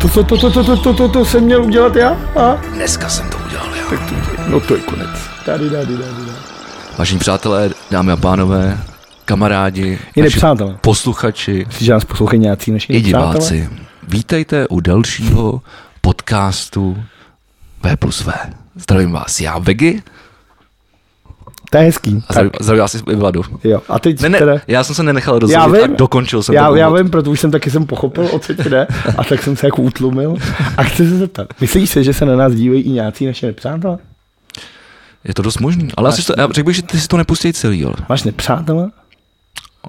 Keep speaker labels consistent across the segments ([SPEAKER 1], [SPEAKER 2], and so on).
[SPEAKER 1] to, to, to, to, to, to, to, to, to jsem měl udělat já? A?
[SPEAKER 2] Dneska jsem to udělal já.
[SPEAKER 1] Tak to, no to je konec. Tady, tady, tady, tady.
[SPEAKER 2] Vážení přátelé, dámy a pánové, kamarádi,
[SPEAKER 1] I
[SPEAKER 2] naši
[SPEAKER 1] nepřátelé.
[SPEAKER 2] posluchači
[SPEAKER 1] Myslím, že nás poslouchají nějací naši
[SPEAKER 2] i
[SPEAKER 1] nepřátelé.
[SPEAKER 2] diváci, vítejte u dalšího podcastu V plus V. Zdravím vás, já Vegy
[SPEAKER 1] To je hezký.
[SPEAKER 2] a
[SPEAKER 1] Tak,
[SPEAKER 2] zdravím, zdravím vás i Vladu.
[SPEAKER 1] jo. A teď
[SPEAKER 2] Ne, ne,
[SPEAKER 1] teda...
[SPEAKER 2] já jsem se nenechal rozhodit a
[SPEAKER 1] vím.
[SPEAKER 2] dokončil jsem
[SPEAKER 1] Já,
[SPEAKER 2] to.
[SPEAKER 1] já vím, protože už jsem taky jsem pochopil, o co ti jde, a tak jsem se jako utlumil. A chci se zeptat, myslíš si, že se na nás dívají i nějací naše nepřátelé?
[SPEAKER 2] Je to dost možný, ale asi, to, já řekl bych, že ty si to nepustí celý, ale
[SPEAKER 1] Máš nepřátelé?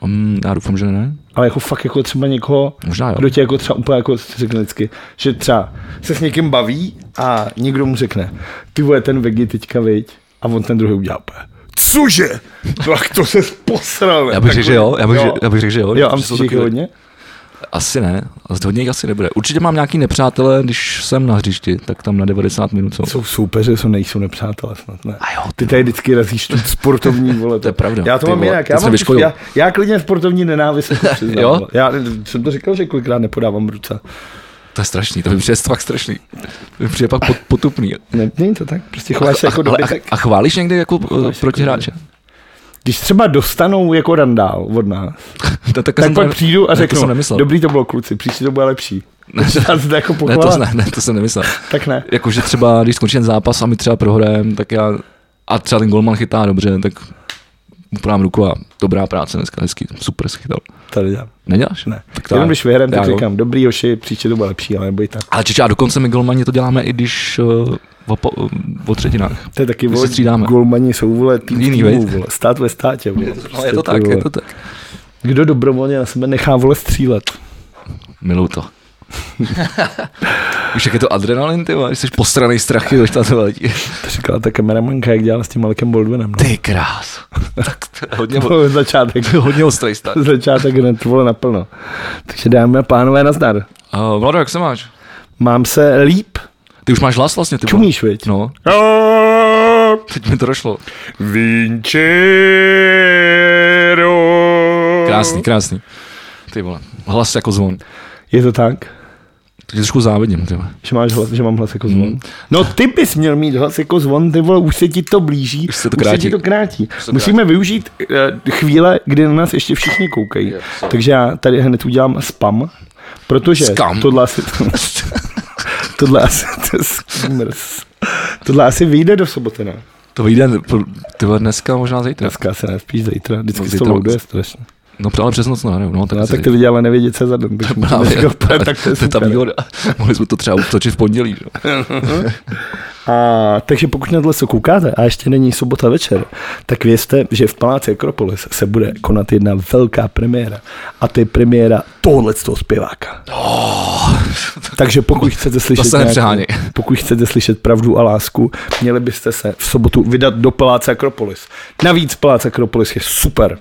[SPEAKER 2] um, já doufám, že ne.
[SPEAKER 1] Ale jako fakt jako třeba někoho,
[SPEAKER 2] Možná jo.
[SPEAKER 1] kdo tě jako třeba úplně jako si řekne lidsky, že třeba se s někým baví a někdo mu řekne, ty vole ten vegi teďka viď, a on ten druhý udělá úplně. Cože? No Tak to se posral. ne?
[SPEAKER 2] Já bych řekl,
[SPEAKER 1] Takhle-
[SPEAKER 2] že jo, já bych, že- já bych řekl, že jo.
[SPEAKER 1] Jo, a
[SPEAKER 2] Že
[SPEAKER 1] myslíš,
[SPEAKER 2] jsou
[SPEAKER 1] že jich je
[SPEAKER 2] takový-
[SPEAKER 1] hodně?
[SPEAKER 2] Asi ne, ale hodně jich asi nebude. Určitě mám nějaký nepřátelé, když jsem na hřišti, tak tam na 90 minut jsou.
[SPEAKER 1] Jsou soupeři, jsou nejsou nepřátelé snad, ne?
[SPEAKER 2] A jo,
[SPEAKER 1] Ty tady vždycky razíš tu sportovní vole.
[SPEAKER 2] To je pravda.
[SPEAKER 1] Já to
[SPEAKER 2] Ty
[SPEAKER 1] mám
[SPEAKER 2] vole,
[SPEAKER 1] jinak.
[SPEAKER 2] ty
[SPEAKER 1] Já,
[SPEAKER 2] jsi
[SPEAKER 1] mám,
[SPEAKER 2] vyškolil.
[SPEAKER 1] já, já klidně sportovní nenávist. jako přiznám,
[SPEAKER 2] Jo?
[SPEAKER 1] vole. Já jsem to říkal, že kolikrát nepodávám ruce.
[SPEAKER 2] To je strašný, to mi přijde fakt strašný. To mi přijde pak pot, potupný.
[SPEAKER 1] Ne, není to tak, prostě chováš se jako
[SPEAKER 2] ale,
[SPEAKER 1] dobytek.
[SPEAKER 2] a, a chválíš někdy jako uh,
[SPEAKER 1] jako
[SPEAKER 2] protihráče?
[SPEAKER 1] Když třeba dostanou jako randál od nás,
[SPEAKER 2] To, tak
[SPEAKER 1] tak pak
[SPEAKER 2] ne-
[SPEAKER 1] přijdu a
[SPEAKER 2] ne, to
[SPEAKER 1] řeknu,
[SPEAKER 2] jsem nemyslel.
[SPEAKER 1] dobrý to bylo kluci, příště to bude lepší. Já se to jako
[SPEAKER 2] ne, to,
[SPEAKER 1] pochvala,
[SPEAKER 2] ne, ne, to jsem nemyslel.
[SPEAKER 1] tak ne.
[SPEAKER 2] Jakože třeba, když skončí ten zápas a my třeba prohrajeme, tak já, a třeba ten golman chytá dobře, tak mu podám ruku a dobrá práce dneska, hezký, super jsi chytal.
[SPEAKER 1] Tady dělám.
[SPEAKER 2] Neděláš?
[SPEAKER 1] Ne.
[SPEAKER 2] Tak to
[SPEAKER 1] Jenom
[SPEAKER 2] já-
[SPEAKER 1] když vyhrám,
[SPEAKER 2] já
[SPEAKER 1] tak
[SPEAKER 2] jo.
[SPEAKER 1] říkám, dobrý hoši, příště to bude lepší, ale nebojte.
[SPEAKER 2] Ale čeče, a dokonce my golmani to děláme, i když uh, o, po, o třetinách.
[SPEAKER 1] To je taky,
[SPEAKER 2] My se
[SPEAKER 1] vole,
[SPEAKER 2] střídáme.
[SPEAKER 1] golmani jsou, vole, tým
[SPEAKER 2] Jiný,
[SPEAKER 1] týmů,
[SPEAKER 2] veď?
[SPEAKER 1] vole, stát ve státě, vole.
[SPEAKER 2] No, je
[SPEAKER 1] Prostě,
[SPEAKER 2] to
[SPEAKER 1] ty
[SPEAKER 2] tak, je
[SPEAKER 1] vole.
[SPEAKER 2] to tak.
[SPEAKER 1] Kdo dobrovolně na sebe nechá, vole, střílet?
[SPEAKER 2] Miluju to. Už jak je to adrenalin, ty vole, když jsi postranej strachy, když to letí.
[SPEAKER 1] To říkala ta kameramanka, jak dělala s tím Malekem Baldwinem. No.
[SPEAKER 2] Ty krás. Tak to je hodně,
[SPEAKER 1] To byl začátek,
[SPEAKER 2] to je hodně ostrý stát.
[SPEAKER 1] začátek hned, vole, naplno. Takže dámy a pánové, nazdar.
[SPEAKER 2] Uh, Vlado, jak se máš?
[SPEAKER 1] Mám se líp,
[SPEAKER 2] Ty už máš hlas vlastně, ty vole.
[SPEAKER 1] čumíš, viď?
[SPEAKER 2] No, teď mi to došlo.
[SPEAKER 3] Vincero.
[SPEAKER 2] Krásný, krásný. Ty vole, hlas jako zvon.
[SPEAKER 1] Je to tak?
[SPEAKER 2] To tě trošku závidím, ty vole.
[SPEAKER 1] Že, máš hlas, že mám hlas jako zvon. No ty bys měl mít hlas jako zvon, ty vole, už se ti to blíží,
[SPEAKER 2] Už se to
[SPEAKER 1] Už se
[SPEAKER 2] krátí.
[SPEAKER 1] ti to krátí.
[SPEAKER 2] se to
[SPEAKER 1] Musíme využít eh, chvíle, kdy na nás ještě všichni koukají. Takže já tady hned udělám spam, protože
[SPEAKER 2] Skam.
[SPEAKER 1] tohle asi... tohle asi... To je skrz. tohle asi vyjde do soboty, ne?
[SPEAKER 2] To vyjde, ty vole, dneska možná zítra.
[SPEAKER 1] Dneska se ne, spíš zítra. Vždycky
[SPEAKER 2] No,
[SPEAKER 1] no, se to
[SPEAKER 2] zítra-
[SPEAKER 1] loaduje strašně.
[SPEAKER 2] No, ale přes noc nahraju, no, tak,
[SPEAKER 1] No,
[SPEAKER 2] se
[SPEAKER 1] tak ty lidi ale nevědí, co je za den. takže
[SPEAKER 2] Právě,
[SPEAKER 1] můžeme říkat,
[SPEAKER 2] právě,
[SPEAKER 1] tak to je
[SPEAKER 2] to je ta
[SPEAKER 1] super.
[SPEAKER 2] výhoda. Mohli jsme to třeba utočit v pondělí. Že?
[SPEAKER 1] A, takže pokud na tohle se koukáte a ještě není sobota večer, tak vězte, že v Paláci Akropolis se bude konat jedna velká premiéra. A to je premiéra tohle z toho zpěváka. Oh. Takže pokud chcete slyšet,
[SPEAKER 2] se nepřeháněj.
[SPEAKER 1] pokud chcete slyšet pravdu a lásku, měli byste se v sobotu vydat do Paláce Akropolis. Navíc Palác Akropolis je super.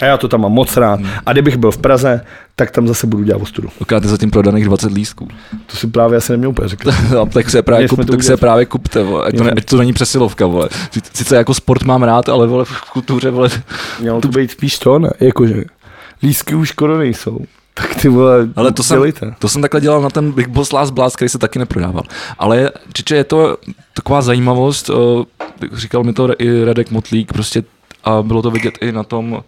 [SPEAKER 1] A já to tam mám moc rád. A kdybych byl v Praze, tak tam zase budu dělat ostudu.
[SPEAKER 2] Dokážete zatím prodaných 20 lístků.
[SPEAKER 1] To si právě asi neměl úplně říkat.
[SPEAKER 2] A tak se je právě,
[SPEAKER 1] Měli jsme
[SPEAKER 2] kup,
[SPEAKER 1] to
[SPEAKER 2] tak se je
[SPEAKER 1] udělat.
[SPEAKER 2] právě kupte, vole. Ať to, ne, ať to není přesilovka. Vole. Sice- Sice jako sport mám rád, ale vole, v kultuře vole,
[SPEAKER 1] Mělo to být spíš to, ne? Jakože lísky už skoro nejsou. Tak ty vole,
[SPEAKER 2] Ale to jsem,
[SPEAKER 1] dělejte.
[SPEAKER 2] to jsem takhle dělal na ten Big Boss Last Blast, který se taky neprodával. Ale čiče je to taková zajímavost, o, říkal mi to i Radek Motlík, prostě a bylo to vidět i na tom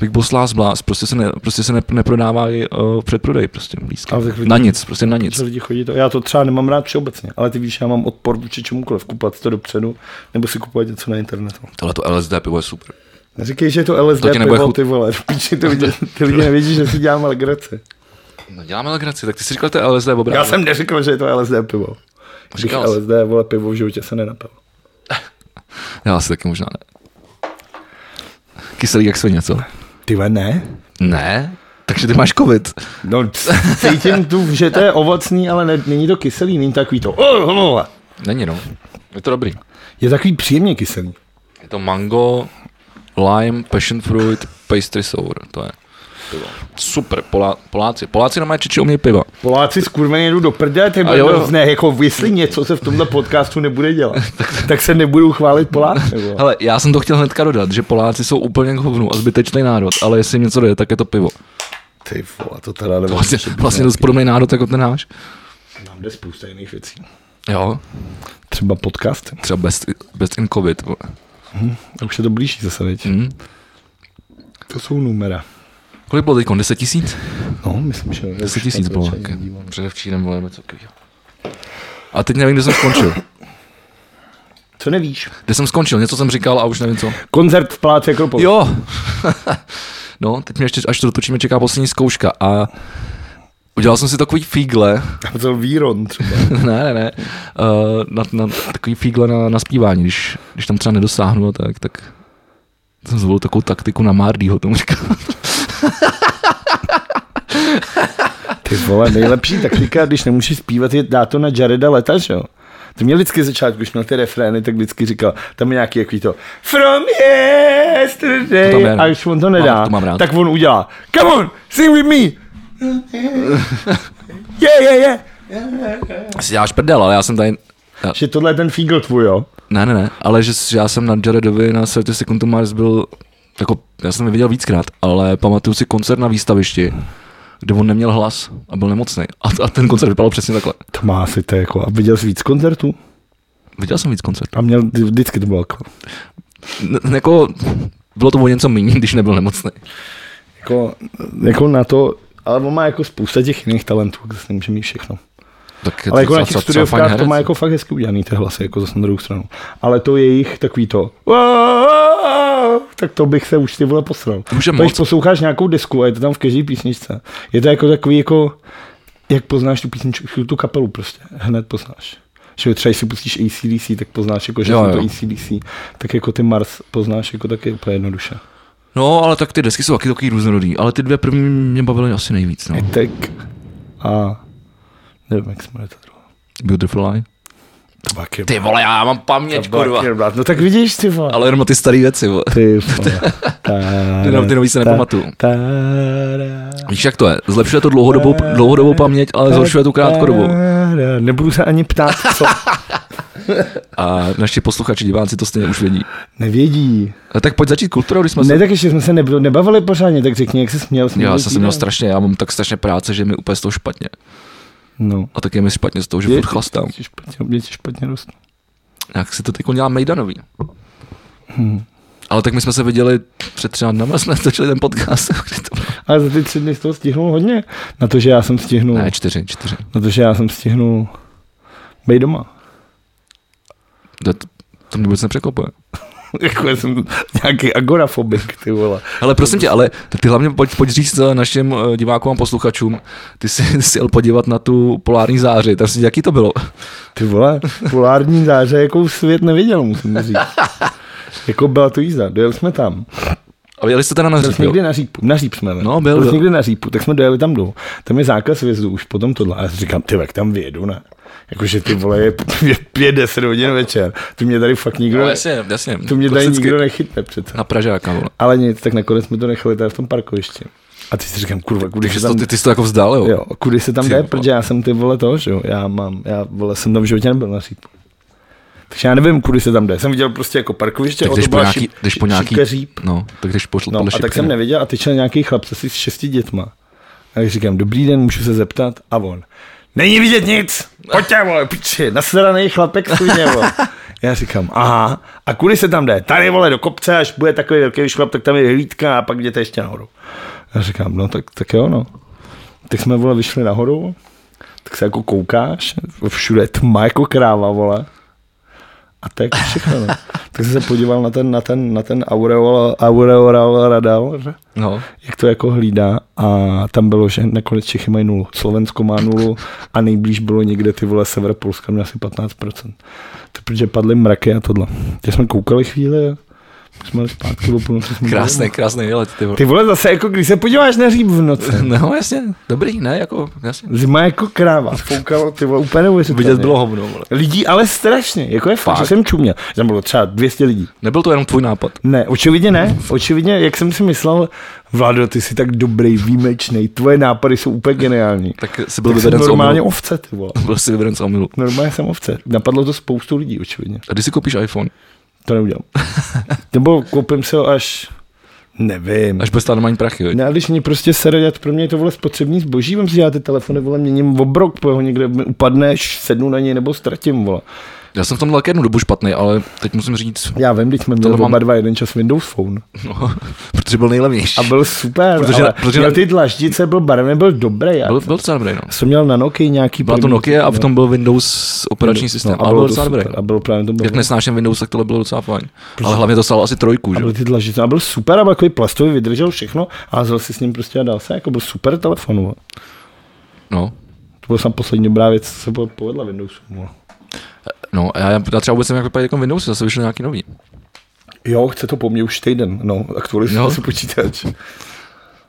[SPEAKER 2] Big Boss Last Blast, prostě se, ne, prostě se ne, neprodávají o, předprodej prostě lístky.
[SPEAKER 1] Ale tak vidíš-
[SPEAKER 2] Na nic, prostě na nic.
[SPEAKER 1] Co lidi chodí to. Já to třeba nemám rád všeobecně, ale ty víš, já mám odpor vůči čemukoliv. Kupovat to dopředu, nebo si kupovat něco na internetu.
[SPEAKER 2] Tohle to LSD pivo je super.
[SPEAKER 1] Neříkej, že je to LSD
[SPEAKER 2] To ti nebude
[SPEAKER 1] pivo,
[SPEAKER 2] chut-
[SPEAKER 1] ty vole. Píči, ty, lidi, ty lidi nevědí, že si dělám legraci.
[SPEAKER 2] No, děláme legraci, tak ty jsi říkal, že to je LSD obrázek.
[SPEAKER 1] Já jsem neřekl, že je to LSD pivo. Když
[SPEAKER 2] Říkal jsi.
[SPEAKER 1] LSD, vole, pivo v životě se nenapil.
[SPEAKER 2] Já asi taky možná ne. Kyselý jak svině, co?
[SPEAKER 1] Ty vole, ne?
[SPEAKER 2] Ne? Takže ty máš covid.
[SPEAKER 1] No, cítím tu, že to je ovocný, ale ne, není to kyselý, není takový to. Oh, oh, oh.
[SPEAKER 2] Není no. Je to dobrý.
[SPEAKER 1] Je takový příjemně kyselý.
[SPEAKER 2] Je to mango, lime, passion fruit, pastry sour. To je pivo. Super, Polá, Poláci. Poláci nemají čiči umějí piva.
[SPEAKER 1] Poláci skurveně jedou do prdele, ty
[SPEAKER 2] A jo, jo.
[SPEAKER 1] jo. ne, jako jestli něco se v tomhle podcastu nebude dělat, tak se nebudou chválit Poláci. vole.
[SPEAKER 2] Hele, já jsem to chtěl hnedka dodat, že Poláci jsou úplně k hovnu a zbytečný národ, ale jestli jim něco jde, tak je to pivo.
[SPEAKER 1] Ty vole, to teda nebo...
[SPEAKER 2] Vlastně, vlastně dost podobný národ jako ten náš.
[SPEAKER 1] Tam jde spousta jiných věcí.
[SPEAKER 2] Jo,
[SPEAKER 1] Třeba podcast.
[SPEAKER 2] třeba best, best in covid. vole.
[SPEAKER 1] Už se to blíží zase, veď.
[SPEAKER 2] Hm.
[SPEAKER 1] To jsou numera.
[SPEAKER 2] Kolik bylo teď? 10 tisíc?
[SPEAKER 1] No, myslím, že...
[SPEAKER 2] 10
[SPEAKER 1] už
[SPEAKER 2] tisíc
[SPEAKER 1] na to
[SPEAKER 2] bylo.
[SPEAKER 1] večer
[SPEAKER 2] tak.
[SPEAKER 1] nedívám.
[SPEAKER 2] Předevčírem bylo něco takového. A teď nevím, kde jsem skončil.
[SPEAKER 1] Co nevíš?
[SPEAKER 2] Kde jsem skončil, něco jsem říkal a už nevím co.
[SPEAKER 1] Koncert v Paláci jako Akropol.
[SPEAKER 2] Jo! no, teď mě ještě, až to dotočíme, čeká poslední zkouška a udělal jsem si takový fígle,
[SPEAKER 1] To Víron třeba.
[SPEAKER 2] ne, ne, ne, uh, na, na, takový fígle na, na zpívání, když, když tam třeba nedosáhnu, no, tak, tak jsem zvolil takovou taktiku na Mardýho, tomu říkal.
[SPEAKER 1] Ty vole, nejlepší taktika, když nemůžeš zpívat, je dát to na Jareda Leta, že jo? To mě vždycky začátku, když měl ty refrény, tak vždycky říkal, tam je nějaký jaký to From yesterday,
[SPEAKER 2] To tam je.
[SPEAKER 1] a když on to
[SPEAKER 2] Mám-
[SPEAKER 1] nedá,
[SPEAKER 2] to mám rád.
[SPEAKER 1] tak on udělá Come on, sing with me! Yeah, yeah, yeah!
[SPEAKER 2] Si děláš prdel, ale já jsem tady,
[SPEAKER 1] Že tohle je ten fígl tvůj, jo?
[SPEAKER 2] ne, ne, ne, ale že, že já jsem na Jaredovi na 30 Second to Mars byl, jako, já jsem je viděl víckrát, ale pamatuju si koncert na výstavišti, kde on neměl hlas a byl nemocný. A, a ten koncert vypadal přesně takhle.
[SPEAKER 1] To má asi to jako, a viděl jsi víc koncertů?
[SPEAKER 2] Viděl jsem víc koncertů.
[SPEAKER 1] A měl, vždycky to bylo jako,
[SPEAKER 2] N- jako, bylo to o něco méně, když nebyl nemocný.
[SPEAKER 1] jako, jako na to, ale on má jako spousta těch jiných talentů, kde se nemůže mít všechno.
[SPEAKER 2] Tak
[SPEAKER 1] Ale
[SPEAKER 2] to-
[SPEAKER 1] jako na těch
[SPEAKER 2] co- co- co fajn
[SPEAKER 1] studiovkách to
[SPEAKER 2] herec.
[SPEAKER 1] má jako fakt hezky udělaný ty hlasy, jako zase na druhou stranu. Ale to jejich takový to, tak to bych se už ty vole posral.
[SPEAKER 2] To už je
[SPEAKER 1] To, Když
[SPEAKER 2] moc.
[SPEAKER 1] posloucháš nějakou desku a je to tam v každé písničce, je to jako takový jako, jak poznáš tu písničku, tu kapelu prostě, hned poznáš. Že třeba když si pustíš ACDC, tak poznáš jako, že
[SPEAKER 2] Jo,
[SPEAKER 1] jsou to
[SPEAKER 2] jo.
[SPEAKER 1] ACDC, tak jako ty Mars poznáš jako taky úplně jednoduše.
[SPEAKER 2] No, ale tak ty desky jsou taky takový různorodý, ale ty dvě první mě bavily asi nejvíc, no.
[SPEAKER 1] Etek a nevím, jak se jmenuje ta druhá.
[SPEAKER 2] Beautiful Lie.
[SPEAKER 1] Tabak je
[SPEAKER 2] Ty vole, já mám paměť, kurva.
[SPEAKER 1] Tabak je brat. No tak vidíš, ty vole.
[SPEAKER 2] Ale jenom na ty staré věci, vole.
[SPEAKER 1] Ty vole. Tá-
[SPEAKER 2] Ty no- ty nový se
[SPEAKER 1] tá-
[SPEAKER 2] nepamatuju.
[SPEAKER 1] tá-
[SPEAKER 2] Víš, jak to je? Zlepšuje to dlouhodobou,
[SPEAKER 1] Eh,
[SPEAKER 2] dlouhodobou paměť, ale zhoršuje tu krátkodobou.
[SPEAKER 1] tá- Nebudu se ani ptát, co
[SPEAKER 2] A naši posluchači, diváci to stejně už vědí.
[SPEAKER 1] nevědí.
[SPEAKER 2] A tak pojď začít kulturou, když jsme
[SPEAKER 1] Ne,
[SPEAKER 2] No se...
[SPEAKER 1] tak ještě jsme se nebylo- nebavili pořádně, tak řekni, jak jsi směl.
[SPEAKER 2] Jo, já
[SPEAKER 1] minulý
[SPEAKER 2] jsem se měl
[SPEAKER 1] týden.
[SPEAKER 2] strašně, já mám tak strašně práce, že mi úplně z toho špatně.
[SPEAKER 1] No.
[SPEAKER 2] A tak je mi špatně z toho, že
[SPEAKER 1] Je-
[SPEAKER 2] furt chlastám.
[SPEAKER 1] Mě ti špatně- Mě ti špatně roste.
[SPEAKER 2] Jak si to teď dělá Mejdanový. Ale tak my jsme se viděli před třema dnama, jsme točili ten podcast. Kde to bylo?
[SPEAKER 1] Ale za ty tři dny z toho stihnul hodně. Na to, že já jsem stihnul,
[SPEAKER 2] Ne, čtyři, čtyři.
[SPEAKER 1] na to, že já jsem stihnul být doma.
[SPEAKER 2] To, to mě vůbec nepřekvapuje.
[SPEAKER 1] jako já jsem nějaký agorafobik, ty vole.
[SPEAKER 2] Ale prosím tě, ale ty hlavně pojď, pojď říct eh, našim eh, divákům a posluchačům, ty jsi, ty jsi jel podívat na tu polární záři, tam si jaký to bylo?
[SPEAKER 1] Ty vole, polární záře, jakou svět neviděl, musím říct. Jako byla to jízda, dojeli jsme tam.
[SPEAKER 2] A jeli jste teda na
[SPEAKER 1] Byl
[SPEAKER 2] řík,
[SPEAKER 1] jsme
[SPEAKER 2] jo?
[SPEAKER 1] někdy na řípu, na říp jsme jeli.
[SPEAKER 2] No, byl,
[SPEAKER 1] Byl
[SPEAKER 2] byl.
[SPEAKER 1] jsme někdy na řípu, tak jsme dojeli tam dolů. Tam je zákaz vjezdu už potom tohle. A já si říkám, ty jak tam vyjedu, ne? Jakože ty vole, je, je pět, deset hodin večer. Tu mě tady fakt nikdo,
[SPEAKER 2] No,
[SPEAKER 1] ne,
[SPEAKER 2] jasně, jasně.
[SPEAKER 1] tu mě tady
[SPEAKER 2] Klasicky
[SPEAKER 1] nikdo nechytne přece.
[SPEAKER 2] Na Pražáka, vole.
[SPEAKER 1] Ale nic, tak nakonec jsme to nechali tady v tom parkovišti. A ty si říkám, kurva, kudy se
[SPEAKER 2] Takže jsi to,
[SPEAKER 1] tam...
[SPEAKER 2] ty, ty jsi to jako vzdal, jo?
[SPEAKER 1] Jo, kudy se tam
[SPEAKER 2] Ty
[SPEAKER 1] jde,
[SPEAKER 2] vole.
[SPEAKER 1] protože já jsem ty vole to, že jo, já mám, já vole jsem tam v životě nebyl na řípu. Takže já nevím, kudy se tam jde. Jsem viděl prostě jako parkoviště,
[SPEAKER 2] Tak
[SPEAKER 1] o,
[SPEAKER 2] jdeš
[SPEAKER 1] to
[SPEAKER 2] po
[SPEAKER 1] byla
[SPEAKER 2] nějaký,
[SPEAKER 1] šip-
[SPEAKER 2] jdeš
[SPEAKER 1] šipka
[SPEAKER 2] po nějaký,
[SPEAKER 1] říp.
[SPEAKER 2] no, tak jdeš po,
[SPEAKER 1] No,
[SPEAKER 2] podle
[SPEAKER 1] a tak
[SPEAKER 2] šipky,
[SPEAKER 1] jsem
[SPEAKER 2] no.
[SPEAKER 1] neviděl a teď šel nějaký chlapce asi s šesti dětma. A já říkám, dobrý den, můžu se zeptat? A on, není vidět nic, pojďte, vole, piči, nasranej chlapek studně, vole. Já říkám, aha, a kudy se tam jde? Tady, vole, do kopce, až bude takový velký šlap, tak tam je hlídka a pak jděte ještě nahoru. Já říkám, no tak, tak jo, no. Tak jsme, vole, vyšli nahoru, tak se jako koukáš, všude je tma jako kráva, vole. A to je jako všechno. No. tak jsem se podíval na ten, na ten, na ten aureol, aureoral radar,
[SPEAKER 2] No,
[SPEAKER 1] jak to jako hlídá a tam bylo, že nakonec Čechy mají nulu, Slovensko má nulu a nejblíž bylo někde ty vole sever Polska, měl asi 15%. To protože padly mraky a tohle. Teď jsme koukali chvíli a pak jsme jeli zpátky do půlnoci. jsme byli
[SPEAKER 2] krásný,
[SPEAKER 1] doma.
[SPEAKER 2] krásný výlet, ty vole.
[SPEAKER 1] Ty vole zase jako, když se podíváš na říp v noci,
[SPEAKER 2] No, jasně, dobrý, ne, jako, jasně.
[SPEAKER 1] zima jako kráva, foukalo ty vole úplně neuvěřitelně.
[SPEAKER 2] Vidět bylo hovno, vole.
[SPEAKER 1] Lidí ale strašně, jako je fakt,
[SPEAKER 2] Fakt?
[SPEAKER 1] že jsem čuměl. Tam bylo třeba 200 lidí.
[SPEAKER 2] Nebyl to jenom tvůj nápad.
[SPEAKER 1] Ne, očividně ne. Očividně, jak jsem si myslel, Vlado, ty jsi tak dobrý, výjimečný, tvoje nápady jsou úplně geniální.
[SPEAKER 2] Tak jsi byl
[SPEAKER 1] Byl tak jsem
[SPEAKER 2] vyveden z
[SPEAKER 1] normálně
[SPEAKER 2] omilu.
[SPEAKER 1] ovce, ty vole.
[SPEAKER 2] Byl jsi vyveden z omilu.
[SPEAKER 1] Normálně jsem ovce. Napadlo to spoustu lidí, očividně.
[SPEAKER 2] A když si koupíš iPhone?
[SPEAKER 1] To neudělám. Nebo koupím se ho až Nevím.
[SPEAKER 2] Až bez tam mají prachy, veď?
[SPEAKER 1] Ne, a když mě prostě sere, já to- pro mě je to vole spotřební zboží, vím si, já ty telefony vole měním obrok, po jeho někde mi upadne, š- sednu na něj nebo ztratím, vole.
[SPEAKER 2] Já jsem v tom velké jednu dobu špatný, ale teď musím říct,
[SPEAKER 1] Já vím, když jsme měli
[SPEAKER 2] mám-
[SPEAKER 1] oba dva jeden čas Windows Phone.
[SPEAKER 2] no, protože byl nejlevnější.
[SPEAKER 1] A byl super,
[SPEAKER 2] Protože-
[SPEAKER 1] protože, ale
[SPEAKER 2] protože-
[SPEAKER 1] protože měl ty dlaždice, byl barevný, byl dobrý. Já
[SPEAKER 2] Byl, byl docela dobrý, no.
[SPEAKER 1] jsem měl na Nokia nějaký...
[SPEAKER 2] Byla to
[SPEAKER 1] první-
[SPEAKER 2] Nokia a v tom byl Windows operační systém.
[SPEAKER 1] No, a bylo, to super. A bylo právě to bylo.
[SPEAKER 2] Jak nesnáším Windows, tak tohle bylo docela fajn. Ale hlavně to stalo asi trojku,
[SPEAKER 1] A
[SPEAKER 2] že?
[SPEAKER 1] byly ty dlaždice. A byl super, a byl takový plastový, vydržel všechno a zel si s ním prostě a dal se. Jako byl super telefon. vole.
[SPEAKER 2] No.
[SPEAKER 1] To byla snad poslední dobrá věc, co se po- povedla Windowsu. vole.
[SPEAKER 2] No, a já, já třeba vůbec nevím, jak vypadají jako Windows, zase vyšly nějaký nový.
[SPEAKER 1] Jo, chce to po mně už týden. No, aktualizuji
[SPEAKER 2] No.
[SPEAKER 1] no. si počítač.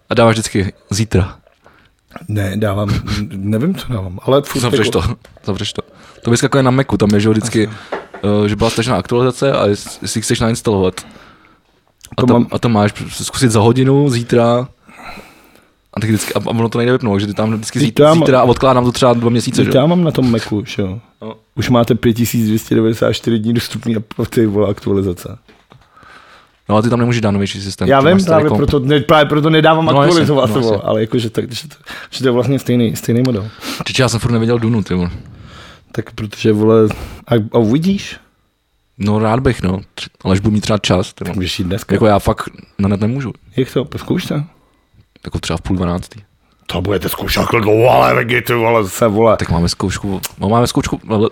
[SPEAKER 2] A dáváš vždycky zítra.
[SPEAKER 1] Ne, dávám, nevím, co dávám, ale furt jako-
[SPEAKER 2] Zavřeš to, zavřeš to. To vždycky jako je na Macu, tam je, že jo, vždycky, eh, že byla stažená aktualizace a jest- jestli ji chceš nainstalovat. A
[SPEAKER 1] To
[SPEAKER 2] to,
[SPEAKER 1] mám-
[SPEAKER 2] a to máš zkusit za hodinu, zítra, a tak vždycky, a a ono to nejde vypnout, že ty tam vždycky
[SPEAKER 1] Vždyť to já
[SPEAKER 2] zítra,
[SPEAKER 1] mám-
[SPEAKER 2] zítra a odkládám to třeba dva měsíce, že
[SPEAKER 1] Vždyť
[SPEAKER 2] jo.
[SPEAKER 1] Já mám na tom Macu, že jo.
[SPEAKER 2] No.
[SPEAKER 1] Už máte 5294 dní dostupný a ty vole aktualizace.
[SPEAKER 2] No a ty tam nemůžeš dát novější systém.
[SPEAKER 1] Já
[SPEAKER 2] ty
[SPEAKER 1] vím,
[SPEAKER 2] máš jako- starý
[SPEAKER 1] právě
[SPEAKER 2] komp.
[SPEAKER 1] proto, ne, právě proto nedávám
[SPEAKER 2] No,
[SPEAKER 1] no,
[SPEAKER 2] jasně,
[SPEAKER 1] aktualizovat,
[SPEAKER 2] no,
[SPEAKER 1] no,
[SPEAKER 2] jasně.
[SPEAKER 1] ale jakože tak, že to, že to je vlastně stejný, stejný model.
[SPEAKER 2] Čiže já jsem furt nevěděl Dunu, ty vole.
[SPEAKER 1] Tak protože, vole, a, a uvidíš,
[SPEAKER 2] No rád bych, no, tři- ale až budu mít třeba čas, ty vole.
[SPEAKER 1] můžeš jít dneska.
[SPEAKER 2] Jako já fakt na net nemůžu.
[SPEAKER 1] Jak to, zkoušte?
[SPEAKER 2] Jako třeba v půl dvanáctý.
[SPEAKER 1] To budete zkoušet
[SPEAKER 2] jako
[SPEAKER 1] takhle dlouho, ale vegy, ty vole, se vole.
[SPEAKER 2] Tak máme zkoušku, no máme zkoušku, ale,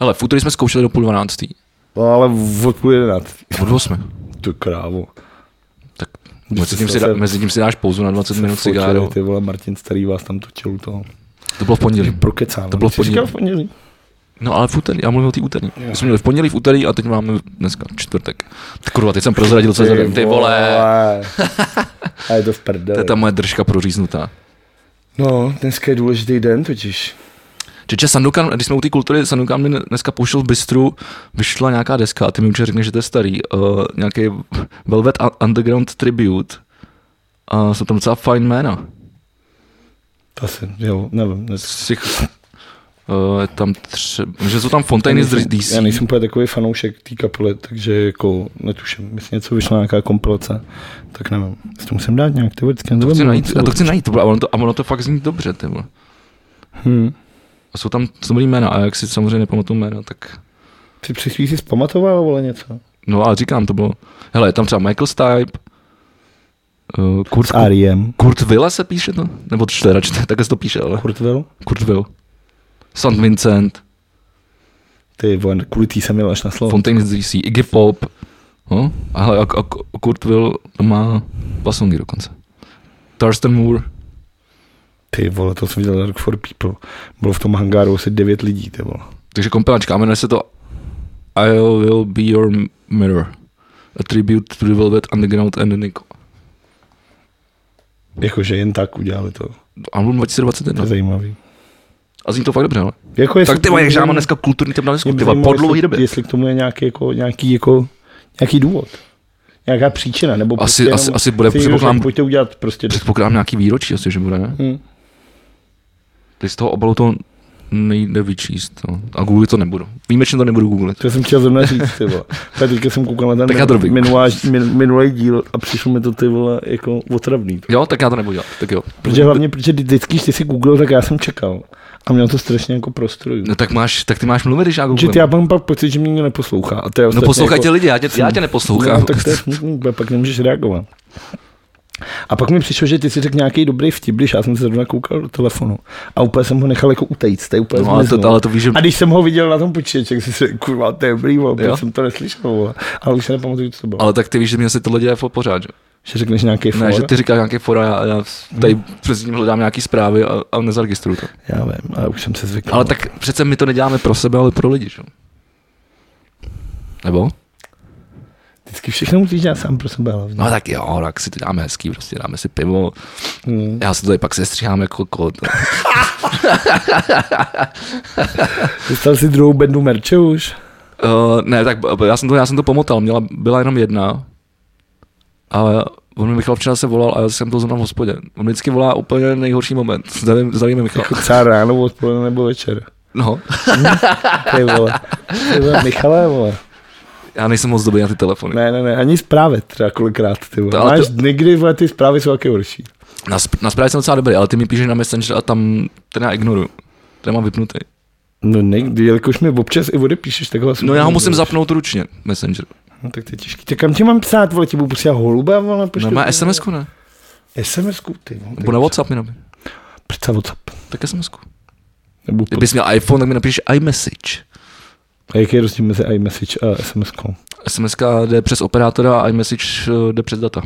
[SPEAKER 2] hele, v úterý jsme zkoušeli do půl dvanáctý,
[SPEAKER 1] No, ale od půl jedenáct.
[SPEAKER 2] od osmi.
[SPEAKER 1] Tu krávu.
[SPEAKER 2] Tak
[SPEAKER 1] Když
[SPEAKER 2] mezi
[SPEAKER 1] jsi
[SPEAKER 2] tím, si
[SPEAKER 1] zase-
[SPEAKER 2] dá, mezi tím si dáš pouzu na 20 minut
[SPEAKER 1] Fotili,
[SPEAKER 2] cigáru.
[SPEAKER 1] Ty vole, Martin Starý vás tam točil u toho.
[SPEAKER 2] To bylo v pondělí.
[SPEAKER 1] Prokecáno.
[SPEAKER 2] To bylo v
[SPEAKER 1] Jsi říkal
[SPEAKER 2] pondělí.
[SPEAKER 1] v pondělí.
[SPEAKER 2] No ale v úterý, já mluvím o té úterý. My jsme měli v pondělí, v úterý a teď máme dneska čtvrtek. Ty kurva, teď jsem prozradil, co jsem Ty vole,
[SPEAKER 1] A je to v
[SPEAKER 2] to
[SPEAKER 1] prdeli.
[SPEAKER 2] je ta moje držka proříznutá.
[SPEAKER 1] No, dneska je důležitý den totiž.
[SPEAKER 2] Čeče Sandukan, když jsme u té kultury, Sandukan mi dneska pouštěl v Bistru, vyšla nějaká deska a ty mi určitě řekneš, že to je starý, uh, nějaký Velvet Un- Underground Tribute. A jsou tam docela fajn jména.
[SPEAKER 1] To asi, jo, nevím. Ne,
[SPEAKER 2] Z těch, uh, je tam tře- že jsou tam Fontainy z
[SPEAKER 1] nejsem-
[SPEAKER 2] DC.
[SPEAKER 1] já nejsem úplně takový fanoušek té kapely, takže jako netuším. Jestli něco vyšla nějaká kompilace, tak nevím. Jestli to musím dát nějak teoreticky.
[SPEAKER 2] To
[SPEAKER 1] nevím,
[SPEAKER 2] chci
[SPEAKER 1] no,
[SPEAKER 2] najít,
[SPEAKER 1] co-
[SPEAKER 2] já to chci najít, to bylo- a ono to, a ono to fakt zní dobře, ty vole.
[SPEAKER 1] Hm.
[SPEAKER 2] A jsou tam jsou dobrý jména, a jak si samozřejmě nepamatuju jména, tak...
[SPEAKER 1] Ty při chvíli si zpamatoval, vole, něco?
[SPEAKER 2] No ale říkám, to bylo... Hele, je tam třeba Michael Stipe, uh, Kurt,
[SPEAKER 1] S Ariem.
[SPEAKER 2] Kurt Villa se píše to? Nebo čte, čte, takhle se to píše, ale...
[SPEAKER 1] Kurtville?
[SPEAKER 2] Kurtville. St. Vincent,
[SPEAKER 1] Ty vole, kvůli tý jsem jel až na slovo.
[SPEAKER 2] Fontaine z DC, Iggy Pop. No, a, hele, a, a Kurtville má dva songy dokonce. Thurston Moore.
[SPEAKER 1] Ty vole, to jsem viděl na Rock for People. Bylo v tom hangáru asi devět lidí, ty vole.
[SPEAKER 2] Takže kompilačka, a jmenuje se to I Will Be Your Mirror. A tribute to the Velvet Underground and the Nico.
[SPEAKER 1] Jakože jen tak udělali to.
[SPEAKER 2] Album
[SPEAKER 1] To
[SPEAKER 2] 2021.
[SPEAKER 1] je zajímavý.
[SPEAKER 2] A zní to fakt dobře, ale.
[SPEAKER 1] Jako jestli-
[SPEAKER 2] No. Tak ty vole, jak já mám dneska kulturní tým na
[SPEAKER 1] Mě
[SPEAKER 2] disku,
[SPEAKER 1] by
[SPEAKER 2] ty vole,
[SPEAKER 1] zajímalo,
[SPEAKER 2] po dlouhý
[SPEAKER 1] jestli-
[SPEAKER 2] době.
[SPEAKER 1] Jestli k tomu je nějaký, jako, nějaký, jako, nějaký důvod. Nějaká příčina, nebo
[SPEAKER 2] Asi-
[SPEAKER 1] prostě
[SPEAKER 2] asi-
[SPEAKER 1] jenom
[SPEAKER 2] asi bude,
[SPEAKER 1] si někdo
[SPEAKER 2] předpokládám-
[SPEAKER 1] řekl, Pojďte udělat prostě...
[SPEAKER 2] Předpokládám nějaký výročí asi, že bude, ne?
[SPEAKER 1] Hm.
[SPEAKER 2] Teď z toho obalu to nejde vyčíst. No. A googlit to nebudu. Výjimečně to nebudu googlit.
[SPEAKER 1] To jsem chtěl zrovna říct, ty vole. Tak teďka jsem koukal na ten
[SPEAKER 2] Tak já to vím.
[SPEAKER 1] minulá, min, minulý díl a přišlo mi to ty vole jako otravný.
[SPEAKER 2] Jo, tak já to nebudu dělat. Tak jo.
[SPEAKER 1] Protože hlavně, protože vždy- vždycky, když ty si googlil, tak já jsem čekal. A měl to strašně jako prostrojů.
[SPEAKER 2] No tak máš, tak ty máš mluvit, když já
[SPEAKER 1] Že
[SPEAKER 2] googlím.
[SPEAKER 1] ty já mám pak pocit, že mě nikdo neposlouchá. A to je
[SPEAKER 2] No
[SPEAKER 1] ostatně
[SPEAKER 2] poslouchaj
[SPEAKER 1] jako-
[SPEAKER 2] tě lidi, já tě, já tě neposlouchám.
[SPEAKER 1] No, tak to je smutný, protože pak nemůžeš reagovat. A pak mi přišlo, že ty si řekl nějaký dobrý vtip, když já jsem se zrovna koukal do telefonu. A úplně jsem ho nechal jako utejít. To je úplně
[SPEAKER 2] no, ale, to,
[SPEAKER 1] zmiznul.
[SPEAKER 2] ale to víš, že...
[SPEAKER 1] A když jsem ho viděl na tom počítači, tak jsem si řekl, kurva, to je dobrý, vole,
[SPEAKER 2] Jo?
[SPEAKER 1] proč jsem to neslyšel, vole. ale už se nepamatuju, co to bylo. Ale...
[SPEAKER 2] Ale tak ty víš, že mě se tohle děje fo- pořád, že?
[SPEAKER 1] Že řekneš nějaký for.
[SPEAKER 2] Ne, že ty říkáš nějaké fora, já, já tady
[SPEAKER 1] Hmm.
[SPEAKER 2] přes tím hledám nějaký zprávy a, a nezaregistruju to.
[SPEAKER 1] Já vím, ale už jsem se zvykl.
[SPEAKER 2] Ale tak přece my to neděláme pro sebe, ale pro lidi, že? jo? Nebo?
[SPEAKER 1] Vždycky všechno musíš dělat sám pro sebe hlavně.
[SPEAKER 2] No tak jo, tak si to dáme hezký, prostě dáme si pivo.
[SPEAKER 1] Hmm.
[SPEAKER 2] Já se to tady pak sestříhám jako kot.
[SPEAKER 1] Dostal jsi druhou bendu merče už?
[SPEAKER 2] Uh, ne, tak b- já jsem to, já jsem to pomotal, měla, byla jenom jedna. Ale on mi Michal včera se volal a já jsem to zrovna v hospodě. On vždycky volá úplně nejhorší moment. Zdravím, zdravíme Michal.
[SPEAKER 1] Jako třeba ráno, odpoledne nebo večer.
[SPEAKER 2] No,
[SPEAKER 1] Ty vole. Ty vole, Michale, vole.
[SPEAKER 2] Já nejsem moc dobrý na ty telefony.
[SPEAKER 1] Ne, ne, ne, ani zprávy třeba kolikrát, ty vole.
[SPEAKER 2] To ale
[SPEAKER 1] Máš
[SPEAKER 2] to-
[SPEAKER 1] někdy, vole, ty zprávy jsou taky horší.
[SPEAKER 2] Na, sp- na zprávě jsem docela dobrý, ale ty mi píšeš na Messenger a tam ten já ignoruju. Ten mám vypnutý.
[SPEAKER 1] No někdy, jelikož mi občas i odepíšeš, tak ho
[SPEAKER 2] No já ho musím zapnout ručně, Messenger.
[SPEAKER 1] No tak to je těžký. Tak kam ti mám psát, vole, ti budu posílat holuba, vole,
[SPEAKER 2] No
[SPEAKER 1] pošlu.
[SPEAKER 2] má sms ne?
[SPEAKER 1] SMS-ku, ty vole.
[SPEAKER 2] Nebo na WhatsApp mi nabij.
[SPEAKER 1] Přece WhatsApp.
[SPEAKER 2] Tak sms
[SPEAKER 1] Nebo po...
[SPEAKER 2] Kdybys měl iPhone, tak mi napíšeš iMessage.
[SPEAKER 1] A jaký je rozdíl mezi iMessage a SMS-kou?
[SPEAKER 2] SMS jde přes operátora a iMessage eh, jde přes data.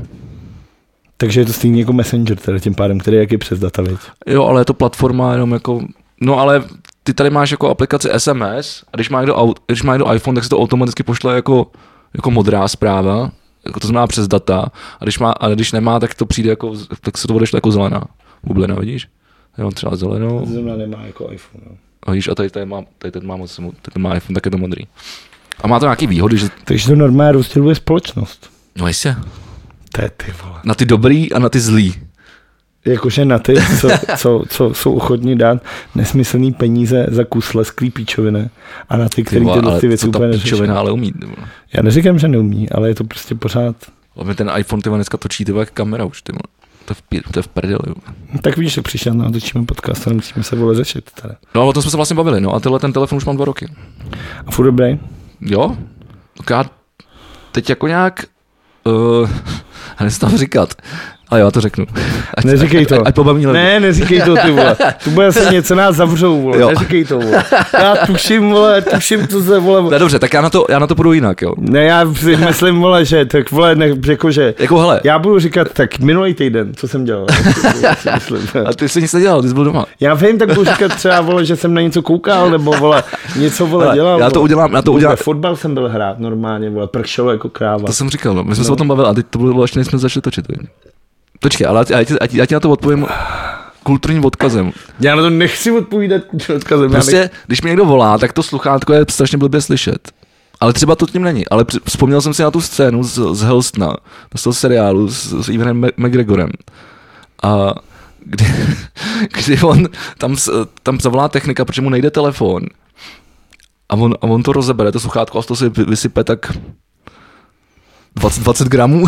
[SPEAKER 1] Takže je to stejný jako Messenger, teda tím pádem, který jak je přes data, viď?
[SPEAKER 2] Jo, ale je to platforma jenom jako... No ale ty tady máš jako aplikaci SMS a když má někdo, au- když má někdo iPhone, tak se to automaticky pošle jako, jako modrá zpráva, jako to znamená přes data, a když, má, a když nemá, tak to přijde jako, z- tak se to odešle jako zelená bublina, vidíš? Já mám třeba zelenou,
[SPEAKER 1] Zrovna nemá jako iPhone. No.
[SPEAKER 2] a vidíš, a tady, tady, má, tady ten má moc, tady ten má iPhone, tak je to modrý. A má to nějaký výhody, že...
[SPEAKER 1] Takže to normálně rozděluje společnost.
[SPEAKER 2] No jistě.
[SPEAKER 1] To je ty vole.
[SPEAKER 2] Na ty dobrý a na ty zlý.
[SPEAKER 1] Jakože na ty, co, co, co jsou ochotní dát nesmyslný peníze za kus lesklý píčoviny a na ty,
[SPEAKER 2] Ty
[SPEAKER 1] který
[SPEAKER 2] vole,
[SPEAKER 1] tyhle
[SPEAKER 2] ale
[SPEAKER 1] ty věci
[SPEAKER 2] co ta
[SPEAKER 1] úplně neřeší.
[SPEAKER 2] pičovina ale umí. ty vole.
[SPEAKER 1] Já neříkám, že neumí, ale je to prostě pořád.
[SPEAKER 2] Hlavně ten iPhone ty vole, dneska točí ty vole, jak kamera už, ty vole. To je v, pí- to je v prdeli. vole.
[SPEAKER 1] No Tak víš, že přišel na točíme podcast a nemusíme se vole řešit tady.
[SPEAKER 2] No ale o tom jsme se vlastně bavili, no a tenhle ten telefon už mám dva roky.
[SPEAKER 1] A furt dobrý?
[SPEAKER 2] Jo? Tak já teď jako nějak, uh, nevím, co tam říkat, ale já to řeknu. Ať,
[SPEAKER 1] Neříkej
[SPEAKER 2] ať,
[SPEAKER 1] to.
[SPEAKER 2] Ať, ať pobavní lidi.
[SPEAKER 1] Ne, neříkej to ty vole. To bude asi něco nás zavřou, vole.
[SPEAKER 2] Jo.
[SPEAKER 1] Neříkej to, vole. Já tuším, vole, tuším, co se, vole.
[SPEAKER 2] ne. dobře, tak já na, to, já na to půjdu jinak, jo.
[SPEAKER 1] Ne, já si myslím, vole, že tak vole, ne, jako, že
[SPEAKER 2] Jako hele,
[SPEAKER 1] já budu říkat, tak minulý týden, co jsem dělal. si myslím.
[SPEAKER 2] a ty jsi nic nedělal, ty jsi byl doma.
[SPEAKER 1] Já vím, tak budu říkat třeba, vole, že jsem na něco koukal, nebo vole, něco, vole,
[SPEAKER 2] Hele,
[SPEAKER 1] dělal.
[SPEAKER 2] já to
[SPEAKER 1] vole.
[SPEAKER 2] udělám, já to
[SPEAKER 1] no. Vůbec
[SPEAKER 2] udělám.
[SPEAKER 1] Fotbal jsem byl hrát normálně, vole, pršelo jako kráva.
[SPEAKER 2] To jsem říkal, no. My jsme se o tom bavili a teď to bylo vlastně, než jsme začali točit. viď? Počkej, ale já ti, já ti- já ti na to odpovím kulturním odkazem.
[SPEAKER 1] Já na to nechci odpovídat odkazem. já
[SPEAKER 2] Prostě, když mi někdo volá, tak to sluchátko je strašně blbě slyšet. Ale třeba to tím není. Ale při- vzpomněl jsem si na tu scénu z, z Helstna, z toho seriálu s, s Ivanem Mac- McGregorem. A kdy, kdy on tam, s- tam zavolá technika, protože mu nejde telefon. A on, a on to rozebere, to sluchátko, a z toho si vy- vysype tak 20, 20 gramů.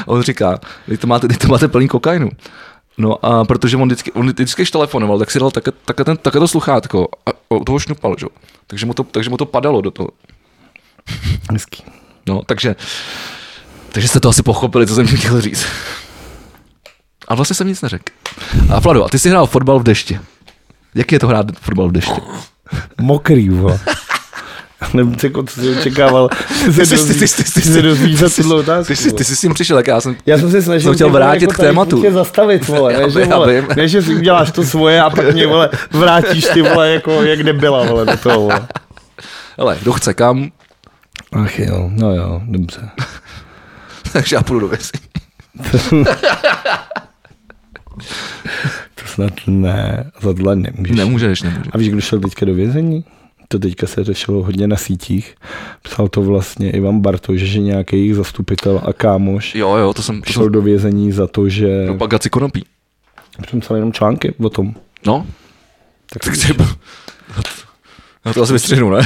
[SPEAKER 2] A on říká, vy to máte, vy to máte plný kokainu. No a protože on vždycky, on vždycky, když telefonoval, tak si dal také, také, ten, také to sluchátko a u toho šňupal, že? jo. Takže mu, to, takže mu to padalo do toho.
[SPEAKER 1] Hezký.
[SPEAKER 2] No, takže, takže jste to asi pochopili, co jsem tím chtěl říct. A vlastně jsem nic neřekl. A Flado, a ty jsi hrál fotbal v dešti. Jak je to hrát fotbal v dešti?
[SPEAKER 1] Mokrý, vole. Nevím, jako, co jsi očekával. že
[SPEAKER 2] Ty
[SPEAKER 1] se
[SPEAKER 2] jsi-
[SPEAKER 1] dozví-
[SPEAKER 2] ty jsi- ty jsi- ty
[SPEAKER 1] že se
[SPEAKER 2] jsi-
[SPEAKER 1] dozvíš za
[SPEAKER 2] ty jsi-
[SPEAKER 1] tuhle otázku.
[SPEAKER 2] Ty jsi,
[SPEAKER 1] vole.
[SPEAKER 2] ty jsi s tím přišel, tak já jsem...
[SPEAKER 1] Já jsem se snažil
[SPEAKER 2] Jsem chtěl
[SPEAKER 1] tě, vole, jako
[SPEAKER 2] vrátit k
[SPEAKER 1] tady
[SPEAKER 2] tématu.
[SPEAKER 1] Tě zastavit, vole, ne,
[SPEAKER 2] Já
[SPEAKER 1] že,
[SPEAKER 2] vím, já
[SPEAKER 1] vole,
[SPEAKER 2] vím.
[SPEAKER 1] ne, že si uděláš to svoje a pak mě, vole, vrátíš ty, vole, jako, jak nebyla, vole, do toho, vole.
[SPEAKER 2] Hele, kdo chce kam,
[SPEAKER 1] Ach jo, no jo, dobře.
[SPEAKER 2] takže já půjdu do vězení.
[SPEAKER 1] To snad ne, za tohle nemůžeš.
[SPEAKER 2] Nemůžeš, nemůžeš.
[SPEAKER 1] A víš, kdo šel teďka do vězení? To teďka se řešilo hodně na sítích. Psal to vlastně Ivan Bartoš, že nějaký jejich zastupitel a kámoš
[SPEAKER 2] Jo, jo, to jsem šel
[SPEAKER 1] šel do vězení za to, že...
[SPEAKER 2] propagaci konopí.
[SPEAKER 1] Jsem psal jenom články o tom.
[SPEAKER 2] No, tak třeba. Já to asi vystřihnu, ne?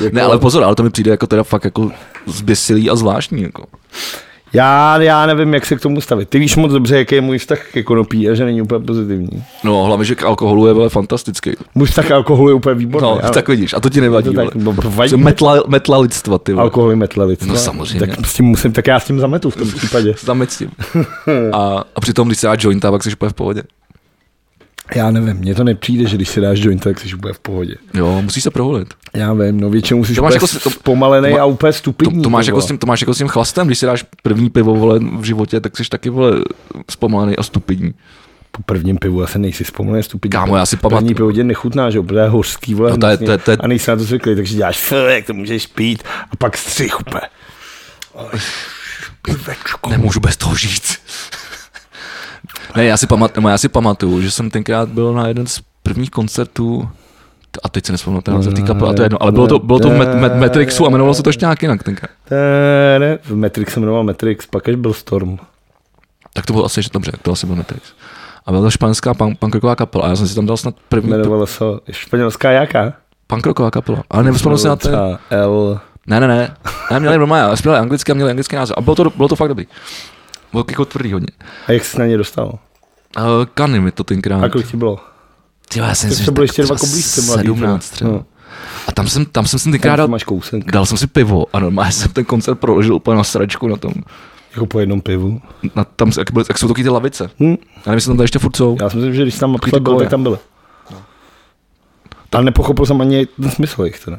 [SPEAKER 1] Jako,
[SPEAKER 2] Ne, ale pozor, ale to mi přijde jako teda fakt jako zběsilý a zvláštní. Jako.
[SPEAKER 1] já, já nevím, jak se k tomu stavit. Ty víš moc dobře, jaký je můj vztah ke konopí a že není úplně pozitivní.
[SPEAKER 2] No, hlavně, že k alkoholu je vele fantastický.
[SPEAKER 1] Můj vztah k alkoholu je úplně výborný.
[SPEAKER 2] No,
[SPEAKER 1] ale-
[SPEAKER 2] tak vidíš, a to ti nevadí.
[SPEAKER 1] To tak,
[SPEAKER 2] vole.
[SPEAKER 1] no, to vadí.
[SPEAKER 2] Co metla, metla lidstva, ty vole.
[SPEAKER 1] Alkohol je metle lidstva.
[SPEAKER 2] No, samozřejmě.
[SPEAKER 1] Tak, s tím musím, tak já s tím zametu v tom případě.
[SPEAKER 2] Tam s tím. A, a přitom, když se dá jointa, pak jsi úplně v pohodě.
[SPEAKER 1] Já nevím, mně to nepřijde, že když si dáš joint, tak jsi úplně v pohodě.
[SPEAKER 2] Jo, musíš se proholit.
[SPEAKER 1] Já vím, no většinou musíš
[SPEAKER 2] To máš
[SPEAKER 1] úplně
[SPEAKER 2] jako
[SPEAKER 1] jako,
[SPEAKER 2] s- to-
[SPEAKER 1] zpomalený
[SPEAKER 2] to má-
[SPEAKER 1] a úplně
[SPEAKER 2] To,
[SPEAKER 1] stupidní.
[SPEAKER 2] to, máš
[SPEAKER 1] ty
[SPEAKER 2] jako
[SPEAKER 1] vole.
[SPEAKER 2] s tím, to máš jako s tím chlastem, když si dáš první pivo vole, v životě, tak jsi taky vole zpomalený a stupidní.
[SPEAKER 1] Po prvním pivu asi nejsi vzpomalený stupidní.
[SPEAKER 2] Kámo, já si
[SPEAKER 1] První
[SPEAKER 2] pamatuju.
[SPEAKER 1] pivo tě nechutná, že jo, protože je hořský, vole,
[SPEAKER 2] No to je-
[SPEAKER 1] hnusný
[SPEAKER 2] to je- to je-
[SPEAKER 1] a nejsi na to zvyklý, takže děláš, "F, jak to můžeš pít, a pak střih úplně.
[SPEAKER 2] Nemůžu bez toho žít. ne, já si, pamat, no, já si pamatuju, že jsem tenkrát byl na jeden z prvních koncertů, t- a teď se nespomínám ten název té kapely, a to je jedno, ale bylo to, bylo to v Met, Met, Matrixu a jmenovalo se to ještě nějak jinak tenkrát.
[SPEAKER 1] Tére, V Matrix se jmenoval Matrix, pak až byl Storm.
[SPEAKER 2] Tak to bylo asi ještě dobře, to asi byl Matrix. A byla to španělská punk, punková kapela a já jsem si tam dal snad první,
[SPEAKER 1] Jmenovala se španělská jaká?
[SPEAKER 2] Punkroková kapela. Ale nevzpomněl se na to.
[SPEAKER 1] Třeba L.
[SPEAKER 2] Ne, ne, ne. ne měli normálně, zpívali anglicky a měli anglický název. A bylo to, bylo to fakt dobrý. Bylo jako tvrdý hodně.
[SPEAKER 1] A jak jsi na ně dostal?
[SPEAKER 2] Uh, Kany mi to tenkrát.
[SPEAKER 1] A jako kolik ti bylo?
[SPEAKER 2] Ty, já jsem
[SPEAKER 1] Tak
[SPEAKER 2] si
[SPEAKER 1] to
[SPEAKER 2] tak
[SPEAKER 1] byly ještě dva
[SPEAKER 2] třeba
[SPEAKER 1] koblízce mladý.
[SPEAKER 2] 17 třeba.
[SPEAKER 1] No.
[SPEAKER 2] A tam jsem, tam jsem si tenkrát
[SPEAKER 1] Krádal...
[SPEAKER 2] dal,
[SPEAKER 1] máš kousek.
[SPEAKER 2] dal jsem si pivo a normálně jsem ten koncert proložil úplně na sračku na tom.
[SPEAKER 1] Jako po jednom pivu.
[SPEAKER 2] Na, tam, jak, byly, jak jsou taky ty lavice.
[SPEAKER 1] Hm.
[SPEAKER 2] Já nevím, jestli tam tady ještě furt jsou.
[SPEAKER 1] Já si myslím, že když tam fakt
[SPEAKER 2] Takový ty No.
[SPEAKER 1] bylo,
[SPEAKER 2] kole.
[SPEAKER 1] tak tam byly. Ale nepochopil jsem ani ten smysl jich teda.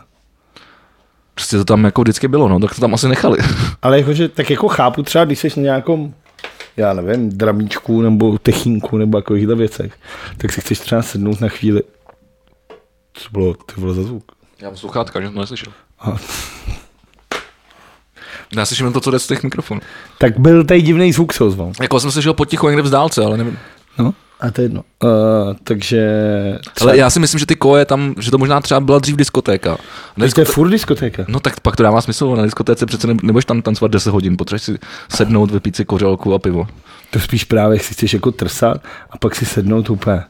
[SPEAKER 2] Prostě to tam jako vždycky bylo, no, tak to tam asi nechali.
[SPEAKER 1] Ale jakože, tak jako chápu třeba, když jsi na nějakom, já nevím, dramíčku nebo techínku nebo takovýchhle věcech, tak si chceš třeba sednout na chvíli. Co bylo, ty bylo za zvuk?
[SPEAKER 2] Já mám sluchátka, že jsem to neslyšel.
[SPEAKER 1] Aha.
[SPEAKER 2] Já slyším jen to, co jde z těch mikrofonů.
[SPEAKER 1] Tak byl tady divný zvuk, se ozval.
[SPEAKER 2] Jako jsem slyšel potichu někde vzdálce, ale nevím.
[SPEAKER 1] No, a to je jedno. Uh, takže...
[SPEAKER 2] Ale já si myslím, že ty koje tam, že to možná třeba byla dřív diskotéka. Na
[SPEAKER 1] Teď to je
[SPEAKER 2] diskote-
[SPEAKER 1] furt diskotéka.
[SPEAKER 2] No tak pak to dává smysl, na diskotéce přece ne- nebudeš tam tancovat 10 hodin, potřebuješ si sednout, vypít si kořelku a pivo.
[SPEAKER 1] To spíš právě, jak si chceš jako trsat a pak si sednout úplně.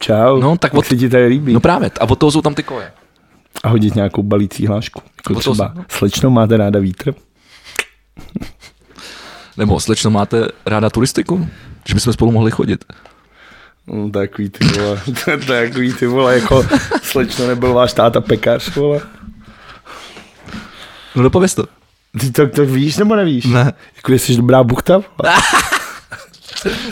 [SPEAKER 1] Čau,
[SPEAKER 2] No, tak
[SPEAKER 1] jak
[SPEAKER 2] od-
[SPEAKER 1] se ti tady líbí.
[SPEAKER 2] No právě, t- a od toho jsou tam ty koje.
[SPEAKER 1] A hodit nějakou balící hlášku. Jako
[SPEAKER 2] Nebo to-
[SPEAKER 1] třeba, slečno, máte ráda vítr?
[SPEAKER 2] Nebo slečno, máte ráda turistiku? Že bychom spolu mohli chodit.
[SPEAKER 1] No, takový ty vole, to je takový ty vole, jako slečno nebyl váš táta pekař, vole.
[SPEAKER 2] No dopověz to.
[SPEAKER 1] Ty to, to víš nebo nevíš?
[SPEAKER 2] Ne.
[SPEAKER 1] Jako jsi dobrá buchta? vole?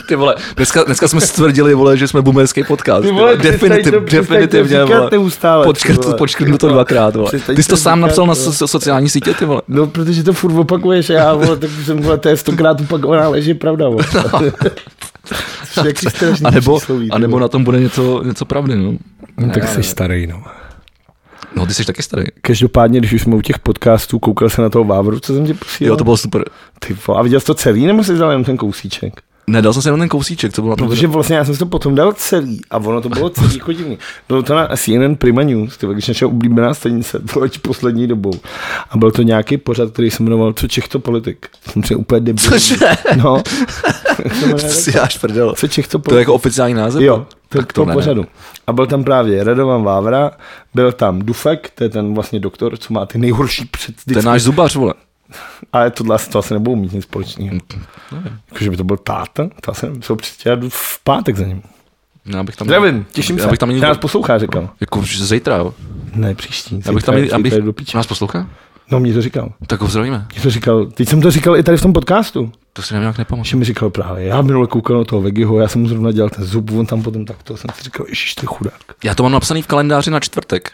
[SPEAKER 2] Ty vole, dneska, dneska jsme stvrdili, vole, že jsme boomerský podcast.
[SPEAKER 1] Ty vole, přestaň to-
[SPEAKER 2] Definitiv,
[SPEAKER 1] přestaň to
[SPEAKER 2] definitivně,
[SPEAKER 1] říkat
[SPEAKER 2] vole.
[SPEAKER 1] neustále, ty
[SPEAKER 2] Počkrt,
[SPEAKER 1] vole.
[SPEAKER 2] počkrtnu to dvakrát, vole.
[SPEAKER 1] Přestaň
[SPEAKER 2] Ty jsi to
[SPEAKER 1] to
[SPEAKER 2] sám
[SPEAKER 1] říkat,
[SPEAKER 2] napsal na
[SPEAKER 1] vole.
[SPEAKER 2] so, so- sociální sítě, ty vole.
[SPEAKER 1] No, protože to furt opakuješ a já, vole, tak jsem, vole, to je stokrát opakovaná lež, je pravda, vole. No. Jaký strašný
[SPEAKER 2] A nebo,
[SPEAKER 1] přísloví, ty
[SPEAKER 2] a nebo
[SPEAKER 1] vole.
[SPEAKER 2] na tom bude něco, něco pravdy, no.
[SPEAKER 1] No, tak jsi starý, no.
[SPEAKER 2] No, ty jsi taky starý.
[SPEAKER 1] Každopádně, když už jsme u těch podcastů, koukal se na toho Vávru, co jsem ti posílal?
[SPEAKER 2] Jo, to bylo super.
[SPEAKER 1] Ty vole, a viděl jsi to celý, nebo jsi dal jenom ten kousíček?
[SPEAKER 2] Nedal jsem si jenom ten kousíček, co bylo na tom.
[SPEAKER 1] Protože vlastně já jsem si to potom dal celý a ono to bylo celý jako divný. Bylo to na CNN Prima News, ty, vole, když naše oblíbená stanice, bylo až poslední dobou. A byl to nějaký pořad, který se jmenoval Co Čech to politik. Jsem třeba úplně debil.
[SPEAKER 2] Cože?
[SPEAKER 1] No. Jak se
[SPEAKER 2] To
[SPEAKER 1] jmenuje?
[SPEAKER 2] si dáš prdel.
[SPEAKER 1] Co Čech to
[SPEAKER 2] To je
[SPEAKER 1] politik.
[SPEAKER 2] jako oficiální název?
[SPEAKER 1] Jo, to,
[SPEAKER 2] tak to
[SPEAKER 1] po
[SPEAKER 2] ne.
[SPEAKER 1] pořadu. A byl tam právě Radovan Vávra, byl tam Dufek, to je ten vlastně doktor, co má ty nejhorší před
[SPEAKER 2] To je náš zubař, vole.
[SPEAKER 1] Ale tohle to asi nebudou mít nic
[SPEAKER 2] Mm,
[SPEAKER 1] společného.
[SPEAKER 2] No,
[SPEAKER 1] Jakože by to byl táta, to asi nevím, jsou přesně, já jdu v pátek za ním.
[SPEAKER 2] Já bych tam...
[SPEAKER 1] Zdravím, těším
[SPEAKER 2] já
[SPEAKER 1] se.
[SPEAKER 2] Bych tam
[SPEAKER 1] Že
[SPEAKER 2] měl,
[SPEAKER 1] nás poslouchá, říkal.
[SPEAKER 2] jako že zítra, jo.
[SPEAKER 1] Ne, příští.
[SPEAKER 2] Já bych tam
[SPEAKER 1] zítra,
[SPEAKER 2] měl, abych,
[SPEAKER 1] zítra jdu do piče.
[SPEAKER 2] nás poslouchá?
[SPEAKER 1] No, mě to říkal.
[SPEAKER 2] Tak ho zdravíme.
[SPEAKER 1] Mě to říkal. Teď jsem to říkal i tady v tom podcastu.
[SPEAKER 2] To si nevím, jak nepamatuji.
[SPEAKER 1] Že mi říkal právě, já minule koukal na toho Vegiho, já jsem mu zrovna dělal ten zub, on tam potom takto, jsem si říkal, ježiš, ty chudák.
[SPEAKER 2] Já to mám napsaný v kalendáři na čtvrtek.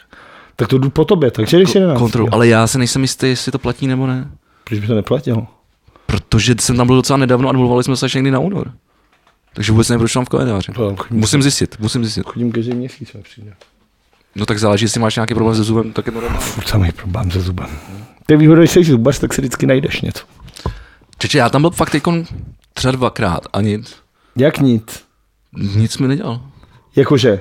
[SPEAKER 1] Tak to jdu po tobě, takže když je
[SPEAKER 2] Kontrolu, ale já se nejsem jistý, jestli to platí nebo ne.
[SPEAKER 1] Proč by to neplatilo?
[SPEAKER 2] Protože jsem tam byl docela nedávno a domluvali jsme se až někdy na únor. Takže vůbec nevím, proč mám v kalendáři.
[SPEAKER 1] To tam chodím,
[SPEAKER 2] Musím zjistit, musím zjistit.
[SPEAKER 1] chodím každý měsíc, mi přijde.
[SPEAKER 2] No tak záleží, jestli máš nějaký problém se zubem, tak je to normální.
[SPEAKER 1] Furt samý problém se zubem. To je výhoda, když jsi zubař, tak si vždycky najdeš něco.
[SPEAKER 2] Čeče, já tam byl fakt teďkon třeba dvakrát a nic.
[SPEAKER 1] Jak nic?
[SPEAKER 2] Nic mi nedělal.
[SPEAKER 1] Jakože,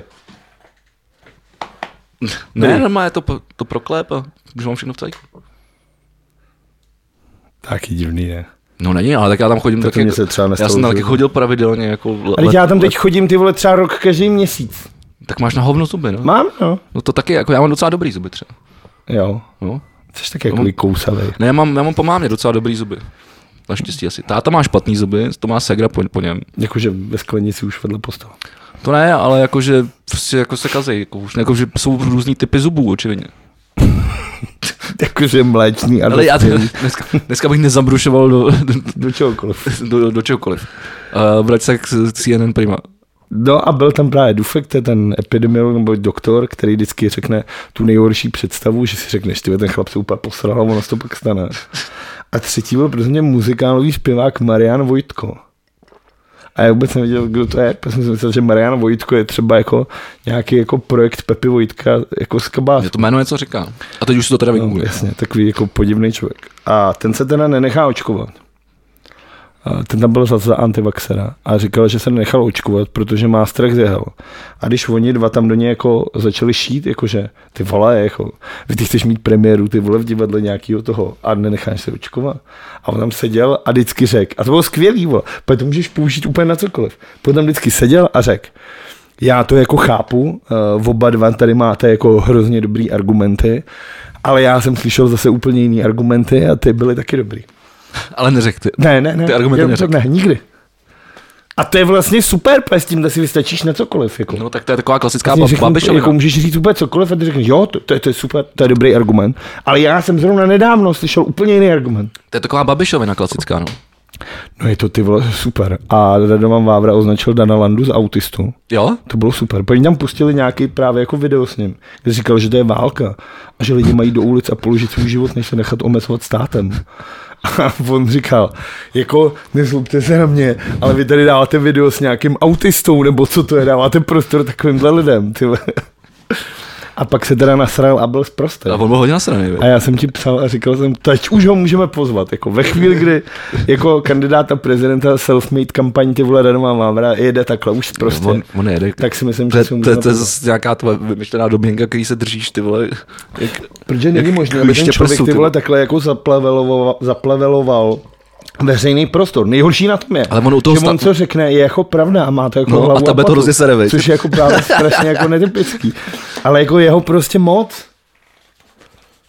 [SPEAKER 2] Ne,
[SPEAKER 1] Ne.
[SPEAKER 2] normálně to, po- to proklép a už mám všechno v cajku.
[SPEAKER 1] taky divný, ne?
[SPEAKER 2] No není, ale tak já tam chodím
[SPEAKER 1] Tak to
[SPEAKER 2] taky, jako-
[SPEAKER 1] mě se třeba
[SPEAKER 2] já
[SPEAKER 1] nestalo
[SPEAKER 2] jsem tam
[SPEAKER 1] v
[SPEAKER 2] taky
[SPEAKER 1] životě.
[SPEAKER 2] chodil pravidelně jako le,
[SPEAKER 1] Ale já tam
[SPEAKER 2] le-
[SPEAKER 1] teď chodím ty vole třeba rok každý měsíc.
[SPEAKER 2] tak máš na hovno zuby, no.
[SPEAKER 1] Mám, no.
[SPEAKER 2] No to taky, jako já mám docela dobrý zuby třeba.
[SPEAKER 1] Jo.
[SPEAKER 2] No.
[SPEAKER 1] Jsi tak jako kousavý.
[SPEAKER 2] Ne, já mám, já mám po mámě docela dobrý zuby. Naštěstí asi. Táta má špatný zuby, to má segra po, po něm.
[SPEAKER 1] Jakože ve sklenici už vedle postel.
[SPEAKER 2] To ne, ale jakože prostě jako se kazej, jako, už, jako, že jsou různý typy zubů, očividně.
[SPEAKER 1] Jakože mléčný a
[SPEAKER 2] Ale já
[SPEAKER 1] dospělý.
[SPEAKER 2] dneska, dneska bych nezabrušoval do, do,
[SPEAKER 1] do čehokoliv.
[SPEAKER 2] do, do čehokoliv. Uh, vrať se k CNN Prima.
[SPEAKER 1] No a byl tam právě Dufek, to je ten epidemiolog nebo doktor, který vždycky řekne tu nejhorší představu, že si řekneš, ty vole, ten chlap se úplně posral a ono se to pak stane. A třetí byl prostě mě muzikálový zpěvák Marian Vojtko. A já vůbec nevěděl, kdo to je, protože jsem si myslel, že Marian Vojtko je třeba jako nějaký jako projekt Pepy Vojtka, jako z kabátu.
[SPEAKER 2] Mě to jméno něco říká. A teď už si to teda
[SPEAKER 1] No,
[SPEAKER 2] vygooglí.
[SPEAKER 1] jasně, takový jako podivný člověk. A ten se teda nenechá očkovat. A ten tam byl za, za antivaxera a říkal, že se nenechal očkovat, protože má strach z jehel. A když oni dva tam do něj jako začali šít, jakože ty vole, jako, vy ty chceš mít premiéru, ty vole v divadle nějakého toho a nenecháš se očkovat. A on tam seděl a vždycky řekl, a to bylo skvělý, vole, protože to můžeš použít úplně na cokoliv. Potom vždycky seděl a řekl, Já to jako chápu, uh, oba dva tady máte jako hrozně dobrý argumenty, ale já jsem slyšel zase úplně jiný argumenty a ty byly taky dobrý.
[SPEAKER 2] Ale neřekl ty.
[SPEAKER 1] Ne, ne, ne.
[SPEAKER 2] Ty argumenty
[SPEAKER 1] jenom to
[SPEAKER 2] neřekl.
[SPEAKER 1] ne, nikdy. A to je vlastně super, protože s tím si vystačíš na cokoliv. Jako.
[SPEAKER 2] No tak to je taková klasická
[SPEAKER 1] Vlastně
[SPEAKER 2] ba-
[SPEAKER 1] řeknu,
[SPEAKER 2] babišovina.
[SPEAKER 1] jako můžeš říct úplně cokoliv a ty řekneš, jo, to, to, je, to je super, to je dobrý argument. Ale já jsem zrovna nedávno slyšel úplně jiný argument.
[SPEAKER 2] To je taková babišovina klasická, no.
[SPEAKER 1] No je to ty vole super. A Radovan Vávra označil Dana Landu za autistu.
[SPEAKER 2] Jo?
[SPEAKER 1] To bylo super. Oni tam pustili nějaký právě jako video s ním, kde říkal, že to je válka a že lidi mají do ulic a položit svůj život, než se nechat omezovat státem. A on říkal, jako nezlobte se na mě, ale vy tady dáváte video s nějakým autistou, nebo co to je, dáváte prostor takovýmhle lidem. Ty. vole. A pak se teda nasral a byl zprostý.
[SPEAKER 2] A on byl hodně nasraný,
[SPEAKER 1] A já jsem ti psal a říkal jsem, teď už ho můžeme pozvat. Jako ve chvíli, kdy jako kandidáta prezidenta self-made kampaní ty vole Radová Vávra jede takhle už prostě.
[SPEAKER 2] On, on nejede.
[SPEAKER 1] Tak si myslím,
[SPEAKER 2] to,
[SPEAKER 1] že
[SPEAKER 2] je-
[SPEAKER 1] si ho
[SPEAKER 2] to,
[SPEAKER 1] můžeme
[SPEAKER 2] je- to je
[SPEAKER 1] pozvat.
[SPEAKER 2] zase nějaká tvoje vymyšlená domněnka, který se držíš, ty vole. Jak,
[SPEAKER 1] Protože není
[SPEAKER 2] jak
[SPEAKER 1] možné, aby ten
[SPEAKER 2] klíště
[SPEAKER 1] člověk
[SPEAKER 2] prsu,
[SPEAKER 1] ty vole takhle jako zapleveloval, zapleveloval veřejný prostor. Nejhorší na tom je,
[SPEAKER 2] Ale ono u toho
[SPEAKER 1] že on
[SPEAKER 2] sta-
[SPEAKER 1] co řekne, je jako pravda a má to jako
[SPEAKER 2] No, a
[SPEAKER 1] hlavu
[SPEAKER 2] tebe to
[SPEAKER 1] patu,
[SPEAKER 2] rozesere, viď?
[SPEAKER 1] Což je jako právě strašně jako netypický. Ale jako jeho prostě moc.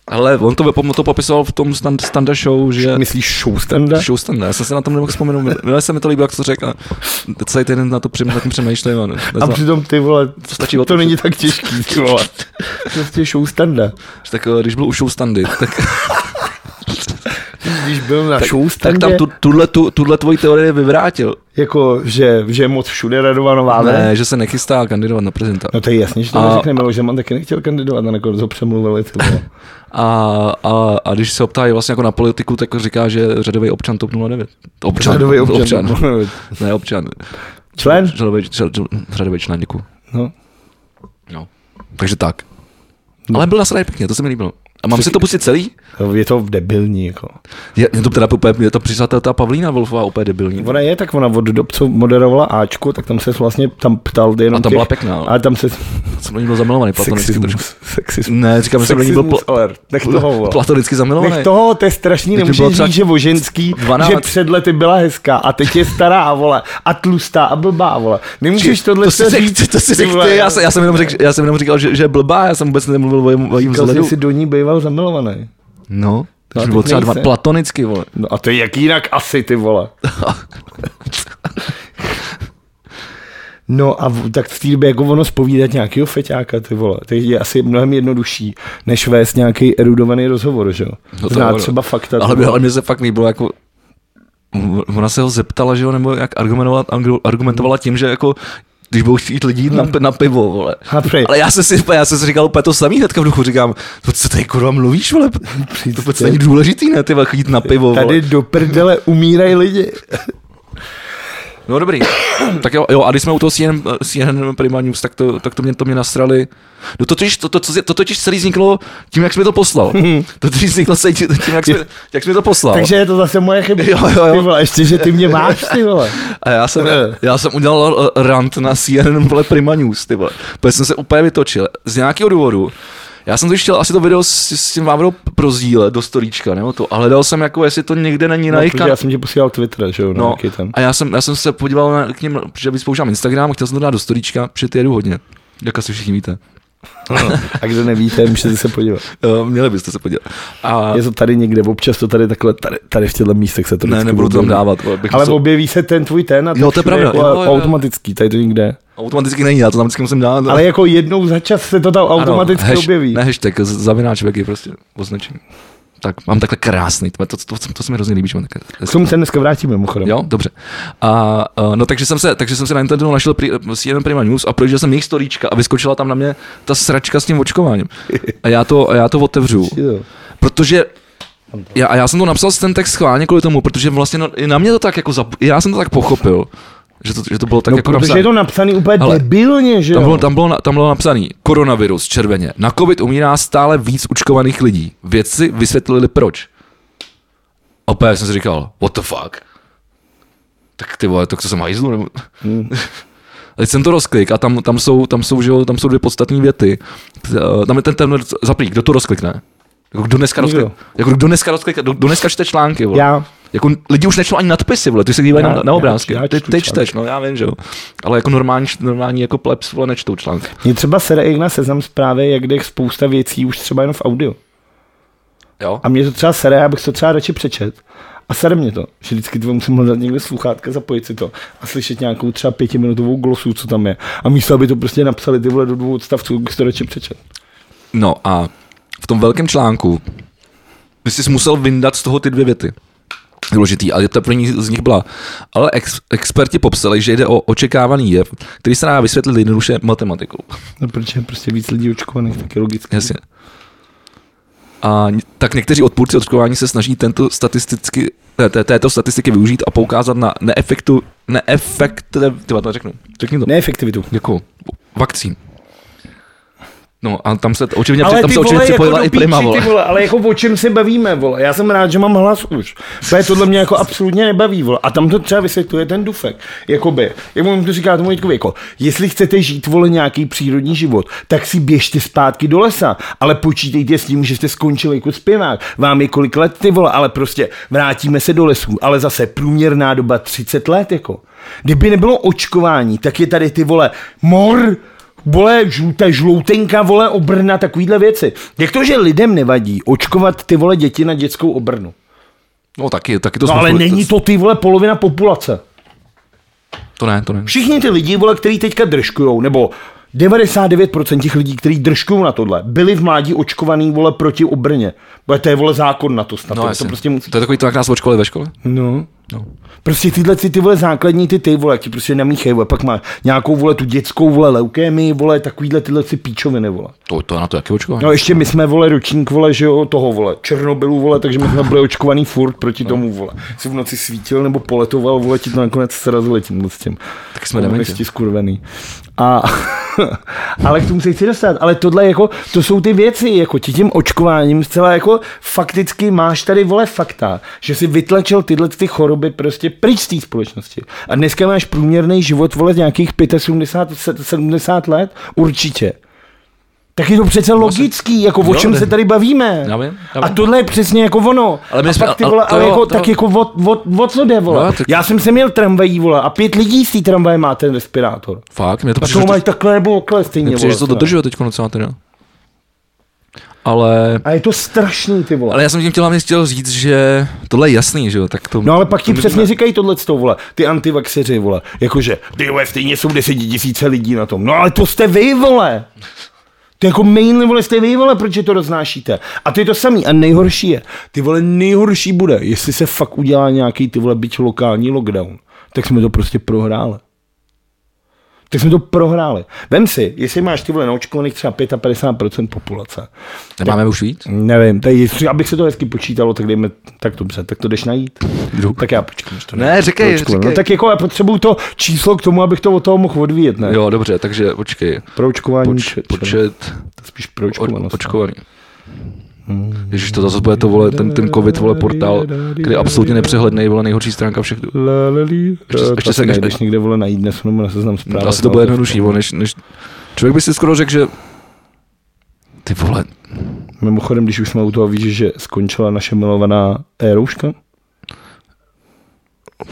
[SPEAKER 2] Ale on to, on to popisoval v tom stand, standa show, že...
[SPEAKER 1] Myslíš showstanda?
[SPEAKER 2] Showstanda, já jsem se na tom nemohl vzpomenout. Minule se mi to líbilo, jak to řekl. a Celý týden na to přem, na tím přemýšlím. A ne,
[SPEAKER 1] A
[SPEAKER 2] nezna,
[SPEAKER 1] přitom ty vole,
[SPEAKER 2] stačí
[SPEAKER 1] to
[SPEAKER 2] otevřít.
[SPEAKER 1] není tak těžký, ty vole. Prostě showstanda.
[SPEAKER 2] že tak eh, když byl u showstandy, tak,
[SPEAKER 1] Když byl na
[SPEAKER 2] tak
[SPEAKER 1] showstandě,
[SPEAKER 2] tam tu, tuhle, tu, tuhle tvoji teorii vyvrátil.
[SPEAKER 1] jako, že, že je moc všude radovaná nová,
[SPEAKER 2] Ne, že se nechystá kandidovat na prezidenta.
[SPEAKER 1] No to je jasně, že to
[SPEAKER 2] A-
[SPEAKER 1] a... řekne Miloš Zeman taky nechtěl kandidovat a nakonec ho přemluvili. Ty vole.
[SPEAKER 2] A, a, a když se optá vlastně jako na politiku, tak říká, že řadový občan TOP 09. Občan,
[SPEAKER 1] Řadový občan.
[SPEAKER 2] ne jako občan.
[SPEAKER 1] Člen?
[SPEAKER 2] Řadový, řadový, řadový člen, děkuji.
[SPEAKER 1] No.
[SPEAKER 2] No. Takže tak. Ale byl nasraný pěkně, to se mi líbilo. A mám si to pustit celý?
[SPEAKER 1] Je to debilní, jako.
[SPEAKER 2] Je, je to teda úplně, je to přišla ta, ta Pavlína Wolfová úplně debilní.
[SPEAKER 1] Ona je tak, ona od dob, co moderovala Ačku, tak tam se vlastně tam ptal jenom
[SPEAKER 2] A tam byla
[SPEAKER 1] těch,
[SPEAKER 2] pěkná, ale
[SPEAKER 1] Ale tam se...
[SPEAKER 2] jsem do ní byl zamilovaný platonicky trošku.
[SPEAKER 1] Sexismus. Sexismus.
[SPEAKER 2] Ne, říkám, že jsem do ní byl
[SPEAKER 1] Sexismus
[SPEAKER 2] pl-
[SPEAKER 1] alert. Nech toho, vole.
[SPEAKER 2] platonicky zamilovaný.
[SPEAKER 1] Nech toho, to je strašný,
[SPEAKER 2] Teď by
[SPEAKER 1] nemůžeš
[SPEAKER 2] bylo třeba
[SPEAKER 1] říct, že Voženský,
[SPEAKER 2] 12.
[SPEAKER 1] že před lety byla hezká a teď je stará, vole, a tlustá a blbá, vole. Nemůžeš tohle
[SPEAKER 2] to si
[SPEAKER 1] říct.
[SPEAKER 2] řekl, to si
[SPEAKER 1] ty
[SPEAKER 2] řekl,
[SPEAKER 1] vole.
[SPEAKER 2] ty, já, jsem, já, jsem jenom řekl, já jsem jenom říkal, že, že je blbá, já jsem vůbec nemluvil o jejím- o jejím
[SPEAKER 1] Říkal jsi, že
[SPEAKER 2] vzhledu.
[SPEAKER 1] jsi do ní býval zamilovaný.
[SPEAKER 2] No,
[SPEAKER 1] No a
[SPEAKER 2] takže
[SPEAKER 1] teď
[SPEAKER 2] bylo třeba dva,
[SPEAKER 1] nejsem.
[SPEAKER 2] platonicky, vole.
[SPEAKER 1] No a to je jak jinak asi, ty vole. No a v, tak v té době jako ono zpovídat nějakého feťáka, ty vole, to je asi mnohem jednodušší, než vést nějaký erudovaný rozhovor, že jo?
[SPEAKER 2] No to
[SPEAKER 1] Znát
[SPEAKER 2] ano.
[SPEAKER 1] třeba fakta. ty
[SPEAKER 2] Ale, mě-
[SPEAKER 1] vole.
[SPEAKER 2] ale mě se fakt líbilo, jako ona se ho zeptala, že jo, nebo jak argumentovala, argumentovala tím, že jako když budou chtít lidi jít na, pi- na pivo, vole.
[SPEAKER 1] A Hmm. prej.
[SPEAKER 2] Ale já jsem si, já jsem si říkal úplně to samý hnedka v duchu, říkám, to co tady kurva mluvíš, vole, to vůbec není důležitý, ne, ty vole, jít na pivo,
[SPEAKER 1] Tady
[SPEAKER 2] vole.
[SPEAKER 1] do prdele umírají lidi.
[SPEAKER 2] No dobrý, tak jo, jo, a když jsme u toho CNN, CNN Prima News, tak to, tak to mě, to mě nasrali. No to totiž, to, to, to, to totiž celý vzniklo tím, jak jsi mi to poslal. To totiž vzniklo se tím, jak jsi, mi- jak jsi mi to poslal.
[SPEAKER 1] Takže je to zase moje chyba.
[SPEAKER 2] Jo, jo, No, jo.
[SPEAKER 1] Ty vole, ještě, že ty mě máš, ty vole.
[SPEAKER 2] A já jsem,
[SPEAKER 1] Ne.
[SPEAKER 2] já jsem udělal eh, rant na CNN vole Prima News, ty vole. Protože jsem se úplně vytočil. Z nějakého důvodu. Já jsem to chtěl asi to video s, s tím Vávrou prozdílet do storíčka, nebo to, ale dal jsem jako, jestli to někde není na
[SPEAKER 1] No,
[SPEAKER 2] jejich
[SPEAKER 1] protože
[SPEAKER 2] kan-
[SPEAKER 1] já jsem ti posílal Twitter, že jo, no.
[SPEAKER 2] No,
[SPEAKER 1] nějaký tam.
[SPEAKER 2] a já jsem, já jsem se podíval na, k ním, že víc používám Instagram, a chtěl jsem to dát do storíčka, protože ty jedu hodně. Jak asi všichni víte.
[SPEAKER 1] A kdo nevíte, můžete se podívat.
[SPEAKER 2] Uh, měli byste se podívat. A
[SPEAKER 1] Je to tady někde, občas to tady takhle, tady, tady v těchto místech se to
[SPEAKER 2] ne,
[SPEAKER 1] vždycky
[SPEAKER 2] nebudu to tam
[SPEAKER 1] objeví.
[SPEAKER 2] dávat. vole, bych
[SPEAKER 1] Ale
[SPEAKER 2] musel-
[SPEAKER 1] objeví se ten tvůj ten a
[SPEAKER 2] Jo, to je
[SPEAKER 1] všude
[SPEAKER 2] pravda,
[SPEAKER 1] Jako
[SPEAKER 2] jo, jo, jo.
[SPEAKER 1] Automaticky, tady to nikde.
[SPEAKER 2] Automaticky není, já to tam vždycky musím dát.
[SPEAKER 1] Ale jako jednou za čas se to tam automaticky
[SPEAKER 2] hash-
[SPEAKER 1] objeví.
[SPEAKER 2] Ne hashtag, z- zavináč je prostě označení. Tak, mám takhle krásný, to, to, to, to, to se mi hrozně líbí, že mám takhle.
[SPEAKER 1] K tomu se dneska vrátíme, mimochodem.
[SPEAKER 2] Jo, dobře. A, eh, no takže jsem se, takže jsem se na internetu našel pri, CNN Prima News a projížděl jsem jejich storíčka a vyskočila tam na mě ta sračka s tím očkováním. A já to, a já to otevřu,
[SPEAKER 1] Jo. No,
[SPEAKER 2] protože já, a já jsem to napsal ten text schválně kvůli tomu, protože vlastně no, i na mě to tak jako, zap, i já jsem to tak pochopil, že to, že to bylo tak
[SPEAKER 1] No,
[SPEAKER 2] jako
[SPEAKER 1] protože
[SPEAKER 2] napsané.
[SPEAKER 1] je to napsaný úplně
[SPEAKER 2] Hele,
[SPEAKER 1] debilně, že
[SPEAKER 2] Tam bylo,
[SPEAKER 1] jo?
[SPEAKER 2] tam, bylo, na- tam bylo napsaný koronavirus červeně. Na covid umírá stále víc učkovaných lidí. Vědci vysvětlili proč. A Opět jsem si říkal, what the fuck? Tak ty vole, tak to jsem hajzlu, nebo... A teď jsem to rozklik a tam, tam jsou, tam jsou, že, jo, tam jsou dvě podstatné věty. T- eh, Tam je ten, ten zaprý, kdo to rozklikne? Jako kdo dneska,
[SPEAKER 1] Nikdo.
[SPEAKER 2] rozklik, jako kdo dneska, rozklik, kdo, kdo dneska čte články, vole.
[SPEAKER 1] Já,
[SPEAKER 2] Jako lidi už nečtou ani nadpisy, vole, ty se dívají
[SPEAKER 1] Já-
[SPEAKER 2] na, na
[SPEAKER 1] já
[SPEAKER 2] obrázky.
[SPEAKER 1] čtu- já
[SPEAKER 2] ty,
[SPEAKER 1] čtu
[SPEAKER 2] ty
[SPEAKER 1] články.
[SPEAKER 2] čteš, no já vím, že jo. Ale jako normální, normální jako plebs, vole, nečtou články.
[SPEAKER 1] mě třeba sere i na seznam zprávy, jak jde spousta věcí už třeba jenom v audio.
[SPEAKER 2] Jo?
[SPEAKER 1] A mě to třeba sere, já bych to třeba radši přečet. A sere mě to, že vždycky to musím hledat někde sluchátka, zapojit si to a slyšet nějakou třeba pětiminutovou glosu, co tam je. A místo, aby to prostě napsali ty vole do dvou odstavců, bych si to radši přečet.
[SPEAKER 2] No a v tom velkém článku by jsi musel vyndat z toho ty dvě věty. Důležitý, ale ta první z nich byla. Ale ex, experti popsali, že jde o očekávaný jev, který se dá vysvětlit jednoduše matematikou.
[SPEAKER 1] No, proč je prostě víc lidí očkovaných, tak je logicky.
[SPEAKER 2] Jasně. A ně- tak někteří odpůrci očkování se snaží tento statisticky, ne, té- této statistiky využít a poukázat na neefektu, neefekt, tyba to řeknu, řekni to.
[SPEAKER 1] Neefektivitu.
[SPEAKER 2] Děkuju. Vakcín. No a tam se t- očivně,
[SPEAKER 1] Ale
[SPEAKER 2] tam
[SPEAKER 1] ty
[SPEAKER 2] se očivně
[SPEAKER 1] vole,
[SPEAKER 2] připojila
[SPEAKER 1] jako
[SPEAKER 2] i
[SPEAKER 1] do
[SPEAKER 2] prima,
[SPEAKER 1] píči,
[SPEAKER 2] vole.
[SPEAKER 1] Ty vole, ale jako o čem se bavíme, vole. Já jsem rád, že mám hlas už. To je tohle mě jako absolutně nebaví, vole. A tam to třeba vysvětluje ten dufek. Jakoby, jak mu to říká tomu Jiťkovi, jako, jestli chcete žít, vole, nějaký přírodní život, tak si běžte zpátky do lesa, ale počítejte s tím, že jste skončili jako zpěvák. Vám je kolik let, ty vole, ale prostě vrátíme se do lesů, ale zase průměrná doba 30 let, jako. Kdyby nebylo očkování, tak je tady ty vole mor, vole, žluté, žloutenka, vole, obrna, takovýhle věci. Jak to, že lidem nevadí očkovat ty vole děti na dětskou obrnu?
[SPEAKER 2] No taky, taky to
[SPEAKER 1] No ale
[SPEAKER 2] mluvili,
[SPEAKER 1] není to ty vole polovina populace.
[SPEAKER 2] To ne, to ne.
[SPEAKER 1] Všichni ty lidi, vole, který teďka držkujou, nebo 99% těch lidí, kteří držkují na tohle, byli v mládí očkovaný, vole, proti obrně. Bude to je, vole, zákon na to snad. to,
[SPEAKER 2] No,
[SPEAKER 1] to
[SPEAKER 2] jasně.
[SPEAKER 1] prostě musí.
[SPEAKER 2] to je takový to, jak nás od školy ve škole.
[SPEAKER 1] No.
[SPEAKER 2] No.
[SPEAKER 1] Prostě tyhle ty, ty vole základní ty ty vole, jak ti prostě namíchají, vole, pak má nějakou vole tu dětskou vole leukémii, vole, takovýhle tyhle ty píčoviny, vole.
[SPEAKER 2] To, to je na to jaký očkování.
[SPEAKER 1] No ještě my jsme, vole, ročník, vole, že jo, toho, vole, Černobylu, vole, takže my jsme byli očkovaný furt proti tomu, vole. Si v noci svítil nebo poletoval, vole, ti to nakonec srazili tím moc tím.
[SPEAKER 2] Tak jsme dementi.
[SPEAKER 1] Komunisti skurvený. A, ale k tomu se chci dostat. Ale tohle jako, to jsou ty věci, jako ti tím očkováním zcela jako fakticky máš tady vole fakta, že si vytlačil tyhle ty choroby prostě pryč z té společnosti. A dneska máš průměrný život vole nějakých 75, 70 let určitě. Tak je to přece logický, jako o
[SPEAKER 2] Vlastně- Jo,
[SPEAKER 1] čem
[SPEAKER 2] ne.
[SPEAKER 1] se tady bavíme.
[SPEAKER 2] Já vím, já
[SPEAKER 1] A
[SPEAKER 2] vím.
[SPEAKER 1] tohle je přesně jako ono.
[SPEAKER 2] Ale my
[SPEAKER 1] a
[SPEAKER 2] jsme-
[SPEAKER 1] pak ty
[SPEAKER 2] ale-
[SPEAKER 1] vole,
[SPEAKER 2] to
[SPEAKER 1] ale
[SPEAKER 2] jo,
[SPEAKER 1] jako,
[SPEAKER 2] to jo.
[SPEAKER 1] tak jako o, o, o co jde, vole.
[SPEAKER 2] No, tak-
[SPEAKER 1] Já jsem se měl tramvají, vole, a pět lidí z té tramvaje má ten respirátor.
[SPEAKER 2] Fakt, mě to
[SPEAKER 1] A
[SPEAKER 2] přišlo,
[SPEAKER 1] to
[SPEAKER 2] že to,
[SPEAKER 1] mají takhle nebo okle stejně,
[SPEAKER 2] mě přišlo,
[SPEAKER 1] vole.
[SPEAKER 2] že to
[SPEAKER 1] teda.
[SPEAKER 2] dodržuje teď docela teda. Ale,
[SPEAKER 1] A je to strašný, ty vole.
[SPEAKER 2] ale já jsem tím chtěl hlavně chtěl říct, že tohle je jasný, že jo, tak to...
[SPEAKER 1] No ale pak ti
[SPEAKER 2] to my-
[SPEAKER 1] přesně říkají tohle s vole, ty antivaxeři, vole, jakože, ty vole, stejně jsou desetitisíce lidí na tom, no ale to jste vy, vole. To jako mainly, vole, jste vy, vole, proč je to roznášíte. A to je to samý a nejhorší je, ty vole, nejhorší bude, jestli se fakt udělá nějaký, ty vole, byč lokální lockdown, tak jsme to prostě prohráli. Tak jsme to prohráli. Vem si, jestli máš ty vole naočkovaných třeba 55% populace,
[SPEAKER 2] Nemáme už víc?
[SPEAKER 1] Nevím, tady, jestli- abych se to hezky počítalo, tak dejme, tak dobře, tak to jdeš najít. Jdu. Tak já počkám. až To
[SPEAKER 2] Ne,
[SPEAKER 1] najdu.
[SPEAKER 2] říkej,
[SPEAKER 1] Pročku,
[SPEAKER 2] říkej.
[SPEAKER 1] No, tak jako já potřebuju to číslo k tomu, abych to od toho mohl odvíjet, ne? Jo.
[SPEAKER 2] Jo, dobře, takže počkej.
[SPEAKER 1] Proučkování,
[SPEAKER 2] Poč, počet
[SPEAKER 1] to je spíš no.
[SPEAKER 2] o-
[SPEAKER 1] proučkovanost.
[SPEAKER 2] očkovaný.
[SPEAKER 1] Hmm.
[SPEAKER 2] Ježiš, to zase bude to, vole, ten, ten covid, vole, portál, který je absolutně nepřehlednej, vole, nejhorší stránka všech.
[SPEAKER 1] La, la, li,
[SPEAKER 2] Ještě-
[SPEAKER 1] la,
[SPEAKER 2] ještě
[SPEAKER 1] to
[SPEAKER 2] se-
[SPEAKER 1] si najdeš někde vole najít dnes, nebo na seznam zpráv.
[SPEAKER 2] Asi to
[SPEAKER 1] no,
[SPEAKER 2] bude
[SPEAKER 1] je
[SPEAKER 2] jednodušší, vole, než, než... Člověk by si skoro řekl, že... Ty vole,
[SPEAKER 1] Mimochodem, když už jsme u toho, víš, že skončila naše milovaná érouška?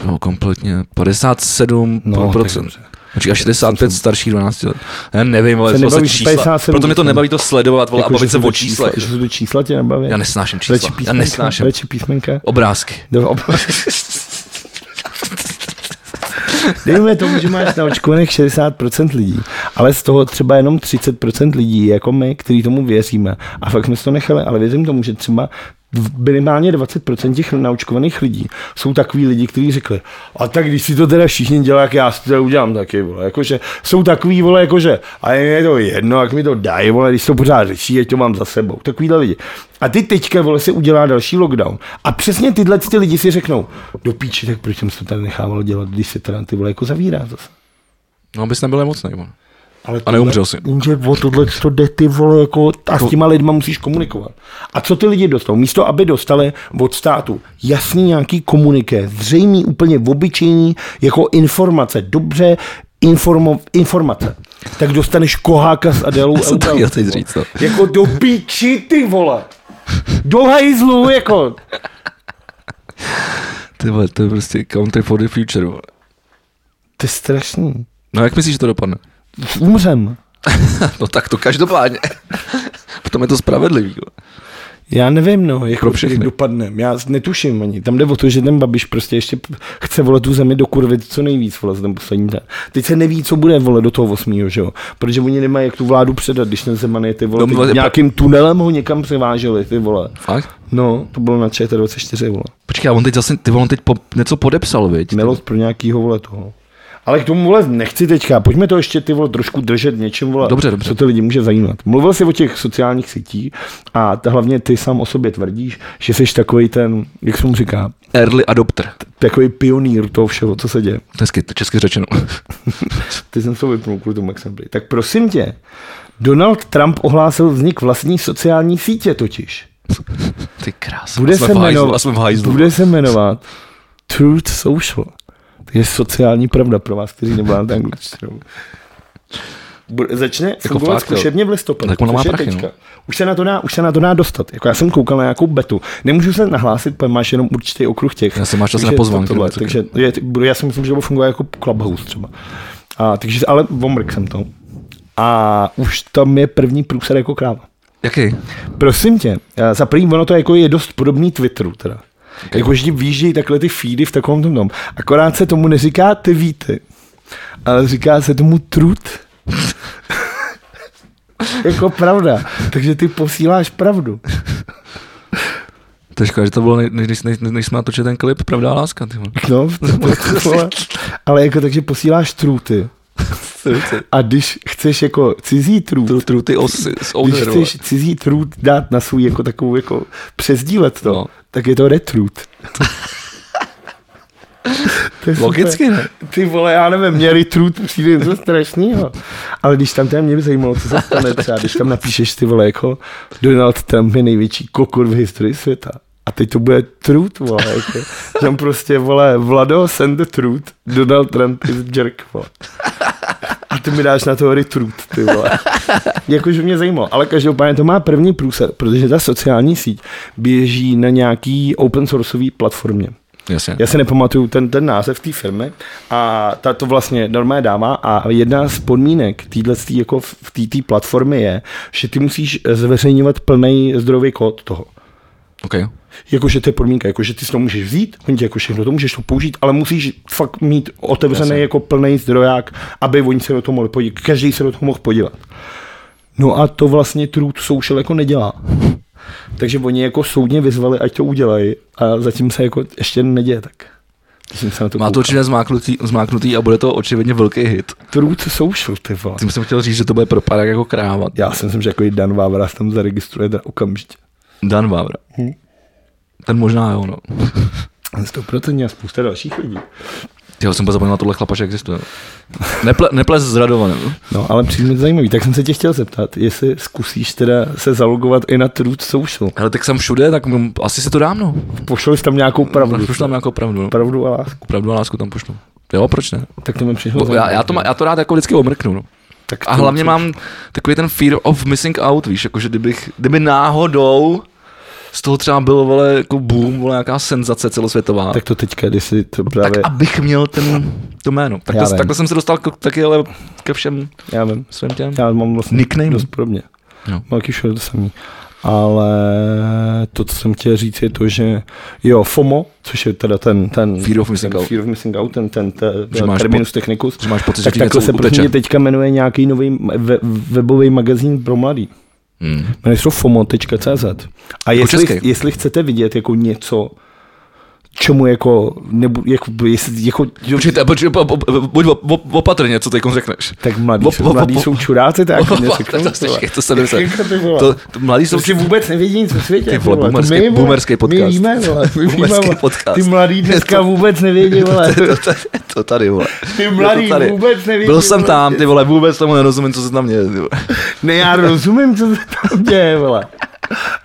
[SPEAKER 2] No, kompletně. 57%.
[SPEAKER 1] No,
[SPEAKER 2] No,
[SPEAKER 1] tak dobře.
[SPEAKER 2] Počkej, a 65 starší 12 let. Já nevím, ale
[SPEAKER 1] Se
[SPEAKER 2] tohle
[SPEAKER 1] nebavíš
[SPEAKER 2] čísla.
[SPEAKER 1] 57%.
[SPEAKER 2] Proto mě to nebaví to sledovat, vole, a
[SPEAKER 1] Jako, že
[SPEAKER 2] bavit se
[SPEAKER 1] jsou to
[SPEAKER 2] o číslech.
[SPEAKER 1] Že jsou to čísla tě nebaví?
[SPEAKER 2] Já nesnáším čísla.
[SPEAKER 1] Radši
[SPEAKER 2] Já
[SPEAKER 1] písmenka?
[SPEAKER 2] nesnáším.
[SPEAKER 1] Radši písmenka?
[SPEAKER 2] Obrázky.
[SPEAKER 1] Dobře, Dejme tomu, že máš na očkovaných 60% lidí, ale z toho třeba jenom 30% lidí je jako my, kteří tomu věříme. A fakt jsme si to nechali, ale věřím tomu, že třeba v- minimálně 20% těch naočkovaných lidí jsou takový lidi, kteří řekli, a tak když si to teda všichni dělají, jak já si to udělám taky, vole. Jakože jsou takový, vole, jakože, a je to jedno, jak mi to dají, vole, když to pořád řeší, ať to mám za sebou. Takovýhle lidi. A ty teďka, vole, se udělá další lockdown. A přesně tyhle ty lidi si řeknou, do píči, tak proč jsem se to tady nechával dělat, když se teda ty vole jako zavírá zase.
[SPEAKER 2] No, abys nebyl nemocný, vole.
[SPEAKER 1] Ale
[SPEAKER 2] A neumřel si.
[SPEAKER 1] Jenže o tohle to jde ty vole, jako, a s těma lidma musíš komunikovat. A co ty lidi dostanou? Místo, aby dostali od státu jasný nějaký komuniké, zřejmý, úplně obyčejný, jako informace, dobře informo, informace, tak dostaneš koháka s Adelou
[SPEAKER 2] Já jsem to
[SPEAKER 1] Elbel,
[SPEAKER 2] chtěl teď
[SPEAKER 1] vole.
[SPEAKER 2] říct, no.
[SPEAKER 1] Jako do píči, ty vole. dlouhá jízlu, jako.
[SPEAKER 2] Ty vole, to je prostě country for the future. Vole.
[SPEAKER 1] To je strašný.
[SPEAKER 2] No jak myslíš, že to dopadne?
[SPEAKER 1] Umřem.
[SPEAKER 2] No tak to každopádně. Potom je to spravedlivý. vole.
[SPEAKER 1] Já nevím, no, jak
[SPEAKER 2] Pro
[SPEAKER 1] to
[SPEAKER 2] všechny.
[SPEAKER 1] všechny. dopadne. Já netuším ani. Tam jde o to, že ten Babiš prostě ještě p- chce volet tu zemi dokurvit co nejvíc, vole, za ten poslední den. Teď se neví, co bude vole do toho 8. že jo? Protože oni nemají jak tu vládu předat, když ten Zeman je ty vole.
[SPEAKER 2] No, vole,
[SPEAKER 1] Teď nějakým tunelem ho někam převáželi, ty vole.
[SPEAKER 2] Fakt?
[SPEAKER 1] No, to bylo na ČT24, vole.
[SPEAKER 2] Počkej, a on teď zase, ty vole, on teď po, něco podepsal, viď?
[SPEAKER 1] Milost pro nějakýho vole toho. Ale k tomu vole nechci teďka, pojďme to ještě ty vole trošku držet něčím vole,
[SPEAKER 2] Dobře, dobře.
[SPEAKER 1] co ty lidi může zajímat. Mluvil jsi o těch sociálních sítích a t- hlavně ty sám o sobě tvrdíš, že jsi takový ten, jak se mu říká,
[SPEAKER 2] Early adopter.
[SPEAKER 1] takový pionýr toho všeho, co se děje.
[SPEAKER 2] To je česky řečeno.
[SPEAKER 1] Ty jsem to vypnul kvůli tomu, jak jsem byl. Tak prosím tě, Donald Trump ohlásil vznik vlastní sociální sítě totiž.
[SPEAKER 2] Ty krásný.
[SPEAKER 1] Bude
[SPEAKER 2] jsme
[SPEAKER 1] se,
[SPEAKER 2] v hajzlu,
[SPEAKER 1] jmenovat,
[SPEAKER 2] a jsme v hajzlu.
[SPEAKER 1] bude se jmenovat Truth Social. To je sociální pravda pro vás, kteří nebudete Jako angličtinu. Bude- Začne fungovat
[SPEAKER 2] fakt, jo.
[SPEAKER 1] zkušebně v listopadu.
[SPEAKER 2] Tak ono má
[SPEAKER 1] což je
[SPEAKER 2] prachy, no.
[SPEAKER 1] teďka. Už se, na to dá, už se na to dá dostat. Jako já jsem koukal na nějakou betu. Nemůžu se nahlásit, protože máš jenom určitý okruh těch.
[SPEAKER 2] Já jsem máš čas
[SPEAKER 1] Takže
[SPEAKER 2] na pozvánky,
[SPEAKER 1] to- Tohle,
[SPEAKER 2] nebo co
[SPEAKER 1] takže je, já si myslím, že to funguje jako Clubhouse třeba. A, takže, ale omrk jsem to. A už tam je první průser jako kráva.
[SPEAKER 2] Jaký?
[SPEAKER 1] Prosím tě, eh, za první ono to jako je dost podobný Twitteru teda. Okay. Jako vždy výjíždějí takhle ty feedy v takovém tom tom. Akorát se tomu neříká ty víty, ale říká se tomu trut. jako pravda. Takže ty posíláš pravdu.
[SPEAKER 2] To je škoda, že to bylo, než, než, než, než jsme natočili ten klip, pravda a láska. Ty vole.
[SPEAKER 1] No, to- to- to- vole. ale jako takže posíláš truty. A když chceš jako cizí trut,
[SPEAKER 2] Tru, tru, ty osy z
[SPEAKER 1] když
[SPEAKER 2] Outer, vole.
[SPEAKER 1] chceš cizí trut dát na svůj jako takovou jako přezdílet to,
[SPEAKER 2] No.
[SPEAKER 1] no. tak je to retrut. To je super.
[SPEAKER 2] Logicky, ne?
[SPEAKER 1] Ty vole, já nevím, mě retrut přijde něco strašného. Ale když tam teda mě by zajímalo, co se stane třeba, když tam napíšeš ty vole jako Donald Trump je největší kokor v historii světa. A teď to bude truth, vole, jako. Tam prostě, vole, Vlado, send the truth, Donald Trump is a jerk, vole. A ty mi dáš na to retruth, ty vole. Jakože mě zajímalo, ale každopádně to má první průser, protože ta sociální síť běží na nějaký open sourceový platformě.
[SPEAKER 2] Jasně.
[SPEAKER 1] Já si nepamatuju ten, ten název té firmy a ta to vlastně normálně dává a jedna z podmínek týhle tý, jako v té tý platformy je, že ty musíš zveřejňovat plný zdrojový kód toho.
[SPEAKER 2] Okay.
[SPEAKER 1] Jakože to je podmínka, jakože ty si to můžeš vzít, oni ti jako všechno to můžeš to použít, ale musíš fakt mít otevřený
[SPEAKER 2] Jasně.
[SPEAKER 1] jako plný zdroják, aby oni se do toho mohli podívat, každý se do toho mohl podívat. No a to vlastně Truth Social jako nedělá. Takže oni jako soudně vyzvali, ať to udělají a zatím se jako ještě neděje tak. Když jsem se na to
[SPEAKER 2] Má to určitě zmáknutý, zmáknutý a bude to očividně velký hit.
[SPEAKER 1] Truth Social, ty vole.
[SPEAKER 2] Tím jsem chtěl říct, že to bude propadák jako kráva.
[SPEAKER 1] Já si myslím, že jako i Dan Vávra se tam zaregistruje teda okamžitě.
[SPEAKER 2] Dan Vávra.
[SPEAKER 1] Hm.
[SPEAKER 2] Ten možná jo, no.
[SPEAKER 1] 100% a spousta dalších lidí.
[SPEAKER 2] Já jsem úplně zapomněl na tohle chlapa, že existuje. Neple, neples zradovaným.
[SPEAKER 1] No, ale přijde mi to zajímavý. Tak jsem se tě chtěl zeptat, jestli zkusíš teda se zalogovat i na Truth Social.
[SPEAKER 2] Ale tak jsem všude, tak m- asi se to dám, no.
[SPEAKER 1] Pošel jsi tam nějakou pravdu.
[SPEAKER 2] Pošlu tam nějakou pravdu, no.
[SPEAKER 1] Pravdu a lásku.
[SPEAKER 2] Pravdu a lásku tam pošlu. Jo, proč ne?
[SPEAKER 1] Tak to mi přišlo
[SPEAKER 2] Bo- Já, já, to, má- já to rád jako vždycky omrknu, no.
[SPEAKER 1] tak
[SPEAKER 2] A
[SPEAKER 1] to-
[SPEAKER 2] hlavně
[SPEAKER 1] to-
[SPEAKER 2] mám takový ten fear of missing out, víš, jakože kdybych, kdyby náhodou z toho třeba bylo, vole, jako boom, vole, nějaká senzace celosvětová.
[SPEAKER 1] Tak to teďka, když si to
[SPEAKER 2] tak
[SPEAKER 1] právě...
[SPEAKER 2] abych měl ten, to jméno. Tak
[SPEAKER 1] Já
[SPEAKER 2] to,
[SPEAKER 1] vím.
[SPEAKER 2] takhle jsem se dostal k, taky ale ke všem
[SPEAKER 1] Já vím.
[SPEAKER 2] svým těm.
[SPEAKER 1] Já mám vlastně
[SPEAKER 2] Nickname.
[SPEAKER 1] dost podobně.
[SPEAKER 2] Jo.
[SPEAKER 1] Mám taky všude to samý. Ale to, co jsem chtěl říct, je to, že jo, FOMO, což je teda ten, ten
[SPEAKER 2] Fear of missing
[SPEAKER 1] ten
[SPEAKER 2] out.
[SPEAKER 1] Fear of missing out, ten, ten, ten,
[SPEAKER 2] Že
[SPEAKER 1] ten
[SPEAKER 2] máš
[SPEAKER 1] terminus technicus,
[SPEAKER 2] Že máš pocit, že
[SPEAKER 1] tak
[SPEAKER 2] ti
[SPEAKER 1] takhle
[SPEAKER 2] něco
[SPEAKER 1] se
[SPEAKER 2] uteče.
[SPEAKER 1] prostě teďka jmenuje nějaký nový we, webový magazín pro mladý.
[SPEAKER 2] Hmm.
[SPEAKER 1] Jmenuje se to fomo.cz. A
[SPEAKER 2] česky.
[SPEAKER 1] jestli, jestli chcete vidět jako něco, čemu jako, nebu, jako, jestli, jako
[SPEAKER 2] Počkejte, počkej, po- po- po- buď op- op- opatrně, co teď řekneš.
[SPEAKER 1] tak mladí,
[SPEAKER 2] Op- op-
[SPEAKER 1] jsou, mladí
[SPEAKER 2] op-
[SPEAKER 1] jsou čuráci, tak
[SPEAKER 2] op-
[SPEAKER 1] něco
[SPEAKER 2] op-
[SPEAKER 1] k tomu,
[SPEAKER 2] to- to-
[SPEAKER 1] vole.
[SPEAKER 2] to se nemyslel.
[SPEAKER 1] Jako ty vole.
[SPEAKER 2] To, to mladí jsou...
[SPEAKER 1] Prostě vůbec nevědí nic o světě.
[SPEAKER 2] Ty vole,
[SPEAKER 1] To
[SPEAKER 2] boomerský-
[SPEAKER 1] my, vole.
[SPEAKER 2] boomerský podcast.
[SPEAKER 1] My víme, vole, my víme,
[SPEAKER 2] Boomerský
[SPEAKER 1] vole.
[SPEAKER 2] podcast.
[SPEAKER 1] Ty mladí dneska vůbec nevědí, vole.
[SPEAKER 2] To, to, to tady, vole.
[SPEAKER 1] Ty mladý
[SPEAKER 2] Je to tady.
[SPEAKER 1] vůbec nevědí,
[SPEAKER 2] Byl jsem
[SPEAKER 1] vole.
[SPEAKER 2] tam, ty vole, vůbec tomu nerozumím, co se tam děje. Ty vole.
[SPEAKER 1] Ne, já rozumím, co se tam děje, vole.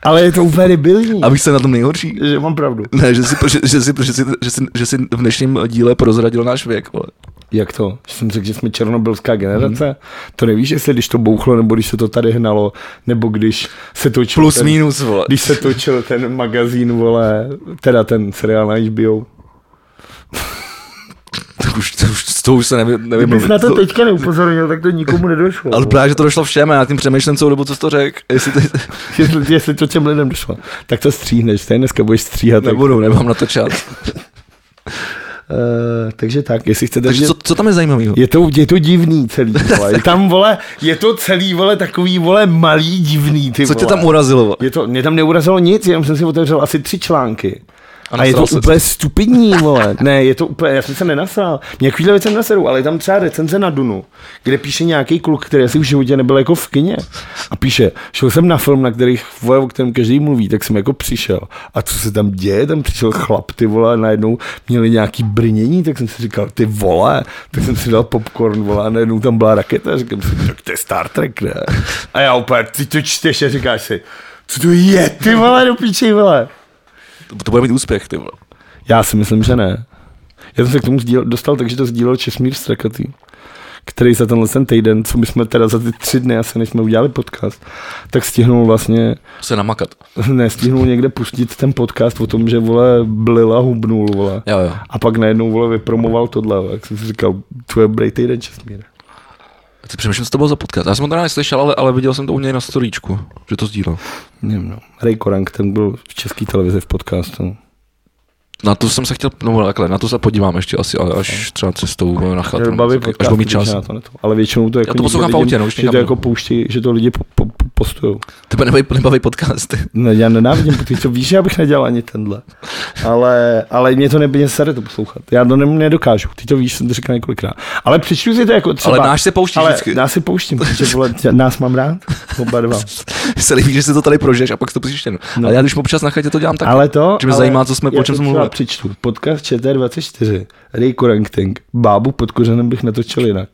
[SPEAKER 1] Ale je to úplně debilní,
[SPEAKER 2] A víš, co je na tom nejhorší?
[SPEAKER 1] že mám pravdu.
[SPEAKER 2] Ne, že si, že, že, si, že, si, že, si, že si v dnešním díle prozradil náš věk, vole.
[SPEAKER 1] Jak to? Že jsem řekl, že jsme černobylská generace? Hmm. To nevíš, jestli když to bouchlo, nebo když se to tady hnalo, nebo když se točil...
[SPEAKER 2] Plus
[SPEAKER 1] ten,
[SPEAKER 2] minus, vole.
[SPEAKER 1] Když se točil ten magazín, vole, teda ten seriál na HBO.
[SPEAKER 2] Tak už, to, už, to už se nevy,
[SPEAKER 1] Kdybych
[SPEAKER 2] nevymluvím.
[SPEAKER 1] na to teďka neupozornil, tak to nikomu nedošlo.
[SPEAKER 2] Ale právě, že to došlo všem a já tím přemýšlím celou dobu, co jsi to řekl. Jestli ty,
[SPEAKER 1] jestli, jestli to těm lidem došlo, tak to stříhneš, to dneska budeš stříhat.
[SPEAKER 2] nebudu, nemám na to čas.
[SPEAKER 1] Uh, takže tak, jestli chcete...
[SPEAKER 2] Takže
[SPEAKER 1] že-
[SPEAKER 2] co, co tam je zajímavého?
[SPEAKER 1] Je to, je to divný celý, vole. Je tam, vole, je to celý, vole, takový, vole, malý, divný, ty
[SPEAKER 2] Co tě
[SPEAKER 1] vole.
[SPEAKER 2] tam urazilo?
[SPEAKER 1] Je to, mě tam neurazilo nic, jenom jsem si otevřel asi tři články.
[SPEAKER 2] A
[SPEAKER 1] A, je to
[SPEAKER 2] nasral ses.
[SPEAKER 1] úplně stupidní, vole. Ne, je to úplně, já jsem se nenasral. Mě chvíle věci nenaseru, ale je tam třeba recenze na Dunu, kde píše nějaký kluk, který asi v životě nebyl jako v kině. A píše, šel jsem na film, na kterých, vole, o kterém každý mluví, tak jsem jako přišel. A co se tam děje? Tam přišel chlap, ty vole, a najednou měli nějaký brnění, tak jsem si říkal, ty vole, tak jsem si dal popcorn, vole, a najednou tam byla raketa. A říkám si, tak to je Star Trek, ne? A já úplně, ty to čteš a říkáš si, co to je, ty vole, do píči, vole.
[SPEAKER 2] To, to bude mít úspěch, ty vole.
[SPEAKER 1] Já si myslím, že ne. Já jsem se k tomu sdíl, dostal, takže to sdílel Česmír Strakatý, který za tenhle ten týden, co my jsme teda za ty tři dny asi, než jsme udělali podcast, tak stihnul vlastně,
[SPEAKER 2] Se namakat.
[SPEAKER 1] ne, stihnul někde pustit ten podcast o tom, že vole blila hubnul, vole.
[SPEAKER 2] Jo, jo.
[SPEAKER 1] A pak najednou, vole, vypromoval tohle, vole. jak jsem si říkal, to je brej týden Česmír.
[SPEAKER 2] Já si přemýšlím, co to bylo za podcast. Já jsem to teda neslyšel, ale, ale viděl jsem to u něj na storíčku, že to sdílel.
[SPEAKER 1] Nevím, no. Ray Korang, ten byl v české televizi v podcastu.
[SPEAKER 2] Na to jsem se chtěl, no takhle, na to se podívám ještě asi, ale až třeba cestou na chat,
[SPEAKER 1] Měl
[SPEAKER 2] nebo
[SPEAKER 1] baví
[SPEAKER 2] něco, až
[SPEAKER 1] podcast,
[SPEAKER 2] budu mít
[SPEAKER 1] když
[SPEAKER 2] čas.
[SPEAKER 1] já to, ne to. Ale většinou to jako
[SPEAKER 2] to
[SPEAKER 1] nikdo
[SPEAKER 2] poslouchám v
[SPEAKER 1] lidem-
[SPEAKER 2] autě, no, už
[SPEAKER 1] že
[SPEAKER 2] někam
[SPEAKER 1] to
[SPEAKER 2] jdu.
[SPEAKER 1] jako pouští, že to lidi po, po, po- postujou.
[SPEAKER 2] Tebe nebaví, nebaví podcasty.
[SPEAKER 1] Ne, No, já nenávidím, ty to víš, že já bych nedělal ani tenhle. Ale, ale mě to nebude sere to poslouchat. Já to ne, nedokážu, ty to víš, jsem to říkal několikrát. Ale přečtu si to jako třeba.
[SPEAKER 2] Ale náš se pouští
[SPEAKER 1] ale
[SPEAKER 2] vždycky.
[SPEAKER 1] Já si pouštím, protože vole, tě- nás mám rád, oba dva.
[SPEAKER 2] se líbí, že si to tady prožiješ a pak si to pustíš ten.
[SPEAKER 1] No.
[SPEAKER 2] No. Ale já když občas na chatě to dělám tak.
[SPEAKER 1] ale to,
[SPEAKER 2] že mě
[SPEAKER 1] ale
[SPEAKER 2] zajímá, co jsme,
[SPEAKER 1] já
[SPEAKER 2] po čem
[SPEAKER 1] to
[SPEAKER 2] jsme
[SPEAKER 1] třeba
[SPEAKER 2] mluvili.
[SPEAKER 1] přečtu. Podcast ČT24, Rejko Ranking, Bábu pod kořenem bych natočil jinak.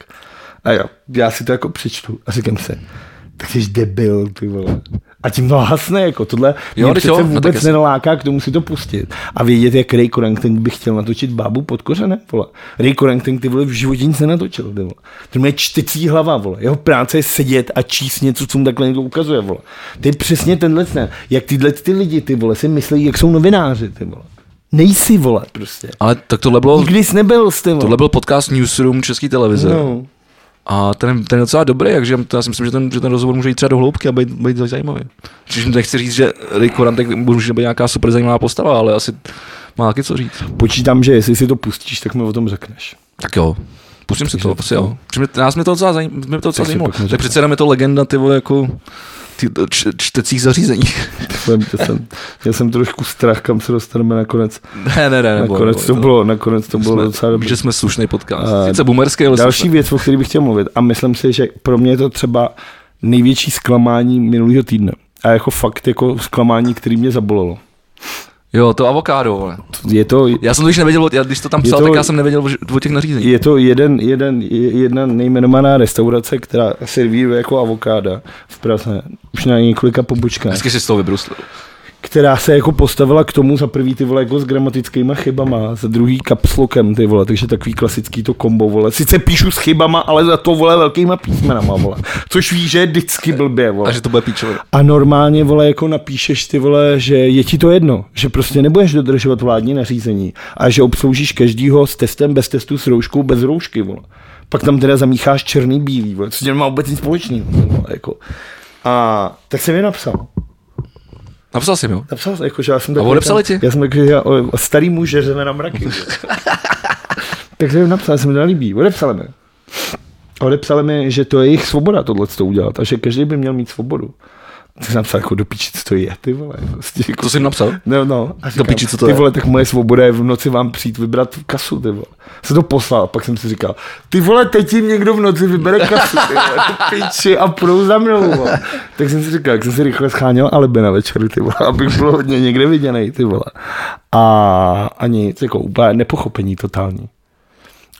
[SPEAKER 1] A jo, já si to jako přečtu a říkám se, tak jsi debil, ty vole. A tím to hasne, jako tohle
[SPEAKER 2] Jo,
[SPEAKER 1] mě
[SPEAKER 2] když
[SPEAKER 1] přece
[SPEAKER 2] jo, no tak
[SPEAKER 1] vůbec
[SPEAKER 2] jasně.
[SPEAKER 1] nenaláká k tomu si to pustit. A vědět, jak Rejko Ranking by chtěl natočit bábu pod kořenem, vole. Rejko Ranking, ty vole, v životě nic nenatočil, ty vole. To mě je čtycí hlava, vole. Jeho práce je sedět a číst něco, co mu takhle někdo ukazuje, vole. To je přesně tenhle ten. Jak tyhle ty lidi, ty vole, si myslí, jak jsou novináři, ty vole. Nejsi, vole, prostě.
[SPEAKER 2] ale tak tohle bylo,
[SPEAKER 1] Nikdy jsi nebyl s ty, vole.
[SPEAKER 2] tohle byl podcast Newsroom České televize.
[SPEAKER 1] no.
[SPEAKER 2] A ten, ten je docela dobrý, takže to já si myslím, že ten, že ten rozhovor může jít třeba do hloubky a být, být zajímavý. Čiž nechci říct, že Rick Korantek může být nějaká super zajímavá postava, ale asi má taky co říct.
[SPEAKER 1] Počítám, že jestli si to pustíš, tak mi o tom řekneš.
[SPEAKER 2] Tak jo. Pustím si to, asi jo. Protože mě- nás mě to docela, zajím, mě to docela
[SPEAKER 1] si
[SPEAKER 2] zajímalo.
[SPEAKER 1] pak můžeme.
[SPEAKER 2] Tak přece jenom je to legenda, ty vole, jako ty č, čtecích zařízení.
[SPEAKER 1] Jsem, já, jsem, já jsem trošku strach, kam se dostaneme nakonec.
[SPEAKER 2] ne, ne, ne. nebo-
[SPEAKER 1] Nakonec to
[SPEAKER 2] nebo-
[SPEAKER 1] bylo, nakonec to bylo
[SPEAKER 2] jsme,
[SPEAKER 1] docela dobré.
[SPEAKER 2] Že jsme slušný podcast.
[SPEAKER 1] A
[SPEAKER 2] Sice boomerský, ale
[SPEAKER 1] Další
[SPEAKER 2] slušný.
[SPEAKER 1] věc, o které bych chtěl mluvit, a myslím si, že pro mě je to třeba největší zklamání minulého týdne. A jako fakt jako zklamání, který mě zabolelo.
[SPEAKER 2] Jo, to avokádo, vole.
[SPEAKER 1] Je to,
[SPEAKER 2] Já jsem to už nevěděl, o- já, když to tam
[SPEAKER 1] Je
[SPEAKER 2] psal,
[SPEAKER 1] to-
[SPEAKER 2] to... tak já jsem nevěděl o ž- o těch nařízení.
[SPEAKER 1] je to jeden, jeden, jedna nejmenovaná restaurace, která servíruje jako avokáda v Praze. Už na několika pobočkách.
[SPEAKER 2] Hezky si z toho vybruslil.
[SPEAKER 1] která se jako postavila k tomu za prvý ty vole jako s gramatickýma chybama, za druhý kapslokem ty vole, takže takový klasický to kombo vole. Sice píšu s chybama, ale za to vole velkýma písmenama vole, což ví, že je vždycky blbě vole.
[SPEAKER 2] A že to bude píčové.
[SPEAKER 1] A normálně, vole, jako napíšeš ty vole, že je ti to jedno, že prostě nebudeš dodržovat vládní nařízení a že obsloužíš každýho s testem, bez testu, s rouškou, bez roušky, vole. Pak tam teda zamícháš černý, bílý, vole, co tě nemá vůbec nic společného, vole, jako. A tak jsem je napsal.
[SPEAKER 2] Napsal jsem, jo.
[SPEAKER 1] Napsal jsem, jako, že já jsem takový
[SPEAKER 2] odepsali
[SPEAKER 1] ten-
[SPEAKER 2] ti?
[SPEAKER 1] Já jsem takový, já, o, starý muž, že řve na mraky. tak jsem jim napsal, jsem mi to líbí. Odepsali mi. Odepsali mi, že to je jejich svoboda tohle to udělat a že každý by měl mít svobodu. Tak jsem napsal, jako do piči, co to je, ty vole. Jako, s tím, jako,
[SPEAKER 2] To jsem napsal.
[SPEAKER 1] No, no. A říkám,
[SPEAKER 2] piči, co to
[SPEAKER 1] ty
[SPEAKER 2] je?
[SPEAKER 1] vole, tak moje svoboda je v noci vám přijít vybrat kasu, ty vole. Se to poslal, pak jsem si říkal, ty vole, teď jim někdo v noci vybere kasu, ty vole, ty piči a půjdou za mnou, vole. Tak jsem si říkal, jak jsem si rychle scháněl alibi na večeru, ty vole, abych byl hodně někde viděný, ty vole. A, a nic, jako úplně nepochopení totální.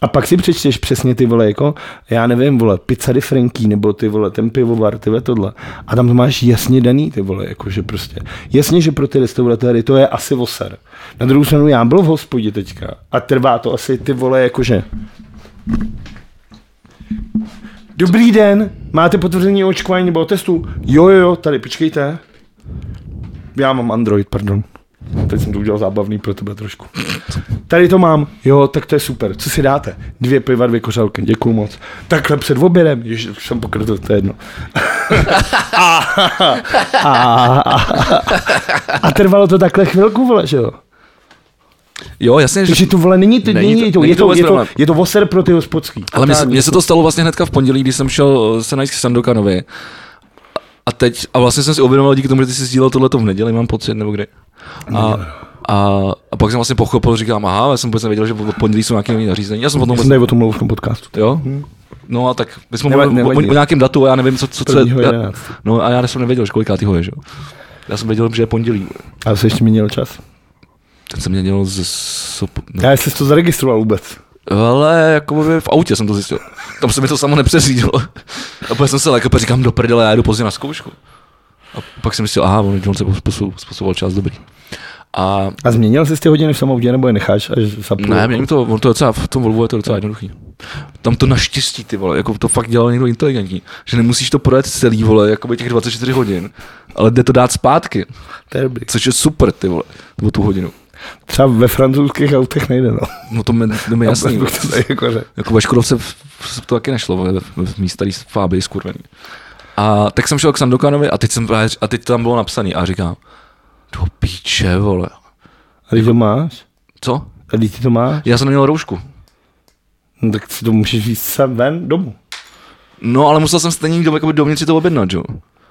[SPEAKER 1] A pak si přečteš přesně ty vole, jako, já nevím, vole, pizza di Franky, nebo ty vole, ten pivovar, ty vole, tohle. A tam to máš jasně daný, ty vole, jako, že prostě. Jasně, že pro ty restauratéry to je asi voser. Na druhou stranu, já byl v hospodě teďka a trvá to asi ty vole, jakože Dobrý den, máte potvrzení o očkování nebo o testu? Jo, jo, jo, tady, počkejte. Já mám Android, pardon. Teď jsem to udělal zábavný pro tebe trošku. Tady to mám. Jo, tak to je super. Co si dáte? Dvě piva, dvě kořálky. Děkuju moc. Takhle před obědem. Ježiš, už jsem pokrytl, to je jedno. a, a, a, a, trvalo to takhle chvilku, vole, že jo?
[SPEAKER 2] Jo, jasně, že...
[SPEAKER 1] Takže to vole není to,
[SPEAKER 2] Není
[SPEAKER 1] není,
[SPEAKER 2] to-
[SPEAKER 1] není to,
[SPEAKER 2] není
[SPEAKER 1] je
[SPEAKER 2] to
[SPEAKER 1] to,
[SPEAKER 2] vůbec
[SPEAKER 1] je to,
[SPEAKER 2] problém.
[SPEAKER 1] je to voser pro ty hospodský.
[SPEAKER 2] Ale mně se, mně se to stalo vlastně hnedka v pondělí, když jsem šel eh, se najít k Sandokanovi. A teď, a vlastně jsem si uvědomil díky tomu, že ty jsi sdílel tohleto v neděli, mám pocit, nebo kdy. A, a, a pak jsem vlastně pochopil, říkám, aha, já jsem vůbec nevěděl, že od pondělí jsou nějaké nový nařízení. Já jsem potom
[SPEAKER 1] Já
[SPEAKER 2] vůbec
[SPEAKER 1] jsem tady o tom mluvil v tom podcastu.
[SPEAKER 2] Jo? No a tak, my jsme
[SPEAKER 1] Neva-
[SPEAKER 2] mluvili o,
[SPEAKER 1] nevadí.
[SPEAKER 2] o, o nějakém datu a já nevím, co, co, co
[SPEAKER 1] Prvního
[SPEAKER 2] já,
[SPEAKER 1] jedenáctý.
[SPEAKER 2] No a já jsem nevěděl, že kolikátý ho je, že jo? Já jsem věděl, že je pondělí.
[SPEAKER 1] A se ještě měnil čas.
[SPEAKER 2] Ten jsem měnil z... z no.
[SPEAKER 1] Já jsem to zaregistroval vůbec.
[SPEAKER 2] Ale jako by v autě jsem to zjistil. Tam se mi to samo nepřeřídilo. A pak jsem se lekl, říkám do prdele, já jdu pozdě na zkoušku. A pak jsem myslel, aha, on, on se posu- posouval čas, dobrý. A
[SPEAKER 1] A změnil jsi ty hodiny v samoudě, nebo je necháš až za půl?
[SPEAKER 2] ne, měním to, on to docela, v tom Volvo je to docela jednoduchý. Tam to naštěstí, ty vole, jako to fakt dělal někdo inteligentní, že nemusíš to projet celý, vole, jako by těch 24 hodin, ale jde to dát zpátky,
[SPEAKER 1] To je dobrý.
[SPEAKER 2] což je super, ty vole, nebo tu hodinu.
[SPEAKER 1] Třeba ve francouzských autech nejde, no.
[SPEAKER 2] No to mi, to mi jasný.
[SPEAKER 1] Abych
[SPEAKER 2] vole.
[SPEAKER 1] to tady jako řekl.
[SPEAKER 2] Jako ve Škodovce v- v- to taky nešlo, vole, v- v mý starý Fábii skurvený. A tak jsem šel k Sandokanovi a teď, jsem, právě ř- a teď to tam bylo napsaný a říkám, do píče, vole.
[SPEAKER 1] A když to máš?
[SPEAKER 2] Co?
[SPEAKER 1] A když ty to máš?
[SPEAKER 2] Já jsem neměl roušku.
[SPEAKER 1] No, tak si to můžeš říct sem ven domů.
[SPEAKER 2] No, ale musel jsem stejně někdo jakoby dovnitř si to objednat, jo.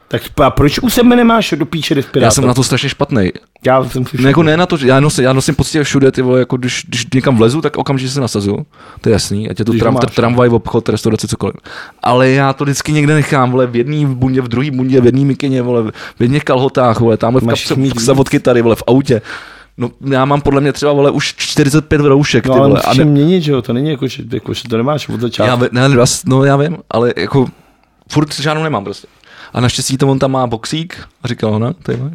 [SPEAKER 1] Tak a proč u sebe nemáš do píče respirátor?
[SPEAKER 2] Já jsem na to strašně špatný.
[SPEAKER 1] Já jsem si
[SPEAKER 2] Ne, jako ne na to, že já nosím, já nosím poctivě všude, ty vole, jako když, když někam vlezu, tak okamžitě se nasazuju. To je jasný, ať je to
[SPEAKER 1] Když
[SPEAKER 2] tram,
[SPEAKER 1] máš.
[SPEAKER 2] tr- tramvaj, obchod, restaurace, cokoliv. Ale já to vždycky někde nechám, vole, v jedné bundě, v druhé bundě, v jedné mikině, vole, v jedných kalhotách, vole, tamhle v
[SPEAKER 1] Máš
[SPEAKER 2] kapse,
[SPEAKER 1] jich mít
[SPEAKER 2] v zavodky tady, vole, v autě. No, já mám podle mě třeba, vole, už 45 roušek, ty
[SPEAKER 1] No, ale
[SPEAKER 2] vole. A
[SPEAKER 1] musíš je
[SPEAKER 2] ne,
[SPEAKER 1] měnit, že jo, to není jako, že, jako, že to nemáš od začátku.
[SPEAKER 2] já, ve- ne, ne, jas- no, já vím, ale jako furt žádnou nemám prostě. A naštěstí to on tam má boxík a říkal, no, tady má.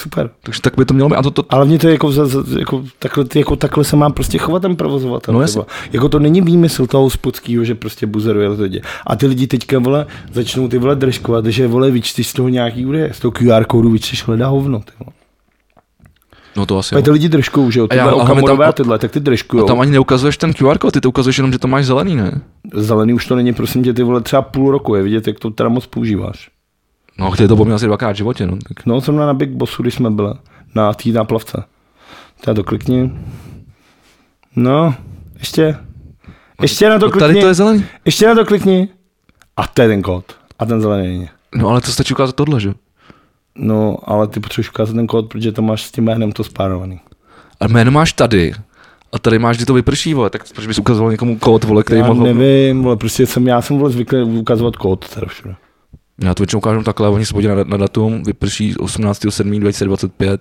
[SPEAKER 1] Super.
[SPEAKER 2] Takže tak by to mělo být. A to, to,
[SPEAKER 1] Ale mě to je jako, za, za- jako, takhle, ty- jako takhle se má prostě chovat ten provozovatel.
[SPEAKER 2] No
[SPEAKER 1] ty
[SPEAKER 2] jasně.
[SPEAKER 1] vole. jako to není výmysl toho hospodskýho, že prostě buzeruje lidi. A ty lidi teďka vole, začnou ty vole držkovat, že vole vyčteš z toho nějaký údaje, z toho QR kódu vyčteš hledá hovno. Ty vole.
[SPEAKER 2] no to asi.
[SPEAKER 1] Protože
[SPEAKER 2] jo.
[SPEAKER 1] ty lidi držkou, že jo,
[SPEAKER 2] A já-
[SPEAKER 1] tyhle
[SPEAKER 2] ale
[SPEAKER 1] okamorové
[SPEAKER 2] tam-
[SPEAKER 1] a tyhle, tak ty
[SPEAKER 2] A
[SPEAKER 1] držkujou.
[SPEAKER 2] No tam ani neukazuješ ten QR kód, ty to ukazuješ jenom, že to máš zelený, ne?
[SPEAKER 1] Zelený už to není, prosím tě, ty vole třeba půl roku, je vidět, jak to teda moc používáš.
[SPEAKER 2] No, ty to poměl asi dvakrát v životě, no. Tak.
[SPEAKER 1] No, jsem na Big Bossu, když jsme byli, na tý náplavce. Já to klikni. No, ještě. Ještě na to
[SPEAKER 2] No,
[SPEAKER 1] klikni.
[SPEAKER 2] tady to je zelený.
[SPEAKER 1] Ještě na to klikni. A to je ten kód. A ten zelený není.
[SPEAKER 2] No, ale to stačí ukázat tohle, že?
[SPEAKER 1] No, ale ty potřebuješ ukázat ten kód, protože to máš s tím jménem to spárovaný.
[SPEAKER 2] A jméno máš tady. A tady máš, kdy to vyprší, vole, tak proč bys ukazoval někomu kód, vole, který
[SPEAKER 1] Já
[SPEAKER 2] mohl...
[SPEAKER 1] nevím, ale prostě jsem, já jsem vole zvyklý ukazovat kód teda všude.
[SPEAKER 2] Já to většinou ukážu takhle, oni se podí na, na datum, vyprší 18.7.2025,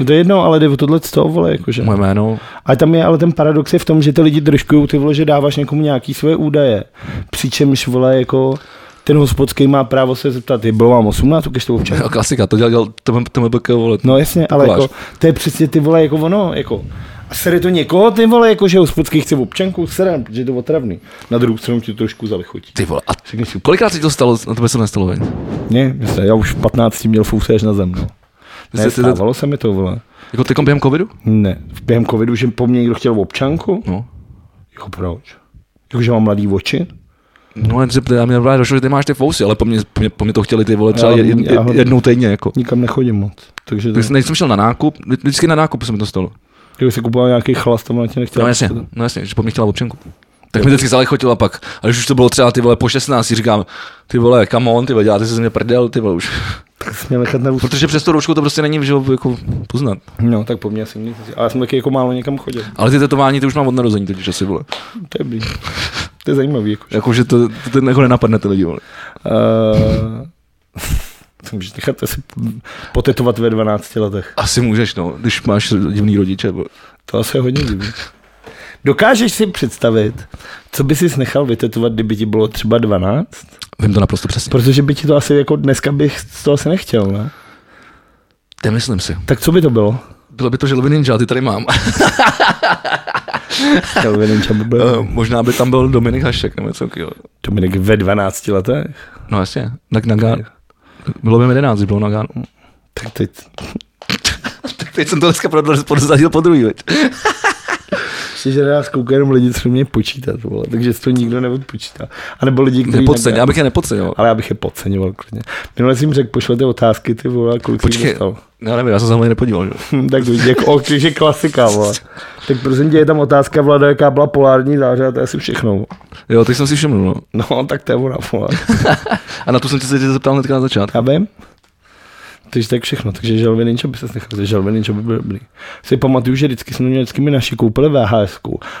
[SPEAKER 1] No to je jedno, ale jde o tohle z toho, vole, jakože.
[SPEAKER 2] moje jméno.
[SPEAKER 1] A tam je ale ten paradox je v tom, že ty lidi držkují ty vole, že dáváš někomu nějaký svoje údaje. Přičemž vole jako ten hospodský má právo se zeptat, je bylo vám 18, ukaž to občas.
[SPEAKER 2] A klasika, to dělal, dělal to, to MBK, vole.
[SPEAKER 1] No jasně, ale
[SPEAKER 2] Koláž.
[SPEAKER 1] jako, to je přesně ty vole jako ono, jako. A sere to někoho, ty vole, jako že hospodský chce občanku, serem, protože je to otravný. Na druhou stranu ti to trošku zalichotí.
[SPEAKER 2] Ty vole, a
[SPEAKER 1] Řekni si,
[SPEAKER 2] kolikrát se ti to stalo, na tebe se to nestalo, veď?
[SPEAKER 1] ne, jasně, já už v 15 měl fouse až na zem, no. Ne,
[SPEAKER 2] Jste- jste-
[SPEAKER 1] stávalo se mi to, vole.
[SPEAKER 2] Jako teď během covidu?
[SPEAKER 1] Ne, v během covidu, že po mně někdo chtěl občanku?
[SPEAKER 2] No.
[SPEAKER 1] Jako proč? Jako, že mám mladý oči?
[SPEAKER 2] No, ale že- já mě právě došlo, že ty máš ty fousy, ale po mně, po mně, po mně to chtěli ty vole třeba
[SPEAKER 1] Já-
[SPEAKER 2] jed, jed,
[SPEAKER 1] já-
[SPEAKER 2] jednou týdně, jako.
[SPEAKER 1] Nikam nechodím moc. Takže to,
[SPEAKER 2] Tak jsem- než jsem šel na nákup, vždy- vždycky na nákup se mi to stalo.
[SPEAKER 1] kdyby si kupoval nějaký chlast, tam na tě nechtěl.
[SPEAKER 2] No jasně, no jasně, že po mně chtěla občanku. Tak mi to vždycky zalechotila pak. A když už to bylo třeba ty vole po 16, si říkám, ty vole, come on, ty vole, děláte si ze mě prdel, ty vole už.
[SPEAKER 1] Tak jsi měl nechat na úst.
[SPEAKER 2] Protože přes tu roušku to prostě není, že jo, jako poznat.
[SPEAKER 1] No, tak po mně asi nic. Ale já jsem taky jako málo někam chodil.
[SPEAKER 2] Ale ty tetování ty už mám od narození totiž asi, vole.
[SPEAKER 1] To je blíž. To je zajímavý. Jako.
[SPEAKER 2] Jako, že to, to, to jako nenapadne ty lidi, vole.
[SPEAKER 1] Uh, to můžeš nechat asi potetovat ve 12 letech.
[SPEAKER 2] Asi můžeš, no, když máš divný rodiče, vole.
[SPEAKER 1] To asi je hodně divný. Dokážeš si představit, co by si nechal vytetovat, kdyby ti bylo třeba 12?
[SPEAKER 2] Vím to naprosto přesně.
[SPEAKER 1] Protože by ti to asi jako dneska bych to asi nechtěl, ne?
[SPEAKER 2] Ty myslím si.
[SPEAKER 1] Tak co by to bylo?
[SPEAKER 2] Bylo by to želvy ninja, ty tady mám.
[SPEAKER 1] To by Ninja by byl.
[SPEAKER 2] Eh, Možná by tam byl Dominik Hašek nebo něco takového.
[SPEAKER 1] Dominik ve 12 letech.
[SPEAKER 2] No jasně, tak Naga... Bylo by mi 11, když bylo Naga.
[SPEAKER 1] Tak teď.
[SPEAKER 2] Tak teď jsem to dneska prodl- podzažil po druhý, veď.
[SPEAKER 1] Ještě, že na nás koukají jenom lidi, co mě počítat, vole, takže to nikdo neodpočítá. A nebo lidi, kteří...
[SPEAKER 2] Nepodceň, já bych je nepodceňoval.
[SPEAKER 1] Ale já bych je podceňoval klidně. Minule jsem jim řekl, pošlete otázky, ty vole, a kolik jsi jich
[SPEAKER 2] Počkej,
[SPEAKER 1] dostal.
[SPEAKER 2] já nevím, já jsem se hlavně nepodíval. Že?
[SPEAKER 1] Hm, tak vidíš, jak ok, že klasika, vole. Tak prosím tě, je tam otázka, Vlada, jaká byla polární záře, a to je asi všechno.
[SPEAKER 2] Jo, tak jsem si všiml. No.
[SPEAKER 1] No, tak to je ona, vole.
[SPEAKER 2] A na tu jsem tě se zeptal hnedka na začátku.
[SPEAKER 1] Já vím. Takže tak všechno, takže želvy ninja by se nechal, že želvy ninja by byl dobrý. Si pamatuju, že vždycky jsme měli, vždycky mi naši koupili vhs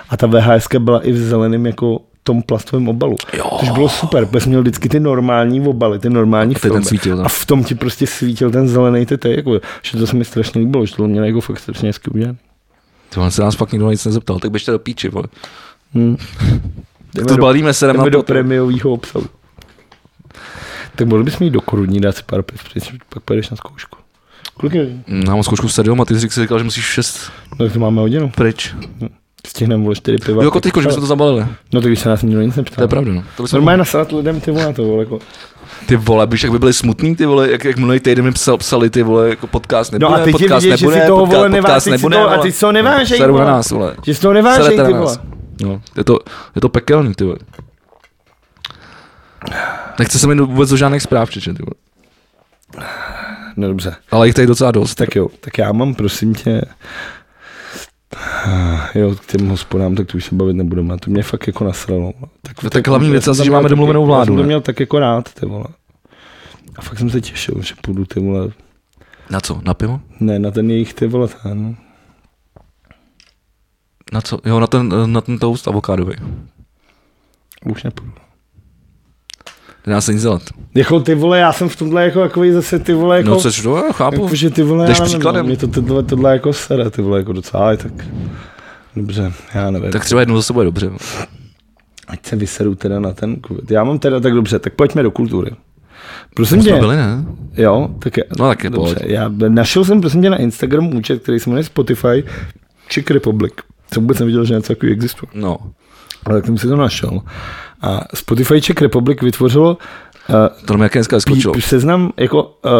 [SPEAKER 1] a ta vhs byla i v zeleném jako tom plastovém obalu.
[SPEAKER 2] Jo.
[SPEAKER 1] Což bylo super, protože jsme měl vždycky ty normální obaly, ty normální
[SPEAKER 2] A tady ten
[SPEAKER 1] filmy.
[SPEAKER 2] svítil no. tam.
[SPEAKER 1] a v tom ti prostě svítil ten zelený ty, jako, že to se mi strašně líbilo, že to mělo jako fakt strašně hezky udělané.
[SPEAKER 2] Ty vole, se nás fakt nikdo na nic nezeptal, tak běžte do píči, vole.
[SPEAKER 1] Hmm.
[SPEAKER 2] Tak to balíme se
[SPEAKER 1] Jdeme
[SPEAKER 2] na
[SPEAKER 1] do
[SPEAKER 2] to.
[SPEAKER 1] prémiového obsahu. Tak mohli bychom jít do korunní, dát si pár piv, protože pak půjdeš na zkoušku. Kolik je?
[SPEAKER 2] Já mám zkoušku v 7 a ty jsi říkal, že musíš 6
[SPEAKER 1] No, tak to máme hodinu.
[SPEAKER 2] pryč.
[SPEAKER 1] Stihneme vole čtyři piva.
[SPEAKER 2] Jo, jako teďko, že
[SPEAKER 1] Tak
[SPEAKER 2] jsme to zabalili.
[SPEAKER 1] No tak když se nás nikdo nic neptá.
[SPEAKER 2] To je pravda, no. To by se
[SPEAKER 1] Normálně nasrat lidem ty vole na to, vole, jako.
[SPEAKER 2] Ty vole, byš jak by byli smutný, ty vole, jak, jak minulý týden mi psal, psali, ty vole, jako podcast nebude,
[SPEAKER 1] No a teď je
[SPEAKER 2] podcast
[SPEAKER 1] vidět, že
[SPEAKER 2] nebude,
[SPEAKER 1] si toho
[SPEAKER 2] podca-
[SPEAKER 1] vole
[SPEAKER 2] podcast
[SPEAKER 1] neváží, ty si
[SPEAKER 2] nebude,
[SPEAKER 1] toho, a
[SPEAKER 2] vole.
[SPEAKER 1] ty si toho nevážej,
[SPEAKER 2] Serou na
[SPEAKER 1] vole.
[SPEAKER 2] nás, vole.
[SPEAKER 1] Že si toho nevážej,
[SPEAKER 2] Serete
[SPEAKER 1] ty
[SPEAKER 2] na
[SPEAKER 1] vole.
[SPEAKER 2] nás. No, je to, je to pekelný, ty vole. Nechce se mi do- vůbec do žádných zpráv přičet, ty vole.
[SPEAKER 1] No dobře,
[SPEAKER 2] Ale jich tady docela dost.
[SPEAKER 1] tak jo, tak já mám prosím tě, jo, k těm hospodám, tak to už se bavit nebudeme, a to mě fakt jako nasralo.
[SPEAKER 2] No tak hlavní věc asi, že máme domluvenou
[SPEAKER 1] Já jsem
[SPEAKER 2] vládu,
[SPEAKER 1] to
[SPEAKER 2] ne?
[SPEAKER 1] měl tak jako rád, ty vole. A fakt jsem se těšil, že půjdu ty vole,
[SPEAKER 2] Na co? Na pivo?
[SPEAKER 1] ne, na ten jejich ty vole, ten,
[SPEAKER 2] Na co? Jo, na ten, na ten toast avokádový.
[SPEAKER 1] už nepůjdu.
[SPEAKER 2] Nedá se nic dělat.
[SPEAKER 1] Jako ty vole, já jsem v tomhle jako, jako zase ty vole, jako...
[SPEAKER 2] No, což, no, chápu.
[SPEAKER 1] Jakože ty vole,
[SPEAKER 2] Jdeš
[SPEAKER 1] já nevím,
[SPEAKER 2] příkladem.
[SPEAKER 1] no, mě to tohle, tohle jako sere, ty vole jako docela, ale tak dobře, já nevím. Tak.
[SPEAKER 2] Tak třeba jednou za sebou je dobře.
[SPEAKER 1] Ať se vyseru teda na ten covid. Já mám teda tak dobře, tak pojďme do kultury. Prosím
[SPEAKER 2] My
[SPEAKER 1] tě,
[SPEAKER 2] jsme byli, ne?
[SPEAKER 1] jo, tak, je-
[SPEAKER 2] No, tak je
[SPEAKER 1] dobře,
[SPEAKER 2] pojď.
[SPEAKER 1] já našel jsem prosím tě na Instagram účet, který se jmenuje Spotify Czech Republic. Jsem vůbec neviděl, že něco takového existuje.
[SPEAKER 2] No.
[SPEAKER 1] Ale tak jsem si to našel. A Spotify Czech Republic vytvořilo eh,
[SPEAKER 2] To nám jaké
[SPEAKER 1] pí-
[SPEAKER 2] dneska vyskočilo.
[SPEAKER 1] seznam jako uh,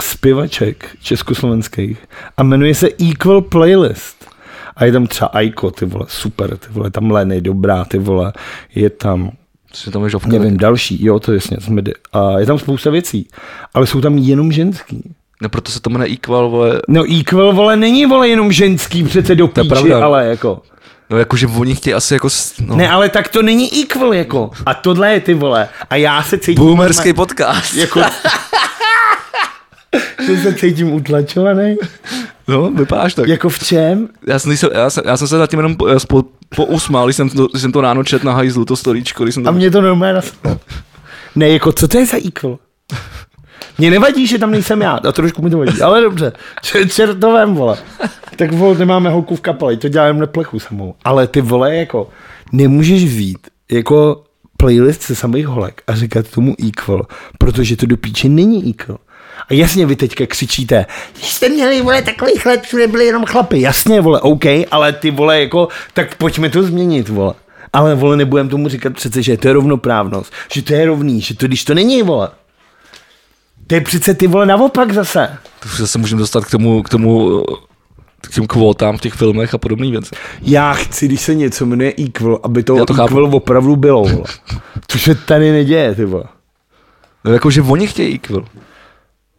[SPEAKER 1] zpěvaček československých a jmenuje se Equal Playlist. A je tam třeba Aiko, ty vole, super, ty vole, tam Leny, dobrá, ty vole, je tam,
[SPEAKER 2] Že tam je žovka.
[SPEAKER 1] nevím, další, jo, to je jasně, jsme, de- a je tam spousta věcí, ale jsou tam jenom ženský.
[SPEAKER 2] No, proto se to jmenuje Equal, vole.
[SPEAKER 1] No Equal, vole, není, vole, jenom ženský, přece do
[SPEAKER 2] To je
[SPEAKER 1] píči,
[SPEAKER 2] pravda.
[SPEAKER 1] ale jako.
[SPEAKER 2] No, jakože oni chtějí asi jako... s- No.
[SPEAKER 1] Ne, ale tak to není Equal, jako. A tohle je ty vole. A já se cítím...
[SPEAKER 2] Boomerský podcast.
[SPEAKER 1] Jako... že se cítím utlačovaný.
[SPEAKER 2] No, vypadáš tak.
[SPEAKER 1] Jako v čem?
[SPEAKER 2] Já jsem, nejsem- já, jsem, já jsem se zatím jenom po, po, pousmál, když jsem, to, když jsem to ráno čet na hajzlu, to storíčko, když jsem
[SPEAKER 1] A
[SPEAKER 2] to...
[SPEAKER 1] mě to normálně naslo. Ne, jako co to je za equal? Mně nevadí, že tam nejsem já, a trošku mi to vadí, ale dobře, Č- čertovém, vole. Tak vole, nemáme holku v kapeli, to dělám neplechu samou. Ale ty vole, jako, nemůžeš vít, jako playlist se samých holek a říkat tomu equal, protože to do píče není equal. A jasně vy teďka křičíte, když jste měli, vole, takový chlap, všude byli jenom chlapy. Jasně, vole, OK, ale ty vole, jako, tak pojďme to změnit, vole. Ale vole, nebudem tomu říkat přece, že to je rovnoprávnost, že to je rovný, že to když to není, vole. To je přece ty vole naopak zase.
[SPEAKER 2] To už zase můžeme dostat k tomu, k tomu eh, k těm kvótám v těch filmech a podobné věci.
[SPEAKER 1] Já chci, když se něco jmenuje equal, aby to,
[SPEAKER 2] Já to chápu.
[SPEAKER 1] equal opravdu bylo, vole. Což se tady neděje, ty vole.
[SPEAKER 2] No, jakože oni chtějí equal.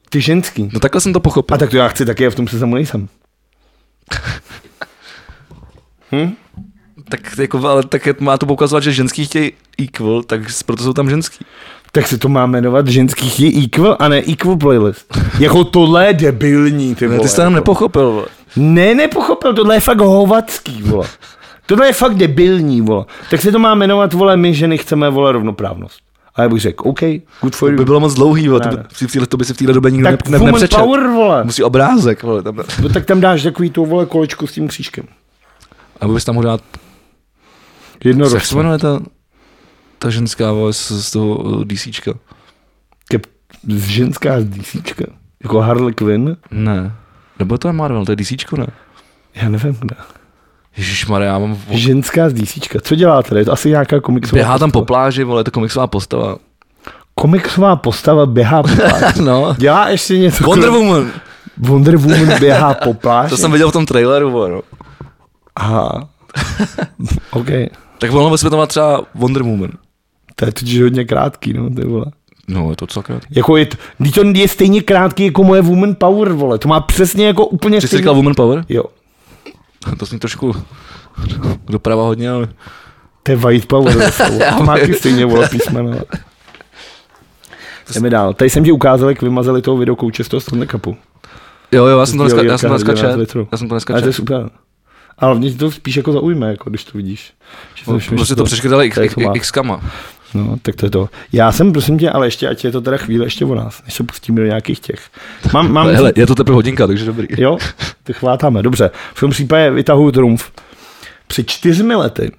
[SPEAKER 1] Ty ženský.
[SPEAKER 2] No takhle jsem to pochopil.
[SPEAKER 1] A tak to já chci taky, já v tom se samou nejsem.
[SPEAKER 2] Tak, jako, ale tak je, má to poukazovat, že ženský chtějí equal, tak s- proto jsou tam ženský.
[SPEAKER 1] Tak se to má jmenovat ženských je equal a ne equal playlist. Jako tohle je debilní, ty
[SPEAKER 2] Ne,
[SPEAKER 1] vole. jako-
[SPEAKER 2] ty jsi to jenom nepochopil. vole.
[SPEAKER 1] Ne, nepochopil, tohle je fakt hovacký, vole. Tohle je fakt debilní, vole. Tak se to má jmenovat, vole, my ženy chceme, vole, rovnoprávnost. A já bych řekl, OK, good for
[SPEAKER 2] To by
[SPEAKER 1] you.
[SPEAKER 2] bylo moc dlouhý, vole. To, by,
[SPEAKER 1] Ne, ne.
[SPEAKER 2] v téhle- to by si v téhle době nikdo
[SPEAKER 1] Tak
[SPEAKER 2] ne, ne,
[SPEAKER 1] woman
[SPEAKER 2] nepřečet.
[SPEAKER 1] power, vole.
[SPEAKER 2] Musí obrázek, vole, tam,
[SPEAKER 1] No tak tam dáš takový tu, vole, kolečko s tím křížkem.
[SPEAKER 2] a bys tam mohl dát,
[SPEAKER 1] Jedno
[SPEAKER 2] jak se
[SPEAKER 1] ročně.
[SPEAKER 2] jmenuje ta, ta ženská vole, z, z toho eh, DCčka?
[SPEAKER 1] Ke- Ženská z DCčka. Jako Harley Quinn.
[SPEAKER 2] Ne. Nebo to je Marvel, to je DCčko, ne?
[SPEAKER 1] Já nevím, kde.
[SPEAKER 2] Ježíš já mám...
[SPEAKER 1] Ženská z DCčka. Co děláte? Je to asi nějaká komiksová
[SPEAKER 2] Běhá tam po
[SPEAKER 1] postava.
[SPEAKER 2] pláži, vole, je to komiksová postava.
[SPEAKER 1] Komiksová postava běhá po pláži.
[SPEAKER 2] no.
[SPEAKER 1] Dělá ještě něco.
[SPEAKER 2] Wonder Woman,
[SPEAKER 1] Wonder Woman běhá po pláži.
[SPEAKER 2] to jsem viděl v tom traileru, vole, no.
[SPEAKER 1] Aha. OK.
[SPEAKER 2] Tak mohlo bychom to mít třeba Wonder Woman.
[SPEAKER 1] To je totiž hodně krátký, no, ty vole.
[SPEAKER 2] No, je to celkem.
[SPEAKER 1] Jako je, t- Vždyť to je stejně krátký jako moje Woman Power, vole. To má přesně jako úplně
[SPEAKER 2] Ty jsi říkal Woman Power?
[SPEAKER 1] Jo.
[SPEAKER 2] To jsem trošku doprava hodně, ale...
[SPEAKER 1] To je White Power. slovo. to má taky stejně vole písmena. Jdeme dál. Tady jsem ti ukázal, jak vymazali toho videokouče z toho Stanley Cupu.
[SPEAKER 2] Jo, jo, já jsem to dneska,
[SPEAKER 1] Jo,
[SPEAKER 2] já jsem to
[SPEAKER 1] Jirka,
[SPEAKER 2] dneska
[SPEAKER 1] Jirka
[SPEAKER 2] čet.
[SPEAKER 1] z Litru.
[SPEAKER 2] Já jsem to dneska
[SPEAKER 1] Ale to je
[SPEAKER 2] čet.
[SPEAKER 1] super. Ale hlavně ti to spíš jako zaujme, jako když to vidíš. Že si myslíš,
[SPEAKER 2] Prostě
[SPEAKER 1] že
[SPEAKER 2] to přeškrtali x,
[SPEAKER 1] tady
[SPEAKER 2] x,
[SPEAKER 1] to má.
[SPEAKER 2] x kama.
[SPEAKER 1] No, tak to je to. Já jsem, prosím tě, ale ještě, ať je to teda chvíle ještě o nás, než se pustíme do nějakých těch. Mám, mám,
[SPEAKER 2] No, Hele, je to teprve hodinka, takže dobrý.
[SPEAKER 1] Jo, to chvátáme, dobře. V tom případě vytahuji trumf. Před čtyřmi lety,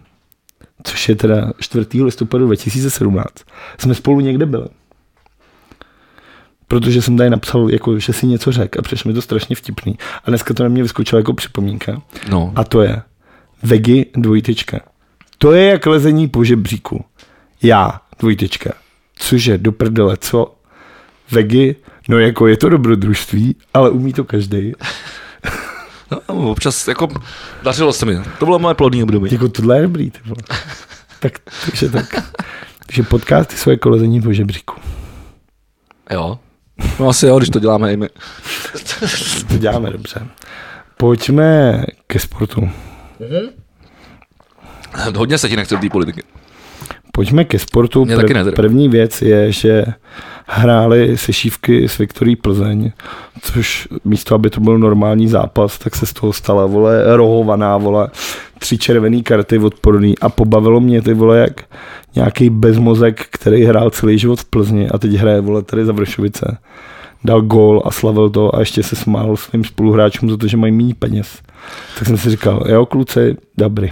[SPEAKER 1] což je teda 4. listopadu 2017, jsme spolu někde byli. Protože jsem tady napsal, jako, že si něco řekl a přišlo mi to strašně vtipný. A dneska to na mě vyskočilo jako připomínka.
[SPEAKER 2] No.
[SPEAKER 1] A to je Vegi dvojtečka. To je jak lezení po žebříku. Já dvojtečka. Cože, do prdele, co? Vegi, no jako je to dobrodružství, ale umí to každý.
[SPEAKER 2] No, občas, jako, dařilo se mi. To bylo moje plodní období.
[SPEAKER 1] Jako tohle je dobrý, ty vole. tak, takže tak. Takže podcasty jsou jako lezení po žebříku.
[SPEAKER 2] Jo. No asi jo, když to děláme i my.
[SPEAKER 1] To děláme dobře. Pojďme ke sportu.
[SPEAKER 2] Hodně se ti nechce do té politiky.
[SPEAKER 1] Pojďme ke sportu.
[SPEAKER 2] Mě taky ne, teda.
[SPEAKER 1] první věc je, že hráli se šívky s Viktorí Plzeň, což místo, aby to byl normální zápas, tak se z toho stala, vole, rohovaná, vole, tři červené karty odporný a pobavilo mě ty, vole, jak nějaký bezmozek, který hrál celý život v Plzni a teď hraje, vole, tady za Vršovice. Dal gól a slavil to a ještě se smál svým spoluhráčům za to, že mají méně peněz. Tak jsem si říkal, jo, kluci, dobrý.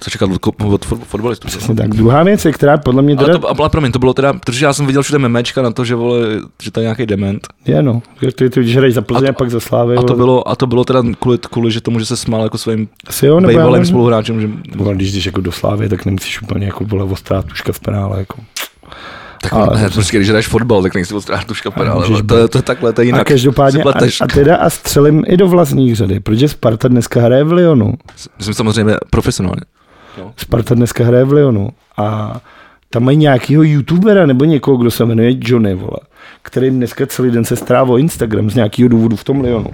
[SPEAKER 2] Co čekat od, ko- od fot- fotbalistů? že?
[SPEAKER 1] Přesně tak. Druhá věc je, která podle mě teda...
[SPEAKER 2] Ale to, ale promiň, to bylo teda, protože já jsem viděl všude memečka na to, že vole, že to je nějaký dement.
[SPEAKER 1] Je no, ty, ty, ty když hraješ za Plzeň
[SPEAKER 2] A
[SPEAKER 1] a,
[SPEAKER 2] to-
[SPEAKER 1] pak za Slávy.
[SPEAKER 2] A to bylo, a to bylo teda kvůli, kvůli, že tomu, že se smál jako svým
[SPEAKER 1] Asi jo, nebo já
[SPEAKER 2] bývalým
[SPEAKER 1] nevím.
[SPEAKER 2] spoluhráčem, že
[SPEAKER 1] Nebo Když jdeš jako do Slávy, tak nemusíš úplně jako byla ostrá tuška v penále. Jako.
[SPEAKER 2] tak
[SPEAKER 1] Ale-
[SPEAKER 2] ne, prostě, když hraješ fotbal, tak nejsi odstráhat tuška penále,
[SPEAKER 1] můžeš
[SPEAKER 2] ale to, je- to je takhle, to je jinak.
[SPEAKER 1] a každopádně,
[SPEAKER 2] Si
[SPEAKER 1] a,
[SPEAKER 2] pleteš.
[SPEAKER 1] a, teda a střelím i do vlastních řady, protože Sparta dneska hraje v Lyonu.
[SPEAKER 2] Myslím samozřejmě profesionálně.
[SPEAKER 1] Sparta dneska hraje v Lyonu a tam mají nějakýho youtubera nebo někoho, kdo se jmenuje Johnny, vole, který dneska celý den se strávil Instagram z nějakého důvodu v tom Lyonu.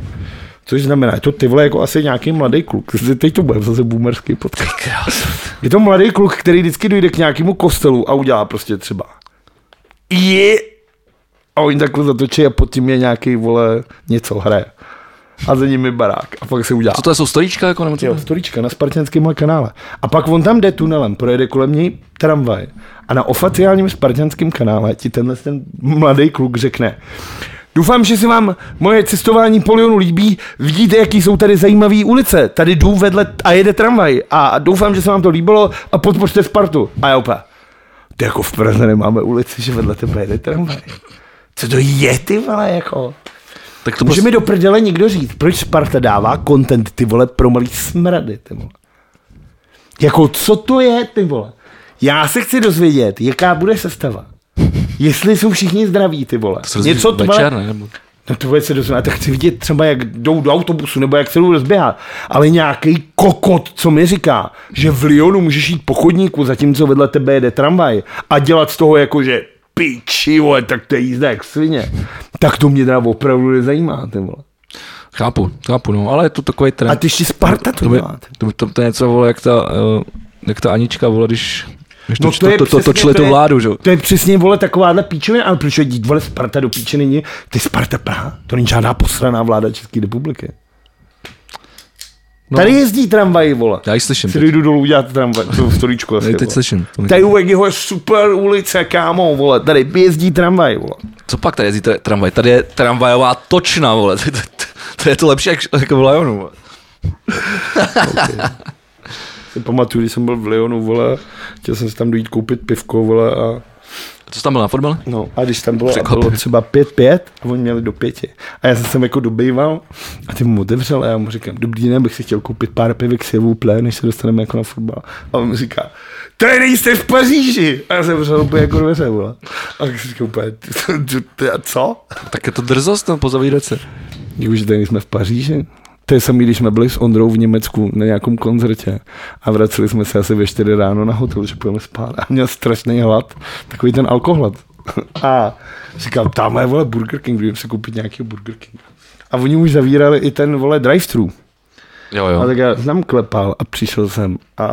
[SPEAKER 1] Což znamená, je to ty vole jako asi nějaký mladý kluk. Teď to bude zase boomerský podcast. Je to mladý kluk, který vždycky dojde k nějakému kostelu a udělá prostě třeba je a oni takhle zatočí a pod tím je nějaký vole něco hraje. A za ním je barák. A pak se udělá
[SPEAKER 2] Co to je, jsou stojíčka, jako nebo co?
[SPEAKER 1] Jo, stolička Prostě na spartanském kanále. A pak on tam jde tunelem, projede kolem něj tramvaj. A na oficiálním spartanském kanále ti tenhle ten mladý kluk řekne. Doufám, že se vám moje cestování po Lyonu líbí. Vidíte, jaký jsou tady zajímavé ulice. Tady jdu vedle t- a jede tramvaj. A doufám, že se vám to líbilo a podpořte Spartu. A já opět. To jako v Praze nemáme ulici, že vedle tebe jede tramvaj. Co to je, ty vole, jako?
[SPEAKER 2] Tak to prostě
[SPEAKER 1] Může mi do prdele někdo říct, proč Sparta dává content, ty vole, pro malý smrady, ty vole. Jako, co to je, ty vole? Já se chci dozvědět, jaká bude sestava. Jestli jsou všichni zdraví, ty vole.
[SPEAKER 2] prostě něco
[SPEAKER 1] ty
[SPEAKER 2] večer, ne? Nebo...
[SPEAKER 1] No to bude se dozvědět, tak chci vidět třeba, jak jdou do autobusu, nebo jak se jdou rozběhat. Ale nějaký kokot, co mi říká, že v Lyonu můžeš jít po chodníku, zatímco vedle tebe jede tramvaj a dělat z toho jako, že piči, vole, tak to je jízda jak svině. Tak to mě teda opravdu nezajímá, ty vole.
[SPEAKER 2] Chápu, chápu, no, ale je to takový trend.
[SPEAKER 1] A ty ještě Sparta to
[SPEAKER 2] To, by,
[SPEAKER 1] dělá. ty.
[SPEAKER 2] to, by- to, to, je něco, vole, jak ta, eh, jak ta Anička, vole, když, když
[SPEAKER 1] No
[SPEAKER 2] to, to, to, to, to,
[SPEAKER 1] přesně-
[SPEAKER 2] točili
[SPEAKER 1] je-
[SPEAKER 2] tu vládu, že? jo?
[SPEAKER 1] To je přesně, vole, takováhle píčovina, ale proč je dít, vole, Sparta do píče není, ty Sparta Praha, to není žádná posraná vláda České republiky. No.
[SPEAKER 2] No.
[SPEAKER 1] Tady jezdí tramvaj, vole.
[SPEAKER 2] Já ji slyším.
[SPEAKER 1] Si
[SPEAKER 2] Teď,
[SPEAKER 1] dojdu dolů udělat tramvaj, to stolíčko asi,
[SPEAKER 2] teď, teď
[SPEAKER 1] vole.
[SPEAKER 2] slyším. To mi-
[SPEAKER 1] Tady u Vegiho je super ulice, kámo, vole, tady jezdí tramvaj, vole.
[SPEAKER 2] Co pak tady jezdí tra- tramvaj? Tady je tramvajová točna, vole. To, to, to, to je to lepší, jak, jak v Lyonu, vole.
[SPEAKER 1] Si pamatuju, když jsem byl v Lyonu, vole, chtěl jsem si tam dojít koupit pivko, vole, a
[SPEAKER 2] Co jsi tam byl na fotbale?
[SPEAKER 1] No a když tam bylo, a
[SPEAKER 2] Překvapivě.
[SPEAKER 1] bylo třeba 5-5 a oni měli do pěti. A já jsem se jako dobýval a ty mu otevřel a já mu říkám, dobrý den, bych si chtěl koupit pár pivek s jevů plé, než se dostaneme jako na fotbal. A on mi říká, to je nejste v Paříži. A já jsem vřel úplně jako dveře, vole. A tak si říkám úplně, "Ty- ty- ty- a co?
[SPEAKER 2] Tak je to drzost, no, ten pozavídat se.
[SPEAKER 1] Díku, že tady jsme v Paříži. To je samý, když jsme byli s Ondrou v Německu na nějakém koncertě a vraceli jsme se asi ve 4 ráno na hotel, že půjdeme spát a měl strašný hlad, takový ten alkohlad. A říkám, tamhle je vole Burger King, budeme si koupit nějaký Burger King. A oni už zavírali i ten vole drive-thru.
[SPEAKER 2] Jo,
[SPEAKER 1] A
[SPEAKER 2] jo.
[SPEAKER 1] tak já jsem klepal a přišel jsem a,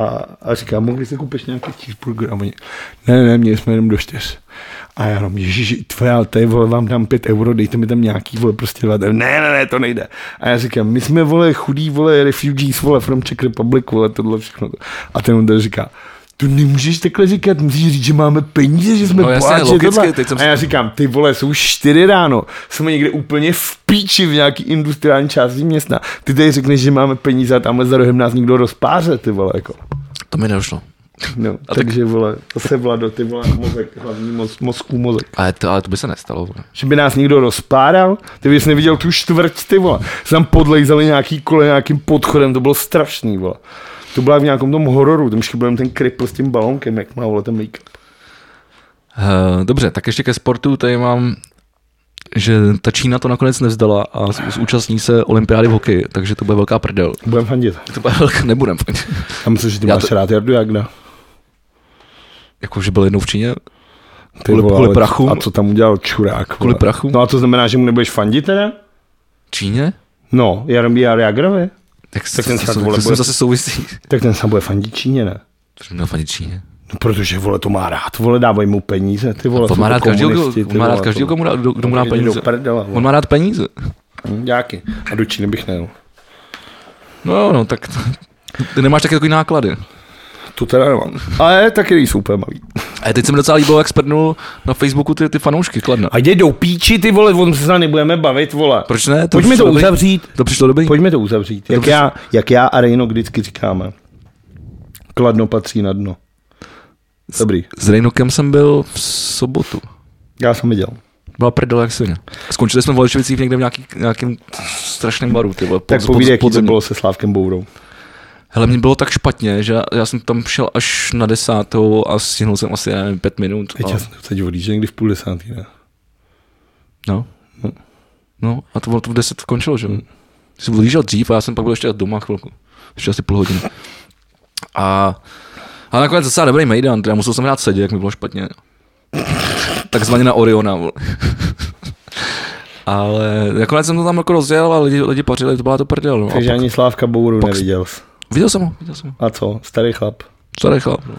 [SPEAKER 1] a říkám, mohli si koupit nějaký cheeseburger? A oni, ne, ne, měli jsme jenom do čtyř. A já jenom, ježiši, tvoje, ale tady, vole, vám dám pět euro, dejte mi tam nějaký, vole, prostě dva. Ne, ne, ne, to nejde. A já říkám, my jsme, vole, chudí, vole, refugees, vole, from Czech Republic, vole, tohle všechno. A ten on říká, to nemůžeš takhle říkat, musíš říct, že máme peníze, že jsme
[SPEAKER 2] No jasně,
[SPEAKER 1] boháči,
[SPEAKER 2] logicky,
[SPEAKER 1] tohle."
[SPEAKER 2] teď jsem
[SPEAKER 1] A já říkám, ty vole, jsou čtyři ráno, jsme někde úplně v píči v nějaký industriální části města. Ty tady řekneš, že máme peníze a tamhle za rohem nás někdo rozpáře, ty vole, jako.
[SPEAKER 2] To mi nedošlo.
[SPEAKER 1] No,
[SPEAKER 2] A tak-
[SPEAKER 1] takže, vole, to se vlado, ty vole, mozek, hlavní moz, mozku mozek.
[SPEAKER 2] Ale to, ale to by se nestalo. vole.
[SPEAKER 1] Že by nás někdo rozpáral, ty bys neviděl tu čtvrť, ty vole. Tam podlejzali nějaký kole nějakým podchodem, to bylo strašný, vole. To byla v nějakém tom hororu, tam ještě byl ten kripl s tím balónkem, jak má, vole, ten make
[SPEAKER 2] Eh, dobře, tak ještě ke sportu. Tady mám, že ta Čína to nakonec nevzdala a z- zúčastní se olympiády v hokeji, takže to bude velká prdel.
[SPEAKER 1] Budem fandit.
[SPEAKER 2] To bude velká, nebudem.
[SPEAKER 1] Já myslím, že ty
[SPEAKER 2] Já
[SPEAKER 1] máš
[SPEAKER 2] to-
[SPEAKER 1] rád Jardu Jagna.
[SPEAKER 2] jako, že byl jednou v Číně,
[SPEAKER 1] Ty
[SPEAKER 2] Kvůli- kvůli
[SPEAKER 1] ale-
[SPEAKER 2] prachům?
[SPEAKER 1] A co tam udělal čurák?
[SPEAKER 2] Kvůli
[SPEAKER 1] vole.
[SPEAKER 2] prachům?
[SPEAKER 1] No a to znamená, že mu nebudeš fandit teda?
[SPEAKER 2] Číně?
[SPEAKER 1] No, Jaromír Jagrovi.
[SPEAKER 2] Tak,
[SPEAKER 1] Tak ten
[SPEAKER 2] to,
[SPEAKER 1] snad,
[SPEAKER 2] to,
[SPEAKER 1] vole,
[SPEAKER 2] to, to
[SPEAKER 1] bude-
[SPEAKER 2] zase souvisí.
[SPEAKER 1] Tak ten sám bude fandit Číně, ne?
[SPEAKER 2] Proč měl fandit Číně?
[SPEAKER 1] No, protože, vole, to má rád, vole, dávají mu peníze, ty vole.
[SPEAKER 2] To
[SPEAKER 1] jsou
[SPEAKER 2] má rád každý, kdo,
[SPEAKER 1] komunisti, ty
[SPEAKER 2] on má
[SPEAKER 1] vole,
[SPEAKER 2] rád každý,
[SPEAKER 1] to-
[SPEAKER 2] komu dá, kdo, kdo mu dá
[SPEAKER 1] Jdi do
[SPEAKER 2] peníze.
[SPEAKER 1] prdele, vole.
[SPEAKER 2] On má rád peníze.
[SPEAKER 1] Hm, Děky. A do Číny bych nejel.
[SPEAKER 2] No jo, no, tak to, ty nemáš taky takový náklady.
[SPEAKER 1] Tu teda nemám. Ale taky nejsou úplně malý.
[SPEAKER 2] A teď jsem docela líbilo, jak spadnul na Facebooku ty, ty fanoušky Kladna.
[SPEAKER 1] A jde do píči, ty vole, on se snad nebudeme bavit, vole.
[SPEAKER 2] Proč ne?
[SPEAKER 1] Pojďme
[SPEAKER 2] přišlo
[SPEAKER 1] to
[SPEAKER 2] dobrý.
[SPEAKER 1] uzavřít.
[SPEAKER 2] To přišlo dobrý.
[SPEAKER 1] Pojďme to uzavřít. Jak
[SPEAKER 2] Dobře.
[SPEAKER 1] já, jak já a Rejno vždycky říkáme. Kladno patří na dno. Dobrý.
[SPEAKER 2] S Rejnokem jsem byl v sobotu.
[SPEAKER 1] Já jsem viděl.
[SPEAKER 2] Byla prdel jak svině. Skončili jsme v Holešovicích někde v nějaký, nějakým strašném baru. Ty vole, pod,
[SPEAKER 1] Tak povídej, jaký to bylo se Slávkem Bourou.
[SPEAKER 2] Hele, mě bylo tak špatně, že já, já jsem tam šel až na desátou a stihnul jsem asi, já nevím, pět minut.
[SPEAKER 1] Teď
[SPEAKER 2] a,
[SPEAKER 1] já jsem to teď volí, že někdy v půl desátý, ne?
[SPEAKER 2] No.
[SPEAKER 1] No.
[SPEAKER 2] No a to bylo to v 10 končilo, že? Jsem vylížel dřív a já jsem pak byl ještě doma chvilku. Ještě asi půl hodiny. A, a nakonec docela dobrý mejdan, teda musel jsem hrát sedět, jak mi bylo špatně. Takzvaně na Oriona. vole. Ale nakonec jsem to tam jako rozjel a lidi, lidi pařili, to byla to prdel. No. A
[SPEAKER 1] Takže
[SPEAKER 2] pak,
[SPEAKER 1] ani Slávka Bouru
[SPEAKER 2] pak-
[SPEAKER 1] neviděl.
[SPEAKER 2] viděl jsem ho, viděl jsem ho.
[SPEAKER 1] A co? Starý chlap.
[SPEAKER 2] Starý chlap, no.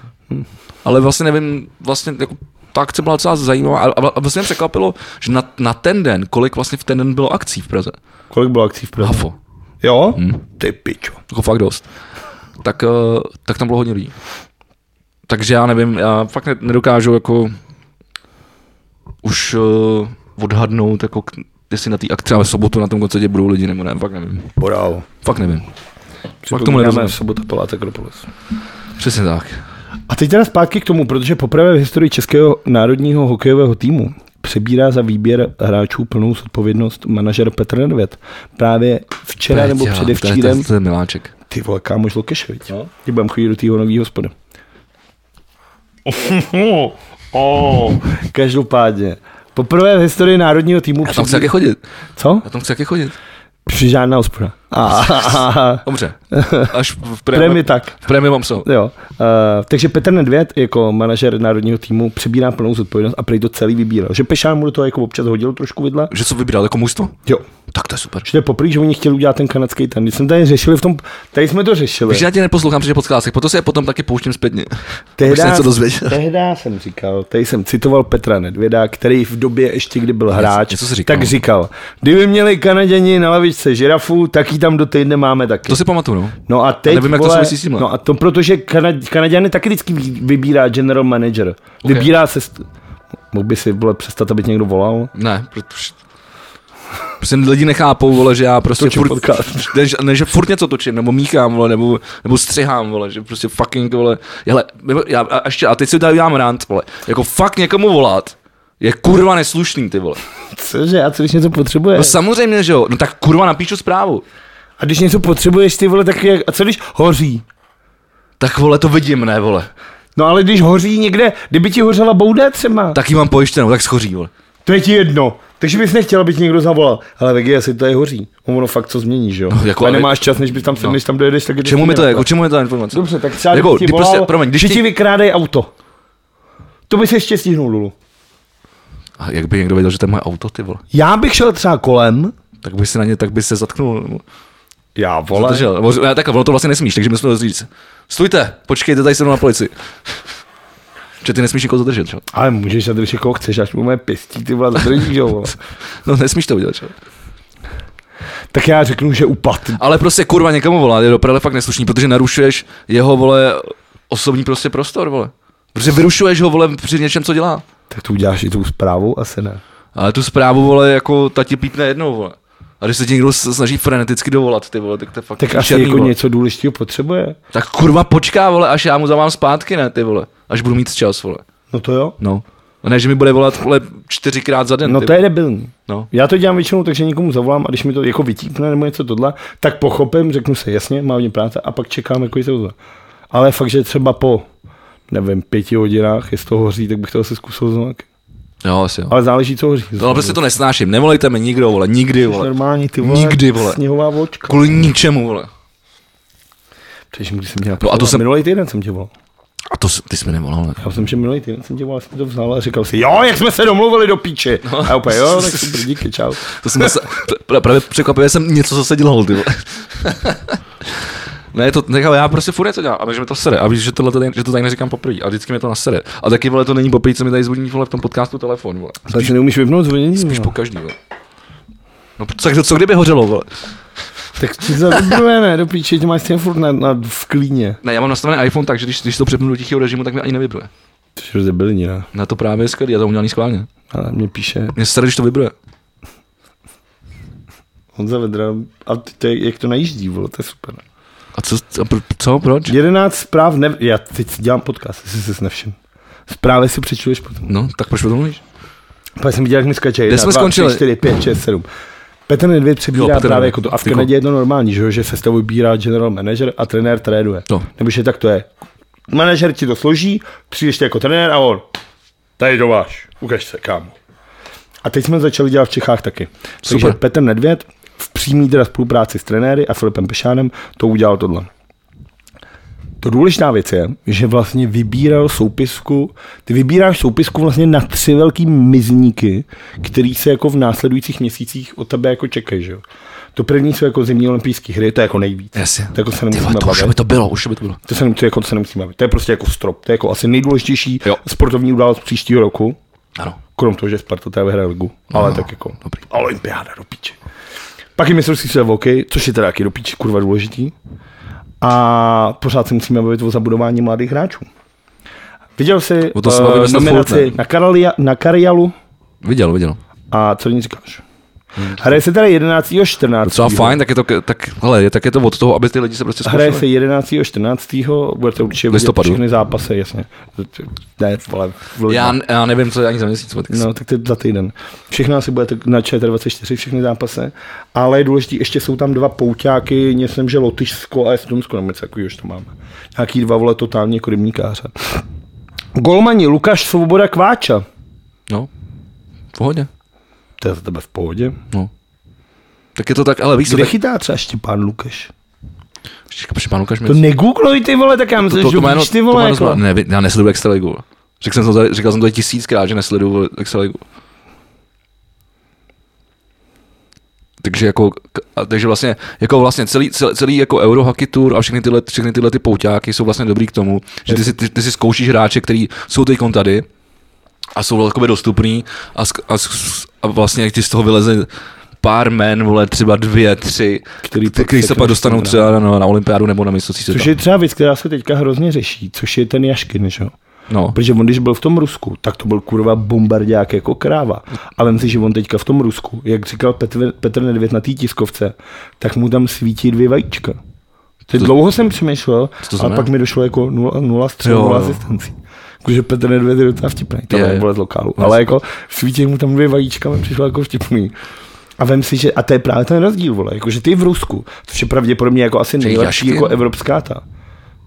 [SPEAKER 2] Ale vlastně nevím, vlastně jako ta akce byla docela zajímavá a, a vlastně mě překvapilo, že na, na ten den, kolik vlastně v ten den bylo akcí v Praze.
[SPEAKER 1] Kolik bylo akcí v Praze?
[SPEAKER 2] Hafo.
[SPEAKER 1] Jo? Hm. Ty pičo.
[SPEAKER 2] jako fakt dost, tak, eh, tak tam bylo hodně lidí. Takže já nevím, já fakt ne- nedokážu jako už eh, odhadnout, jako k- jestli na té akci třeba v sobotu na tom koncertě budou lidi nebo ne, fakt nevím.
[SPEAKER 1] Bravo.
[SPEAKER 2] Fakt nevím.
[SPEAKER 1] Pak
[SPEAKER 2] tomu
[SPEAKER 1] tomu
[SPEAKER 2] nerozumím.
[SPEAKER 1] v sobotu Palác Akropolis.
[SPEAKER 2] Přesně tak.
[SPEAKER 1] A teď teda zpátky k tomu, protože poprvé v historii českého národního hokejového týmu přebírá za výběr hráčů plnou zodpovědnost manažer Petr Nedvěd. Právě včera nebo
[SPEAKER 2] Peťa, To je, to
[SPEAKER 1] předevčírem.
[SPEAKER 2] je, to je miláček.
[SPEAKER 1] Ty vole, kámoš Lokeševič. No? Ty budem chodit do tého nového hospody. oh. Každopádně. Poprvé v historii národního týmu
[SPEAKER 2] Já tam chci
[SPEAKER 1] přibývá-
[SPEAKER 2] taky chodit.
[SPEAKER 1] Co?
[SPEAKER 2] Já tam chci taky chodit.
[SPEAKER 1] Při žádná hospoda. A,
[SPEAKER 2] Dobře. Až v
[SPEAKER 1] Prémie
[SPEAKER 2] prémiu,
[SPEAKER 1] tak.
[SPEAKER 2] v prémiu mám jsou.
[SPEAKER 1] Jo. Uh, takže Petr Nedvěd jako manažer národního týmu přebírá plnou zodpovědnost a prej to celý vybíral. Že Pešán mu do toho jako občas hodil trošku vidla.
[SPEAKER 2] Že co vybíral, jako mužstvo?
[SPEAKER 1] Jo.
[SPEAKER 2] Tak to je super.
[SPEAKER 1] Že to je poprvé, že oni chtěli udělat ten kanadský ten. Když jsme tady řešili v tom, tady jsme to řešili.
[SPEAKER 2] Víš, že já tě neposlouchám při podcastech, proto se je potom taky pouštím zpětně. Abych se
[SPEAKER 1] Tehdy
[SPEAKER 2] něco dozvěděl.
[SPEAKER 1] Tehdy jsem říkal, tady jsem citoval Petra Nedvěda, který v době ještě, kdy byl hráč,
[SPEAKER 2] něco jsi říkal.
[SPEAKER 1] tak říkal, kdyby měli Kanaděni na lavičce žirafu, tak ji tam do týdne máme taky.
[SPEAKER 2] To si pamatuju, no.
[SPEAKER 1] No a teď,
[SPEAKER 2] A nevím, jak to
[SPEAKER 1] vole,
[SPEAKER 2] souvisí s tímhle.
[SPEAKER 1] No a to protože Kanad, Kanaděny taky vždycky vy- vybírá general manager.
[SPEAKER 2] Ok.
[SPEAKER 1] Vybírá se... St- mohl by si vole, přestat, aby tě někdo volal?
[SPEAKER 2] Ne, protože... Prostě lidi nechápou, vole, že já prostě
[SPEAKER 1] Točím
[SPEAKER 2] furt,
[SPEAKER 1] podcast.
[SPEAKER 2] ne, že- ne, že furt něco točím, nebo míchám, vole, nebo, nebo střihám, vole, že prostě fucking, vole, hele, nebo- já, a, ještě, a teď si dávám rant, vole, jako fakt někomu volat, je kurva neslušný, ty vole.
[SPEAKER 1] Cože, a co když něco
[SPEAKER 2] No
[SPEAKER 1] potřebuješ?
[SPEAKER 2] samozřejmě, že jo, no tak kurva napíšu zprávu.
[SPEAKER 1] A když něco potřebuješ, ty vole, tak jak, a co když hoří?
[SPEAKER 2] Tak vole, to vidím, ne, vole.
[SPEAKER 1] No ale když hoří někde, kdyby ti hořela bouda třeba, tak.
[SPEAKER 2] Taky mám pojištěnou, tak schoří, vole.
[SPEAKER 1] to je ti jedno. Takže bys nechtěl, aby ti někdo zavolal. Ale Vegy, asi to je hoří. Ono fakt co změní, že jo?
[SPEAKER 2] No, jako
[SPEAKER 1] a
[SPEAKER 2] ale-
[SPEAKER 1] nemáš čas, než bys tam, no. než tam dojedeš, tak jdeš
[SPEAKER 2] Čemu mi to je,
[SPEAKER 1] jinam.
[SPEAKER 2] jako, čemu je ta informace?
[SPEAKER 1] Dobře, tak třeba
[SPEAKER 2] jako,
[SPEAKER 1] jako, ti
[SPEAKER 2] kdy
[SPEAKER 1] volal,
[SPEAKER 2] prostě, promiň, když
[SPEAKER 1] že ti
[SPEAKER 2] ti...
[SPEAKER 1] vykrádej auto. To by se ještě stihnul dolů.
[SPEAKER 2] A jak by někdo věděl, že to je moje auto, ty vole.
[SPEAKER 1] Já bych šel třeba kolem.
[SPEAKER 2] Tak by se na ně, tak by se zatknul. nebo-
[SPEAKER 1] Já vole.
[SPEAKER 2] Zadržel. Nebo, ne, tak, ono to vlastně nesmíš, takže musíme to říct. Stůjte, počkejte, tady se jdu na policii. Že ty nesmíš nikoho zadržet, čo?
[SPEAKER 1] Ale můžeš zadržet, koho chceš, až mu moje pěstí, ty vole, zadržíš, jo. vole.
[SPEAKER 2] No nesmíš to udělat, čo?
[SPEAKER 1] Tak já řeknu, že upad.
[SPEAKER 2] Ale prostě kurva někomu volat je doprava fakt neslušný, protože narušuješ jeho, vole, osobní prostě prostor, vole. Protože vyrušuješ ho, vole, při něčem, co dělá.
[SPEAKER 1] Tak to uděláš i tou zprávou, asi ne.
[SPEAKER 2] Ale tu zprávu, vole, jako ta ti pítne jednou, vole. A když se ti někdo s- snaží freneticky dovolat, ty vole, tak to je fakt
[SPEAKER 1] Tak asi
[SPEAKER 2] černý,
[SPEAKER 1] jako
[SPEAKER 2] vole.
[SPEAKER 1] něco důležitého potřebuje.
[SPEAKER 2] Tak kurva počká, vole, až já mu zavám zpátky, ne, ty vole. Až budu mít čas, vole.
[SPEAKER 1] No to jo.
[SPEAKER 2] No. A ne, že mi bude volat, vole, čtyřikrát za den,
[SPEAKER 1] No
[SPEAKER 2] ty
[SPEAKER 1] to je debilní.
[SPEAKER 2] No.
[SPEAKER 1] Já to dělám většinou, takže někomu zavolám a když mi to jako vytípne nebo něco tohle, tak pochopím, řeknu se jasně, mám mě práce a pak čekám, jako se ozve. Ale fakt, že třeba po, nevím, pěti hodinách, jestli to hoří, tak bych to asi zkusil znak.
[SPEAKER 2] Jo, asi jo.
[SPEAKER 1] Ale záleží, co hoří.
[SPEAKER 2] No, ale prostě to nesnáším. Nevolejte mi nikdo, vole, nikdy, vole.
[SPEAKER 1] Normální ty vole.
[SPEAKER 2] Nikdy, vole.
[SPEAKER 1] Sněhová vočka.
[SPEAKER 2] Kvůli ničemu, vole.
[SPEAKER 1] Předtím, když jsem dělal.
[SPEAKER 2] No a to jsem-
[SPEAKER 1] Minulý týden jsem tě volal.
[SPEAKER 2] A to jsi- ty jsi mi nevolal, ne?
[SPEAKER 1] Já jsem, že minulý týden jsem tě volal, jsem to vzal a říkal si, jo, jak jsme se domluvili do píči. No. A opět, jo, tak super, díky, čau.
[SPEAKER 2] To jsem zase, pra- právě překvapivě jsem něco zase dělal, ty vole. Ne, to, ne, ale já prostě furt něco dělám, ale že mi to sere. A víš, že, tohle tady, že to tady neříkám poprvé. A vždycky mi to nasere. A taky, vole, to není poprvé, co mi tady zvoní vole, v tom podcastu telefon, vole.
[SPEAKER 1] Ale si neumíš vypnout zvonění.
[SPEAKER 2] Spíš
[SPEAKER 1] no.
[SPEAKER 2] po každý, vole. No, tak co kdyby hořelo, vole?
[SPEAKER 1] Tak ti zavibruje, ne, do píči, tě máš s tím furt na, na, v klíně.
[SPEAKER 2] Ne, já mám nastavený iPhone tak, že když, když to přepnu do tichého režimu, tak mi ani nevibruje.
[SPEAKER 1] To je debilní, ne?
[SPEAKER 2] Na to právě je skvělý, já to umělý schválně.
[SPEAKER 1] Ale mě píše
[SPEAKER 2] Mě sere, když to vibruje.
[SPEAKER 1] Honza Vedra, a ty, to je, jak to najíždí, vole, to je super. Ne?
[SPEAKER 2] A co, a pro, co proč?
[SPEAKER 1] 11 zpráv, ne, já teď si dělám podcast, jestli jsi nevšiml. Zprávy si přečteš potom.
[SPEAKER 2] No, tak proč o tom mluvíš?
[SPEAKER 1] Pak jsem viděl, jak mi skače. Jedna,
[SPEAKER 2] jsme
[SPEAKER 1] dva,
[SPEAKER 2] skončili?
[SPEAKER 1] Tři, čtyři, pět, šest, sedm. Petr Nedvěd
[SPEAKER 2] Jo,
[SPEAKER 1] přebírá
[SPEAKER 2] Petr
[SPEAKER 1] jo, právě
[SPEAKER 2] Nedvěd.
[SPEAKER 1] jako to. A v
[SPEAKER 2] Jako-
[SPEAKER 1] Kanadě je to normální, že, jo, že se s tebou vybírá general manager a trenér tréduje.
[SPEAKER 2] No.
[SPEAKER 1] Nebo že tak to je. Manažer ti to složí, přijdeš ty jako trenér a on. Tady to máš, ukaž se, kámo. A teď jsme začali dělat v Čechách taky. Super.
[SPEAKER 2] Super.
[SPEAKER 1] Takže Petr Nedvěd v přímý teda spolupráci s trenéry a Filipem Pešánem to udělal tohle. To důležitá věc je, že vlastně vybíral soupisku, ty vybíráš soupisku vlastně na tři velký mizníky, který se jako v následujících měsících od tebe jako čekají, že jo. To první jsou jako zimní olympijské hry, to je jako nejvíc.
[SPEAKER 2] Jasně.
[SPEAKER 1] To jako se
[SPEAKER 2] Ty
[SPEAKER 1] nemusíme
[SPEAKER 2] vole, to už
[SPEAKER 1] bavit.
[SPEAKER 2] by to bylo, už by to bylo.
[SPEAKER 1] To se, nem- to, jako, to se nemusíme bavit. To je prostě jako strop. To je jako asi nejdůležitější
[SPEAKER 2] Jo.
[SPEAKER 1] jo. sportovní událost příštího roku.
[SPEAKER 2] Ano.
[SPEAKER 1] Krom toho, že Sparta teda vyhraje ligu. Ale tak jako
[SPEAKER 2] dobrý.
[SPEAKER 1] olympiáda do píče. Pak je mistrovství světa v hokeji, což je teda taky do píče kurva důležitý. A pořád se musíme bavit o zabudování mladých hráčů. Viděl jsi
[SPEAKER 2] O to se
[SPEAKER 1] eh,
[SPEAKER 2] bavíme snad furt,
[SPEAKER 1] nominaci
[SPEAKER 2] ne?
[SPEAKER 1] na, Karalia, na Karialu
[SPEAKER 2] Viděl, viděl.
[SPEAKER 1] a co do ní říkáš? Hraje se teda 11. 14.
[SPEAKER 2] Hmm. Docela fajn, tak je to, ke- tak, hele, je, tak je to od toho, aby ty lidi se prostě
[SPEAKER 1] Hraje se
[SPEAKER 2] zkoušeli.
[SPEAKER 1] 11. 14. Budete určitě vidět
[SPEAKER 2] Listopadu.
[SPEAKER 1] všechny zápasy, jasně. Ne, vole, v lednu.
[SPEAKER 2] Já, já nevím, co je ani za měsíc. vole, tak
[SPEAKER 1] No, tak to je za týden. Všechno asi bude tak na ČT24, všechny zápasy, ale je důležité, ještě jsou tam dva pouťáky, myslím, že Lotyšsko a Estonsko, nebo něco takového, už to máme. Nějaký dva vole totální jako rybníkáře. Golmani, Lukáš Svoboda Kváča.
[SPEAKER 2] No, v pohodě.
[SPEAKER 1] To je za tebe v pohodě.
[SPEAKER 2] No. Tak je to tak, ale víš, co,
[SPEAKER 1] Kde
[SPEAKER 2] tak,
[SPEAKER 1] chytá třeba Štěpán Lukáš?
[SPEAKER 2] Čekaj, počkej, pán Lukáš mi...
[SPEAKER 1] To negoogloj ty vole, tak já myslím, že to víš ty vole.
[SPEAKER 2] jméno
[SPEAKER 1] jako.
[SPEAKER 2] zna- ne, já nesleduju Extraligu. vole. Řekl jsem to, tady- říkal jsem to tady tisíckrát, že nesleduju vole, Extraligu. Takže jako, k- a takže vlastně, jako vlastně celý, celý, celý jako Eurohockey Tour a všechny tyhle, všechny tyhle ty pouťáky jsou vlastně dobrý k tomu, že ty si, ty, ty si zkoušíš hráče, který jsou teď tady a jsou takové dostupný a, sk- a, sk- a vlastně jak ti z toho vyleze pár men, vole, třeba dvě, tři, který,
[SPEAKER 1] Který pak
[SPEAKER 2] který se
[SPEAKER 1] řekneš,
[SPEAKER 2] pak dostanou no,
[SPEAKER 1] dobrá.
[SPEAKER 2] třeba na, na olympiádu nebo na mistrovství světa.
[SPEAKER 1] Což je třeba věc, která se teďka hrozně řeší, což je ten Jaškin, že jo.
[SPEAKER 2] No.
[SPEAKER 1] Protože on, když byl v tom Rusku, tak to byl kurva bombardák jako kráva. A vem si, že on teďka v tom Rusku, jak říkal Petr, Petr Nedvěd na té tiskovce, tak mu tam svítí dvě vajíčka. Ty
[SPEAKER 2] Co-
[SPEAKER 1] dlouho jsem přemýšlel,
[SPEAKER 2] to
[SPEAKER 1] a
[SPEAKER 2] znamená?
[SPEAKER 1] pak mi došlo jako nula, nula střel,
[SPEAKER 2] Jo,
[SPEAKER 1] nula
[SPEAKER 2] jo.
[SPEAKER 1] asistencí. Jakože Petr Nedvěd je docela vtipný, to
[SPEAKER 2] Je.
[SPEAKER 1] nebylo z lokálu. Ale jako svítí mu tam dvě vajíčka, mi přišlo jako vtipný. A vem si, že, a to je právě ten rozdíl, vole, jakože ty v Rusku, což je pravděpodobně jako asi nejlepší
[SPEAKER 2] Jaškin.
[SPEAKER 1] jako evropská ta.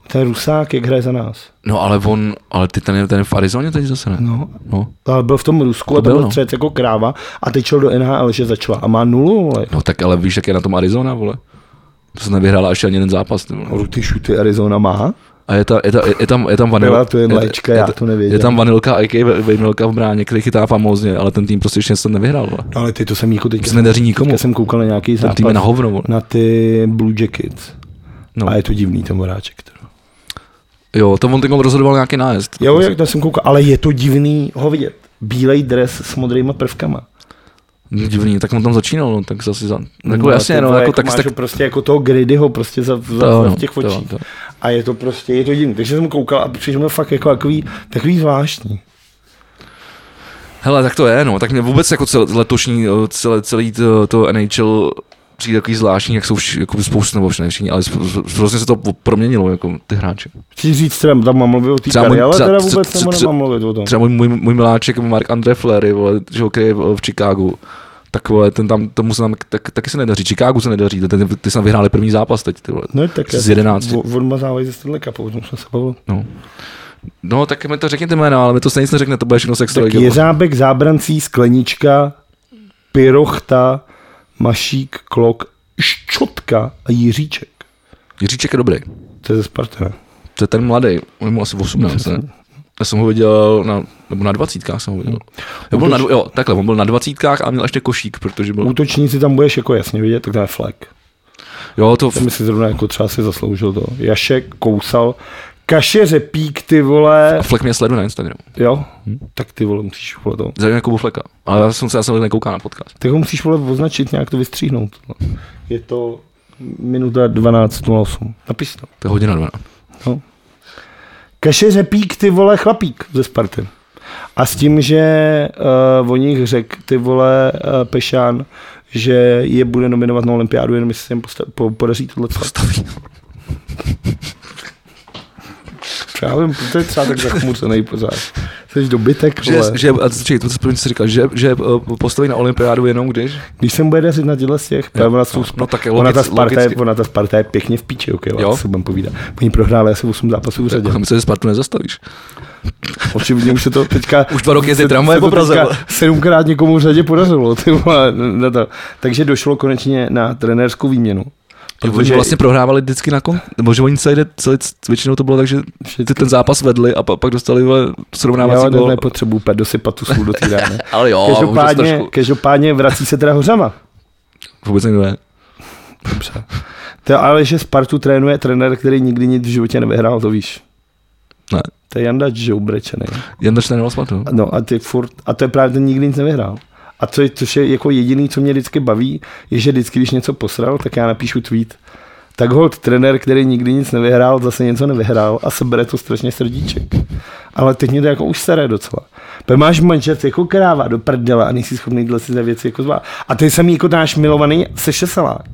[SPEAKER 1] Ten Rusák, jak hraje za nás.
[SPEAKER 2] No ale on, ale ty ten, je- ten je v Arizoně teď zase ne?
[SPEAKER 1] No,
[SPEAKER 2] No,
[SPEAKER 1] ale byl v tom Rusku to a to
[SPEAKER 2] byl,
[SPEAKER 1] byl
[SPEAKER 2] no.
[SPEAKER 1] střelec jako kráva a teď šel do NHL, že začala a má nulu, vole.
[SPEAKER 2] no tak ale víš, jak je na tom Arizona, vole? To se nevyhrála až ani jeden zápas. Ty, vole.
[SPEAKER 1] No, ty šuty Arizona má.
[SPEAKER 2] A je, ta, je, ta, je tam, je tam vanil,
[SPEAKER 1] Byla tu jen léčka,
[SPEAKER 2] je,
[SPEAKER 1] já
[SPEAKER 2] ta-
[SPEAKER 1] to nevěděl.
[SPEAKER 2] Je tam vanilka, a vanilka v bráně, který chytá famózně, ale ten tým prostě ještě něco nevyhrál. Vole.
[SPEAKER 1] Ale ty to jsem jako teďka,
[SPEAKER 2] To se nedaří nikomu.
[SPEAKER 1] teďka jsem koukal na nějaký zápas.
[SPEAKER 2] tým je na hovno, vole.
[SPEAKER 1] Na ty Blue Jackets. No.
[SPEAKER 2] No.
[SPEAKER 1] A je to divný ten voráček. teda.
[SPEAKER 2] Jo, to on teď rozhodoval nějaký nájezd.
[SPEAKER 1] Jo, jak to jsem koukal, ale je to divný ho vidět. Bílej dres s modrýma prvkama.
[SPEAKER 2] Divný, tak on tam začínal, no, tak zase za... Jako
[SPEAKER 1] a
[SPEAKER 2] jasně,
[SPEAKER 1] ty
[SPEAKER 2] no,
[SPEAKER 1] vole,
[SPEAKER 2] jako, tak,
[SPEAKER 1] máš
[SPEAKER 2] tak,
[SPEAKER 1] ho prostě jako toho Gridyho prostě za, za,
[SPEAKER 2] To
[SPEAKER 1] za
[SPEAKER 2] ano,
[SPEAKER 1] v těch
[SPEAKER 2] to
[SPEAKER 1] očích.
[SPEAKER 2] ano, to.
[SPEAKER 1] A je to prostě, je to divný. Takže jsem koukal a přišlo mi fakt jako takový, takový zvláštní.
[SPEAKER 2] hele, tak to je, no, tak mě vůbec jako cel, letošní, eh, celé, celý to, to NHL přijde takový zvláštní, jak jsou vš, jako spoustu, nebo všichni, všichni, ale sp- sp- prostě se to po- proměnilo, jako ty hráči.
[SPEAKER 1] Chci říct, třeba tam mám mluvit o té
[SPEAKER 2] Třeba můj-
[SPEAKER 1] kariéře,
[SPEAKER 2] třeba-
[SPEAKER 1] teda vůbec
[SPEAKER 2] třeba-
[SPEAKER 1] nebo
[SPEAKER 2] třeba-
[SPEAKER 1] nemám mluvit o tom.
[SPEAKER 2] Třeba můj, můj, můj miláček Mark Andre Flery, vole, že hokej je v v Chicagu. Tak vole, ten tam, tomu se tam, tak, taky se nedaří. Chicagu se nedaří, ten, ten, ty se tam vyhráli první zápas teď, ty vole.
[SPEAKER 1] No tak
[SPEAKER 2] z 11.
[SPEAKER 1] Odmazávají ze Stanley Cupu, o tom jsme se bavili.
[SPEAKER 2] No. No, tak mi to řekněte jména, ale mi to se nic neřekne, to bude všechno sex
[SPEAKER 1] Tak
[SPEAKER 2] trojky, vole.
[SPEAKER 1] Jeřábek, Zábrancí, Sklenička, Pirochta, Mašík, Klok, Ščotka a Jiříček.
[SPEAKER 2] Jiříček je dobrý.
[SPEAKER 1] To je ze Sparta, ne?
[SPEAKER 2] To je ten mladý, on mu asi 18, ne? Já jsem ho viděl na, nebo na dvacítkách jsem ho
[SPEAKER 1] Hmm.
[SPEAKER 2] viděl. Já byl na, dvo- jo, takhle, on byl na dvacítkách a měl ještě košík, protože byl,
[SPEAKER 1] Útočníci tam budeš jako jasně vidět, tak to je Fleck.
[SPEAKER 2] jo, to,
[SPEAKER 1] Ten by si zrovna jako třeba si zasloužil to. Jašek, Kousal, Kaše Řepík, ty vole,
[SPEAKER 2] a Flek mě sleduje na Instagramu.
[SPEAKER 1] jo?
[SPEAKER 2] Hm?
[SPEAKER 1] Tak ty vole, musíš vole to.
[SPEAKER 2] Zajímavé Kubu Fleka, ale já jsem se, já jsem nekoukal na podcast.
[SPEAKER 1] Tak ho musíš vole označit, nějak to vystříhnout. Je to minuta 12.08. Napiš to.
[SPEAKER 2] To je hodina 12.
[SPEAKER 1] No. Kaše Řepík, ty vole, chlapík ze Sparty. A s tím, že uh, o nich řekl ty vole uh, Pešán, že je bude nominovat na olympiádu, jenom jestli se jim posta- po- podaří tohle
[SPEAKER 2] Postaví.
[SPEAKER 1] Já vím, to je třeba tak zachmucený pořád. Jsi dobytek,
[SPEAKER 2] Že,
[SPEAKER 1] vole.
[SPEAKER 2] že, a čekaj, to první jsi říkal, že, že eh, postaví na olympiádu jenom když?
[SPEAKER 1] Když jsem bude dařit na těchto z těch, právě ona, jsou,
[SPEAKER 2] no, no tak je
[SPEAKER 1] ona, ta
[SPEAKER 2] logicky-
[SPEAKER 1] Sparta je,
[SPEAKER 2] logicky.
[SPEAKER 1] ona ta Sparta je pěkně v píči, okay,
[SPEAKER 2] Jo.
[SPEAKER 1] jo? se budem povídat. Oni prohráli asi 8 zápasů v řadě.
[SPEAKER 2] Já myslím, že Spartu nezastavíš.
[SPEAKER 1] Očividně už se to teďka...
[SPEAKER 2] Už dva roky jezdí
[SPEAKER 1] se-
[SPEAKER 2] tramvaje
[SPEAKER 1] se to
[SPEAKER 2] po Praze,
[SPEAKER 1] teďka
[SPEAKER 2] vole.
[SPEAKER 1] Sedmkrát někomu v řadě podařilo. Ty vole, na to. Takže došlo konečně na trenérskou výměnu.
[SPEAKER 2] Protože... Oni vlastně prohrávali vždycky na kon, nebo že oni celý, den- celý, většinou to bylo tak, že ty ten zápas vedli a pa, pak dostali vole,
[SPEAKER 1] já
[SPEAKER 2] srovnávací
[SPEAKER 1] ne,
[SPEAKER 2] gol.
[SPEAKER 1] nepotřebuji úplně dosypat tu sůl do té rány.
[SPEAKER 2] Ale jo,
[SPEAKER 1] Každopádně,
[SPEAKER 2] trošku,
[SPEAKER 1] každopádně vrací se teda hořama.
[SPEAKER 2] vůbec nikdo ne.
[SPEAKER 1] Dobře. To, ale že Spartu trénuje trenér, který nikdy nic v životě nevyhrál, to víš.
[SPEAKER 2] Ne.
[SPEAKER 1] To je Janda Žoubrečený.
[SPEAKER 2] Jen začne na Spartu.
[SPEAKER 1] No a, ty furt, a to je právě ten nikdy nic nevyhrál. A co, je- což je jako jediný, co mě vždycky baví, je, že vždycky, když něco posral, tak já napíšu tweet. Tak hold, trenér, který nikdy nic nevyhrál, zase něco nevyhrál a sebere to strašně srdíček. Ale teď mě to jako už staré docela. Pak máš manžet jako kráva do prdele a nejsi schopný tyhle si věci jako zvát. A ty jsem jako náš milovaný sešeselák.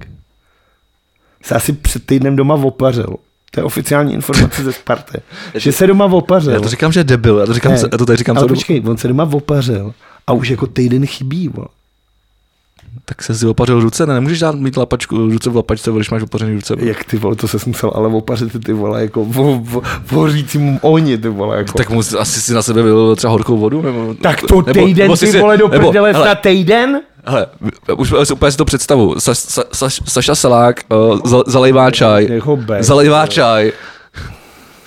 [SPEAKER 1] Se asi před týdnem doma opařil. To je oficiální informace ze Sparty. že se doma opařil.
[SPEAKER 2] Já to říkám, že je debil, já to, říkám,
[SPEAKER 1] Ne,
[SPEAKER 2] já to tady říkám,
[SPEAKER 1] ale
[SPEAKER 2] co
[SPEAKER 1] počkej, on se doma opařil a už jako týden chybí, vole.
[SPEAKER 2] tak se si opařil ruce, ne, nemůžeš dát mít lapačku, ruce v lapačce, když máš opařený ruce.
[SPEAKER 1] Jak ty vole, to se musel ale opařit ty vole, jako v, v, v hořícím ohni, ty vole, jako.
[SPEAKER 2] Tak mu asi si na sebe vylil třeba horkou vodu? Nebo,
[SPEAKER 1] tak to
[SPEAKER 2] nebo-
[SPEAKER 1] týden,
[SPEAKER 2] nebo si
[SPEAKER 1] ty
[SPEAKER 2] si-
[SPEAKER 1] vole, do
[SPEAKER 2] nebo-
[SPEAKER 1] prdele
[SPEAKER 2] hele,
[SPEAKER 1] na týden?
[SPEAKER 2] Hele, už si úplně si to představu. Sa, sa, sa, Saša Salák uh, za, zalejvá čaj.
[SPEAKER 1] Nech ho bej.
[SPEAKER 2] Zalejvá čaj.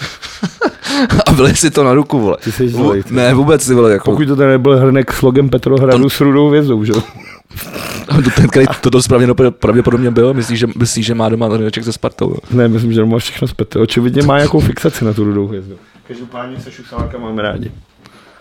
[SPEAKER 2] A vylej si to na ruku, vole.
[SPEAKER 1] Ty jsi
[SPEAKER 2] Vů-
[SPEAKER 1] zlej, ty.
[SPEAKER 2] Ne, vůbec ty vole, jako
[SPEAKER 1] Pokud to tady nebyl hrnek s logem Petrohradu s rudou vězou, že? jo?
[SPEAKER 2] ten, který to dost pravděpodobně, pravděpodobně byl, myslíš, že, myslí, že má doma hrneček se Spartou.
[SPEAKER 1] Ne, myslím, že má všechno z Petr. Očividně má nějakou fixaci na tu rudou hvězdu. Každopádně se šusáka máme rádi.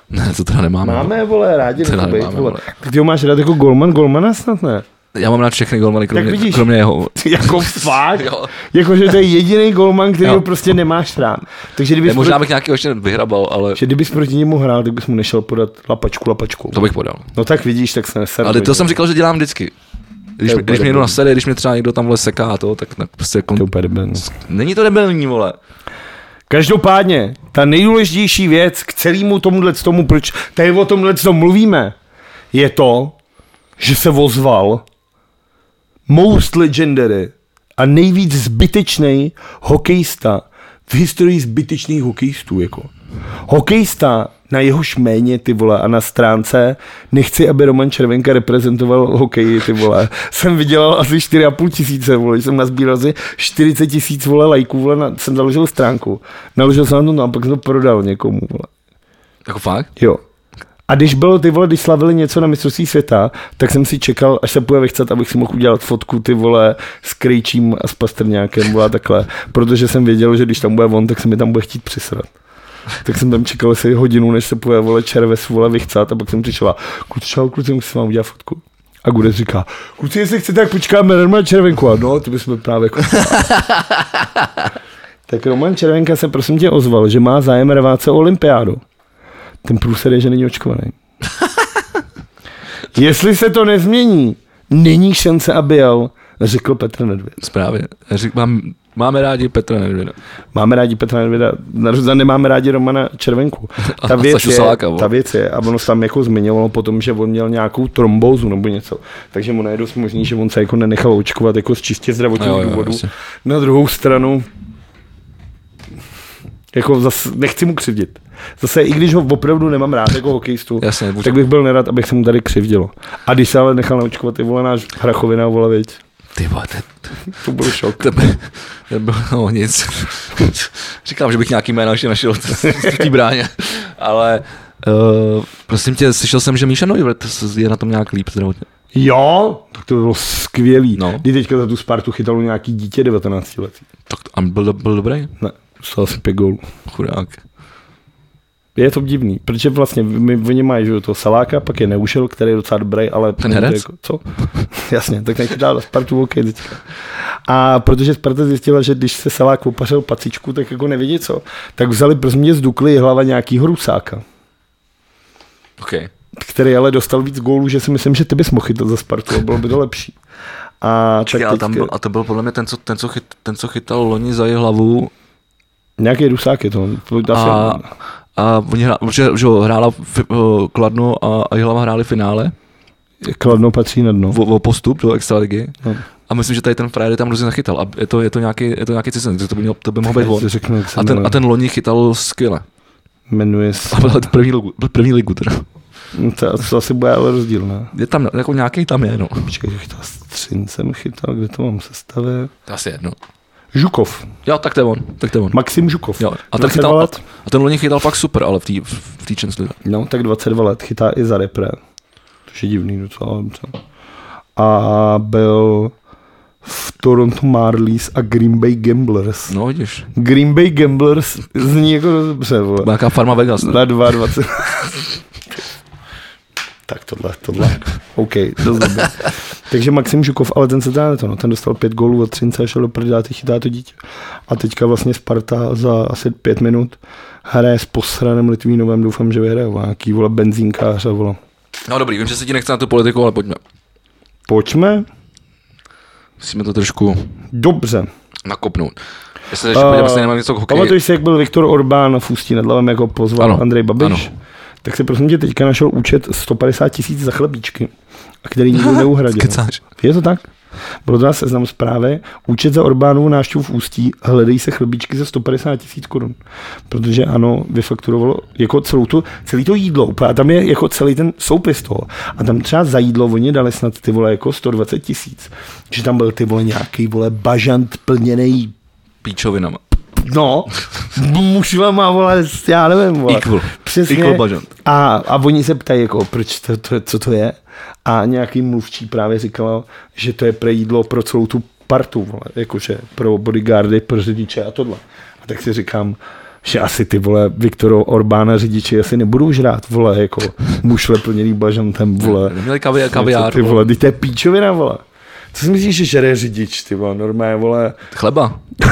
[SPEAKER 2] Ne, to teda nemáme.
[SPEAKER 1] Máme, vole, rádi
[SPEAKER 2] Teda
[SPEAKER 1] nechci být,
[SPEAKER 2] nemáme,
[SPEAKER 1] vole.
[SPEAKER 2] vole.
[SPEAKER 1] Tak ty ho máš rád jako golman, golmana snad ne.
[SPEAKER 2] Já mám rád všechny golmany, kromě,
[SPEAKER 1] vidíš.
[SPEAKER 2] kromě jeho.
[SPEAKER 1] jako fakt?
[SPEAKER 2] Jo.
[SPEAKER 1] Jakože to je jediný golman, který
[SPEAKER 2] Jo.
[SPEAKER 1] ho prostě nemáš rád. Takže kdybys,
[SPEAKER 2] Ne,
[SPEAKER 1] pro,
[SPEAKER 2] možná bych nějakého ještě vyhrabal, ale
[SPEAKER 1] že kdybys proti němu hrál, tak bys mu nešel podat lapačku, lapačku.
[SPEAKER 2] to bych podal.
[SPEAKER 1] No tak vidíš, tak se neser.
[SPEAKER 2] Ale to jsem říkal, že dělám vždycky.
[SPEAKER 1] To je
[SPEAKER 2] Když, mi- když
[SPEAKER 1] úplně
[SPEAKER 2] mě někdo
[SPEAKER 1] dobrý.
[SPEAKER 2] nasede, když mě třeba někdo tam vole seká a to, tak, tak prostě kon...
[SPEAKER 1] To je úplně debilní.
[SPEAKER 2] Není to debilní, vole.
[SPEAKER 1] Každopádně, ta nejdůležitější věc k celému tomuhle tomu, proč tady o tomhle tomu mluvíme, je to, že se ozval most legendary a nejvíc zbytečný hokejista v historii zbytečných hokejistů. Jako. Hokejista, na jehož méně ty vole a na stránce nechci, aby Roman Červenka reprezentoval hokej ty vole. Jsem vydělal asi 4,5 tisíce vole, jsem nazbíral asi 40 tisíc vole lajků, vole, na, jsem založil stránku. Naložil jsem na to, no a pak jsem to prodal někomu vole.
[SPEAKER 2] Jako fakt?
[SPEAKER 1] Jo. A když bylo ty vole, když slavili něco na mistrovství světa, tak jsem si čekal, až se půjde vychcat, abych si mohl udělat fotku ty vole s Krejčím a s Pastrňákem vole, a takhle. Protože jsem věděl, že když tam bude on, tak se mi tam bude chtít přisrat. Tak jsem tam čekal asi hodinu, než se půjde vole červes vole vychcat a pak jsem přišel a kluci, čau, kluci, musím vám udělat fotku. A Gudec říká, kluci, jestli chcete, tak počkáme na Romana Červenku. A no, to bychom právě jako Tak Roman Červenka se prosím tě ozval, že má zájem rvát se o olympiádu. Ten průser je, že není očkovaný. Jestli se to nezmění, není šance, aby jel, řekl Petr Nedvěd.
[SPEAKER 2] Správně. Řík, mám, máme rádi Petra Nedvěda.
[SPEAKER 1] Máme rádi Petra Nedvěda, na rozdíl nemáme rádi Romana Červenku. Ta
[SPEAKER 2] A
[SPEAKER 1] věc,
[SPEAKER 2] Sašu
[SPEAKER 1] je,
[SPEAKER 2] Saláka, vole.
[SPEAKER 1] ta věc je, a ono se tam jako zmiňovalo potom, že on měl nějakou trombózu nebo něco, takže mu najednou možný, že on se jako nenechal očkovat jako z čistě zdravotních
[SPEAKER 2] Jo, jo, jo,
[SPEAKER 1] důvodů.
[SPEAKER 2] jasně.
[SPEAKER 1] Na druhou stranu, jako zase, nechci mu křivdit. Zase, i když ho opravdu nemám rád jako hokejistu,
[SPEAKER 2] Jasně, buď...
[SPEAKER 1] tak bych byl nerad, abych se mu tady křivdilo. A když se ale nechal naočkovat i vole náš Hrachovina, vole, viď,
[SPEAKER 2] Ty vole, to,
[SPEAKER 1] to byl šok.
[SPEAKER 2] to, by- to bylo no, nic. Říkám, že bych nějaký jméno ještě našel v té bráně. Ale uh, prosím tě, slyšel jsem, že Míša Neuvert je na tom nějak líp zdravotně.
[SPEAKER 1] Jo, tak to bylo skvělý.
[SPEAKER 2] No.
[SPEAKER 1] Kdy teďka za tu Spartu chytalo nějaký dítě 19 letý.
[SPEAKER 2] Tak to, a byl, do- byl dobrý?
[SPEAKER 1] Ne, dostal asi pět gólů.
[SPEAKER 2] Chudák.
[SPEAKER 1] Je to divný, protože vlastně my, oni mají že jo, toho Saláka, pak je Neušel, který je docela dobrý, ale...
[SPEAKER 2] Ten herec?
[SPEAKER 1] Jako, co? Jasně, tak nechytá za Spartu OK teďka. A protože Sparta zjistila, že když se Salák opařil pacičku, tak jako nevědí co, tak vzali prosím tě z Dukly hlava nějakýho Rusáka,
[SPEAKER 2] OK.
[SPEAKER 1] který ale dostal víc gólů, že si myslím, že ty bys mohl chytat za Spartu a bylo by to lepší. A
[SPEAKER 2] Čekaj,
[SPEAKER 1] tak
[SPEAKER 2] ale tam
[SPEAKER 1] teďka-
[SPEAKER 2] byl, a to byl podle mě ten, co, ten, co, chyt, ten, co chytal loni za její hlavu
[SPEAKER 1] Nějaký Rusák je to. to dá se-
[SPEAKER 2] a, a oni hra, že, že jo, hrála fi, o, Kladno a, a Jihlava hráli finále
[SPEAKER 1] Kladno patří na dno.
[SPEAKER 2] o, o postup do extraligy.
[SPEAKER 1] No.
[SPEAKER 2] A myslím, že tady ten frajer je tam hrozně zachytal. A je to, je to nějaký, je to nějaký cizinec, to by, měl, to by mohl být on.
[SPEAKER 1] Si Řeknu, jak se
[SPEAKER 2] A ten, a
[SPEAKER 1] jmenuje.
[SPEAKER 2] ten loni chytal skvěle.
[SPEAKER 1] Jmenuje se, no
[SPEAKER 2] A byl v první, ligu- byl v první ligu teda.
[SPEAKER 1] to, to asi bude ale rozdíl, ne?
[SPEAKER 2] Je tam, jako nějaký tam je, no.
[SPEAKER 1] Počkej, že chytal Střin jsem chytal, kde to mám sestavě?
[SPEAKER 2] To asi jedno.
[SPEAKER 1] Žukov,
[SPEAKER 2] Jo, tak to je on, tak to je on.
[SPEAKER 1] Maxim Žukov.
[SPEAKER 2] Jo, a ten
[SPEAKER 1] 22
[SPEAKER 2] chytal, a,
[SPEAKER 1] let.
[SPEAKER 2] a ten loni chytal fakt super, ale v té v té Champions League.
[SPEAKER 1] No, tak 22 let, chytá i za repre. To je divný docela. ale co. A byl v Toronto Marlies a Green Bay Gamblers.
[SPEAKER 2] No vidíš,
[SPEAKER 1] Green Bay Gamblers zní jako dobře, vole.
[SPEAKER 2] byla nějaká farma Vegas, ne?
[SPEAKER 1] Na 22. tak tohle, tohle. OK, dost dobré. Takže Maxim Žukov, ale ten se dá to, no, ten dostal pět gólů od Třince a šel do prdě a teď chytá to dítě. A teďka vlastně Sparta za asi pět minut hraje s posranem Litvínovem, doufám, že vyhraje vole, nějaký vole benzínkář a vole.
[SPEAKER 2] No dobrý, vím, že se ti nechce na tu politiku, ale pojďme.
[SPEAKER 1] Pojďme?
[SPEAKER 2] Musíme to trošku
[SPEAKER 1] Dobře.
[SPEAKER 2] nakopnout. Jestli ještě uh, jestli nemám něco k hokeji.
[SPEAKER 1] Eh, Pamatuješ si, jak byl Viktor Orbán v Ústí nad Labem, jako pozval ano.
[SPEAKER 2] Ano,
[SPEAKER 1] Andrej Babiš? Ano.
[SPEAKER 2] ano.
[SPEAKER 1] Tak si prosím tě teďka našel účet 150 tisíc za chlebíčky, a který nikdo neuhradil.
[SPEAKER 2] Kecáš.
[SPEAKER 1] Je to tak? Bylo to na seznam zprávy. Účet za Orbánovu návštěvu v Ústí hledají se chlebíčky za 150 tisíc korun. Protože ano, vyfakturovalo jako celou tu, celý to jídlo. úplně. A tam je jako celý ten soupis toho. A tam třeba za jídlo oni dali snad ty vole jako 120 tisíc. Že tam byl ty vole nějaký vole bažant plněný
[SPEAKER 2] Píčovinama.
[SPEAKER 1] No, mušlama, vole, já nevím, vole.
[SPEAKER 2] Equal.
[SPEAKER 1] Přesně.
[SPEAKER 2] Equal budget.
[SPEAKER 1] A, a oni se ptají, jako, proč to, to, co to je. A nějaký mluvčí právě říkal, že to je pro jídlo pro celou Jako, tu partu, vole, jakože pro bodyguardy, pro řidiče a tohle. A tak si říkám, že asi ty vole Viktoro Orbána řidiči asi nebudou žrát, vole, jako mušle plněný bažantem, vole.
[SPEAKER 2] Měli kavi, kaviár,
[SPEAKER 1] Ty vole, ty to je píčovina, vole. Co si myslíš, že žere řidič, ty vole, normálně, vole,
[SPEAKER 2] chleba.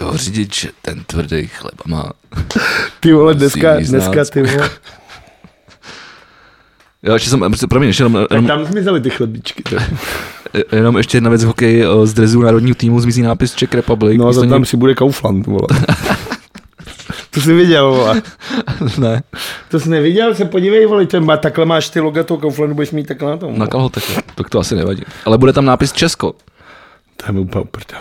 [SPEAKER 2] jo, řidič, ten tvrdý chleba má.
[SPEAKER 1] ty vole,
[SPEAKER 2] Musím
[SPEAKER 1] dneska,
[SPEAKER 2] jíst
[SPEAKER 1] dneska,
[SPEAKER 2] nás.
[SPEAKER 1] ty vole.
[SPEAKER 2] Jo, ještě jsem, prostě, promiň, ještě jenom,
[SPEAKER 1] Tak
[SPEAKER 2] jenom, eh,
[SPEAKER 1] tam zmizely ty chlebíčky. ty.
[SPEAKER 2] jenom ještě jedna věc v hokeji, o, z drezu národního týmu zmizí nápis Czech Republic.
[SPEAKER 1] No a
[SPEAKER 2] místo
[SPEAKER 1] za tam
[SPEAKER 2] něj-
[SPEAKER 1] si bude Kaufland, vole. To jsi viděl, vole.
[SPEAKER 2] ne,
[SPEAKER 1] To jsi neviděl, se podívej, vole, ten má, takhle máš ty loga toho Kauflandu, budeš mít takhle na tom.
[SPEAKER 2] na
[SPEAKER 1] vole.
[SPEAKER 2] kalhotech, jo. tak to asi nevadí. Ale bude tam nápis Česko.
[SPEAKER 1] To je mi úplně uprdel.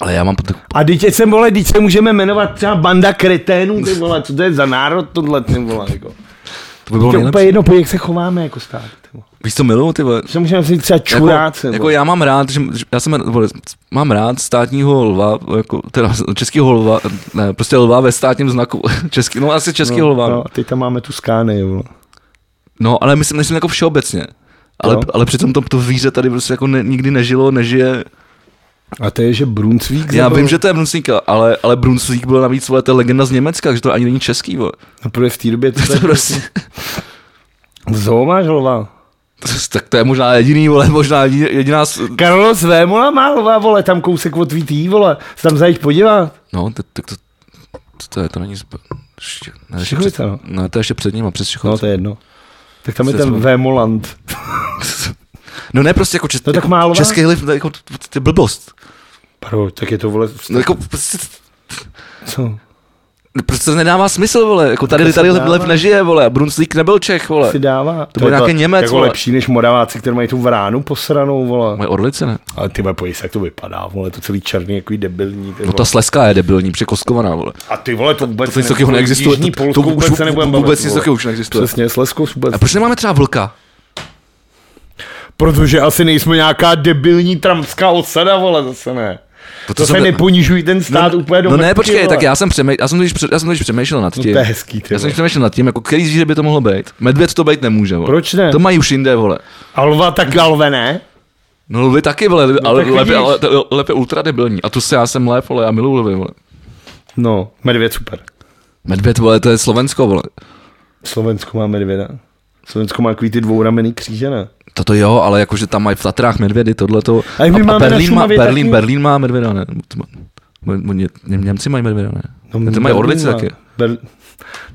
[SPEAKER 2] Ale já mám tak,
[SPEAKER 1] A teď jsem, vole, teď se můžeme jmenovat třeba banda kreténů, ty vole, co to je za národ tohle, ty vole, jako.
[SPEAKER 2] to by bylo
[SPEAKER 1] To je úplně
[SPEAKER 2] nejlepší.
[SPEAKER 1] jedno, po jak se chováme jako stát, ty vole.
[SPEAKER 2] Víš, co miluju, ty vole?
[SPEAKER 1] Že můžeme si třeba čuráce,
[SPEAKER 2] jako, jako já mám rád, že, že- já jsem, vole, mám rád státního lva, jako, teda českého lva, ne, prostě lva ve státním znaku, český, no asi český no, lva.
[SPEAKER 1] no,
[SPEAKER 2] No.
[SPEAKER 1] a teď tam máme tu skány, vole.
[SPEAKER 2] no, ale myslím, myslím jako všeobecně. Ale,
[SPEAKER 1] Jo.
[SPEAKER 2] ale přitom to, to víře tady prostě jako ne, nikdy nežilo, nežije.
[SPEAKER 1] A to je, že Brunsvík
[SPEAKER 2] Já
[SPEAKER 1] zabil-
[SPEAKER 2] vím, že Jako to je Brunsvík, ale, ale Brunsvík byl navíc, vole, to je legenda z Německa, že to ani není český, vole.
[SPEAKER 1] No, protože v té době to,
[SPEAKER 2] To je prostě,
[SPEAKER 1] Zoo máš lva.
[SPEAKER 2] tak to je možná jediný, vole, možná jediná, jediná s-
[SPEAKER 1] Carlos Vémola má lva, vole, tam kousek od VTI, vole, se tam zajít podívat.
[SPEAKER 2] No, tak to, to, to, to, je, to není... zb- ještě- Ne, ještě
[SPEAKER 1] Šichovce,
[SPEAKER 2] před,
[SPEAKER 1] no.
[SPEAKER 2] no, to je ještě před ním a přes
[SPEAKER 1] No,
[SPEAKER 2] Šichovce.
[SPEAKER 1] to je jedno. Tak tam je
[SPEAKER 2] Se
[SPEAKER 1] ten
[SPEAKER 2] svou-
[SPEAKER 1] Vémoland.
[SPEAKER 2] No ne, prostě jako, čes,
[SPEAKER 1] No tak má
[SPEAKER 2] jako
[SPEAKER 1] lva.
[SPEAKER 2] český liv, jako, to to je blbost.
[SPEAKER 1] Pro, tak je to, vole,
[SPEAKER 2] No, jako, prostě,
[SPEAKER 1] co?
[SPEAKER 2] prostě to nedává smysl, vole, jako tady,
[SPEAKER 1] To se
[SPEAKER 2] tady
[SPEAKER 1] dává.
[SPEAKER 2] lev nežije, vole, a Brunslík nebyl Čech, vole.
[SPEAKER 1] si dává. To,
[SPEAKER 2] byl
[SPEAKER 1] je
[SPEAKER 2] nějaký
[SPEAKER 1] to-
[SPEAKER 2] Němec,
[SPEAKER 1] jako
[SPEAKER 2] vole.
[SPEAKER 1] lepší než Moraváci, kteří mají tu vránu posranou, vole.
[SPEAKER 2] Moje orlice, ne?
[SPEAKER 1] Ale ty vole, pojď se, jak to vypadá, vole, to celý černý, jako debilní. Ty,
[SPEAKER 2] No ta
[SPEAKER 1] vole.
[SPEAKER 2] Sleská je debilní, překoskovaná, vole.
[SPEAKER 1] A ty vole, to vůbec
[SPEAKER 2] To nic takového neexistuje.
[SPEAKER 1] Jižní
[SPEAKER 2] To,
[SPEAKER 1] Polsko
[SPEAKER 2] to
[SPEAKER 1] vůbec
[SPEAKER 2] už
[SPEAKER 1] se nebudeme
[SPEAKER 2] vůbec
[SPEAKER 1] bavit,
[SPEAKER 2] nic
[SPEAKER 1] vole.
[SPEAKER 2] takového už neexistuje.
[SPEAKER 1] Přesně, Sleskous vůbec.
[SPEAKER 2] A proč nemáme třeba vlka?
[SPEAKER 1] Protože asi nejsme nějaká debilní tramská osada, vole, zase ne.
[SPEAKER 2] No To,
[SPEAKER 1] To se
[SPEAKER 2] jsem-
[SPEAKER 1] neponižují ten stát úplně do
[SPEAKER 2] No ne,
[SPEAKER 1] mrtky,
[SPEAKER 2] počkej,
[SPEAKER 1] vole.
[SPEAKER 2] tak já jsem, přemý, já, jsem totiž, před- já jsem totiž přemýšlel nad
[SPEAKER 1] No,
[SPEAKER 2] tím.
[SPEAKER 1] to je hezký, ty
[SPEAKER 2] já jsem
[SPEAKER 1] vole.
[SPEAKER 2] totiž přemýšlel nad tím, jako který zvíře by to mohlo být. Medvěd to být nemůže, vole.
[SPEAKER 1] Proč ne?
[SPEAKER 2] To mají už jinde, vole.
[SPEAKER 1] Alva tak alve ne.
[SPEAKER 2] No lvy taky, vole, no, ale
[SPEAKER 1] tak
[SPEAKER 2] lep,
[SPEAKER 1] vidíš.
[SPEAKER 2] ale, to- lep je ultra debilní. A tu se já jsem lep, vole, já miluju lvy, vole.
[SPEAKER 1] No, medvěd super.
[SPEAKER 2] Medvěd, vole, to je Slovensko, vole.
[SPEAKER 1] Slovensko má medvěda. Slovensko má takový ty dvouramený kříže, ne?
[SPEAKER 2] Toto jo, ale jakože tam mají v Tatrách medvědy, tohle to.
[SPEAKER 1] A jak my máme na
[SPEAKER 2] Berlín, má,
[SPEAKER 1] Šumavě
[SPEAKER 2] Berlín,
[SPEAKER 1] taky-
[SPEAKER 2] Berlín má medvěda, ne? To má- mo- Ně, Ně, Němci mají medvěda, ne? No, ty mají
[SPEAKER 1] Berlín
[SPEAKER 2] orlice
[SPEAKER 1] má-
[SPEAKER 2] taky.
[SPEAKER 1] Ber...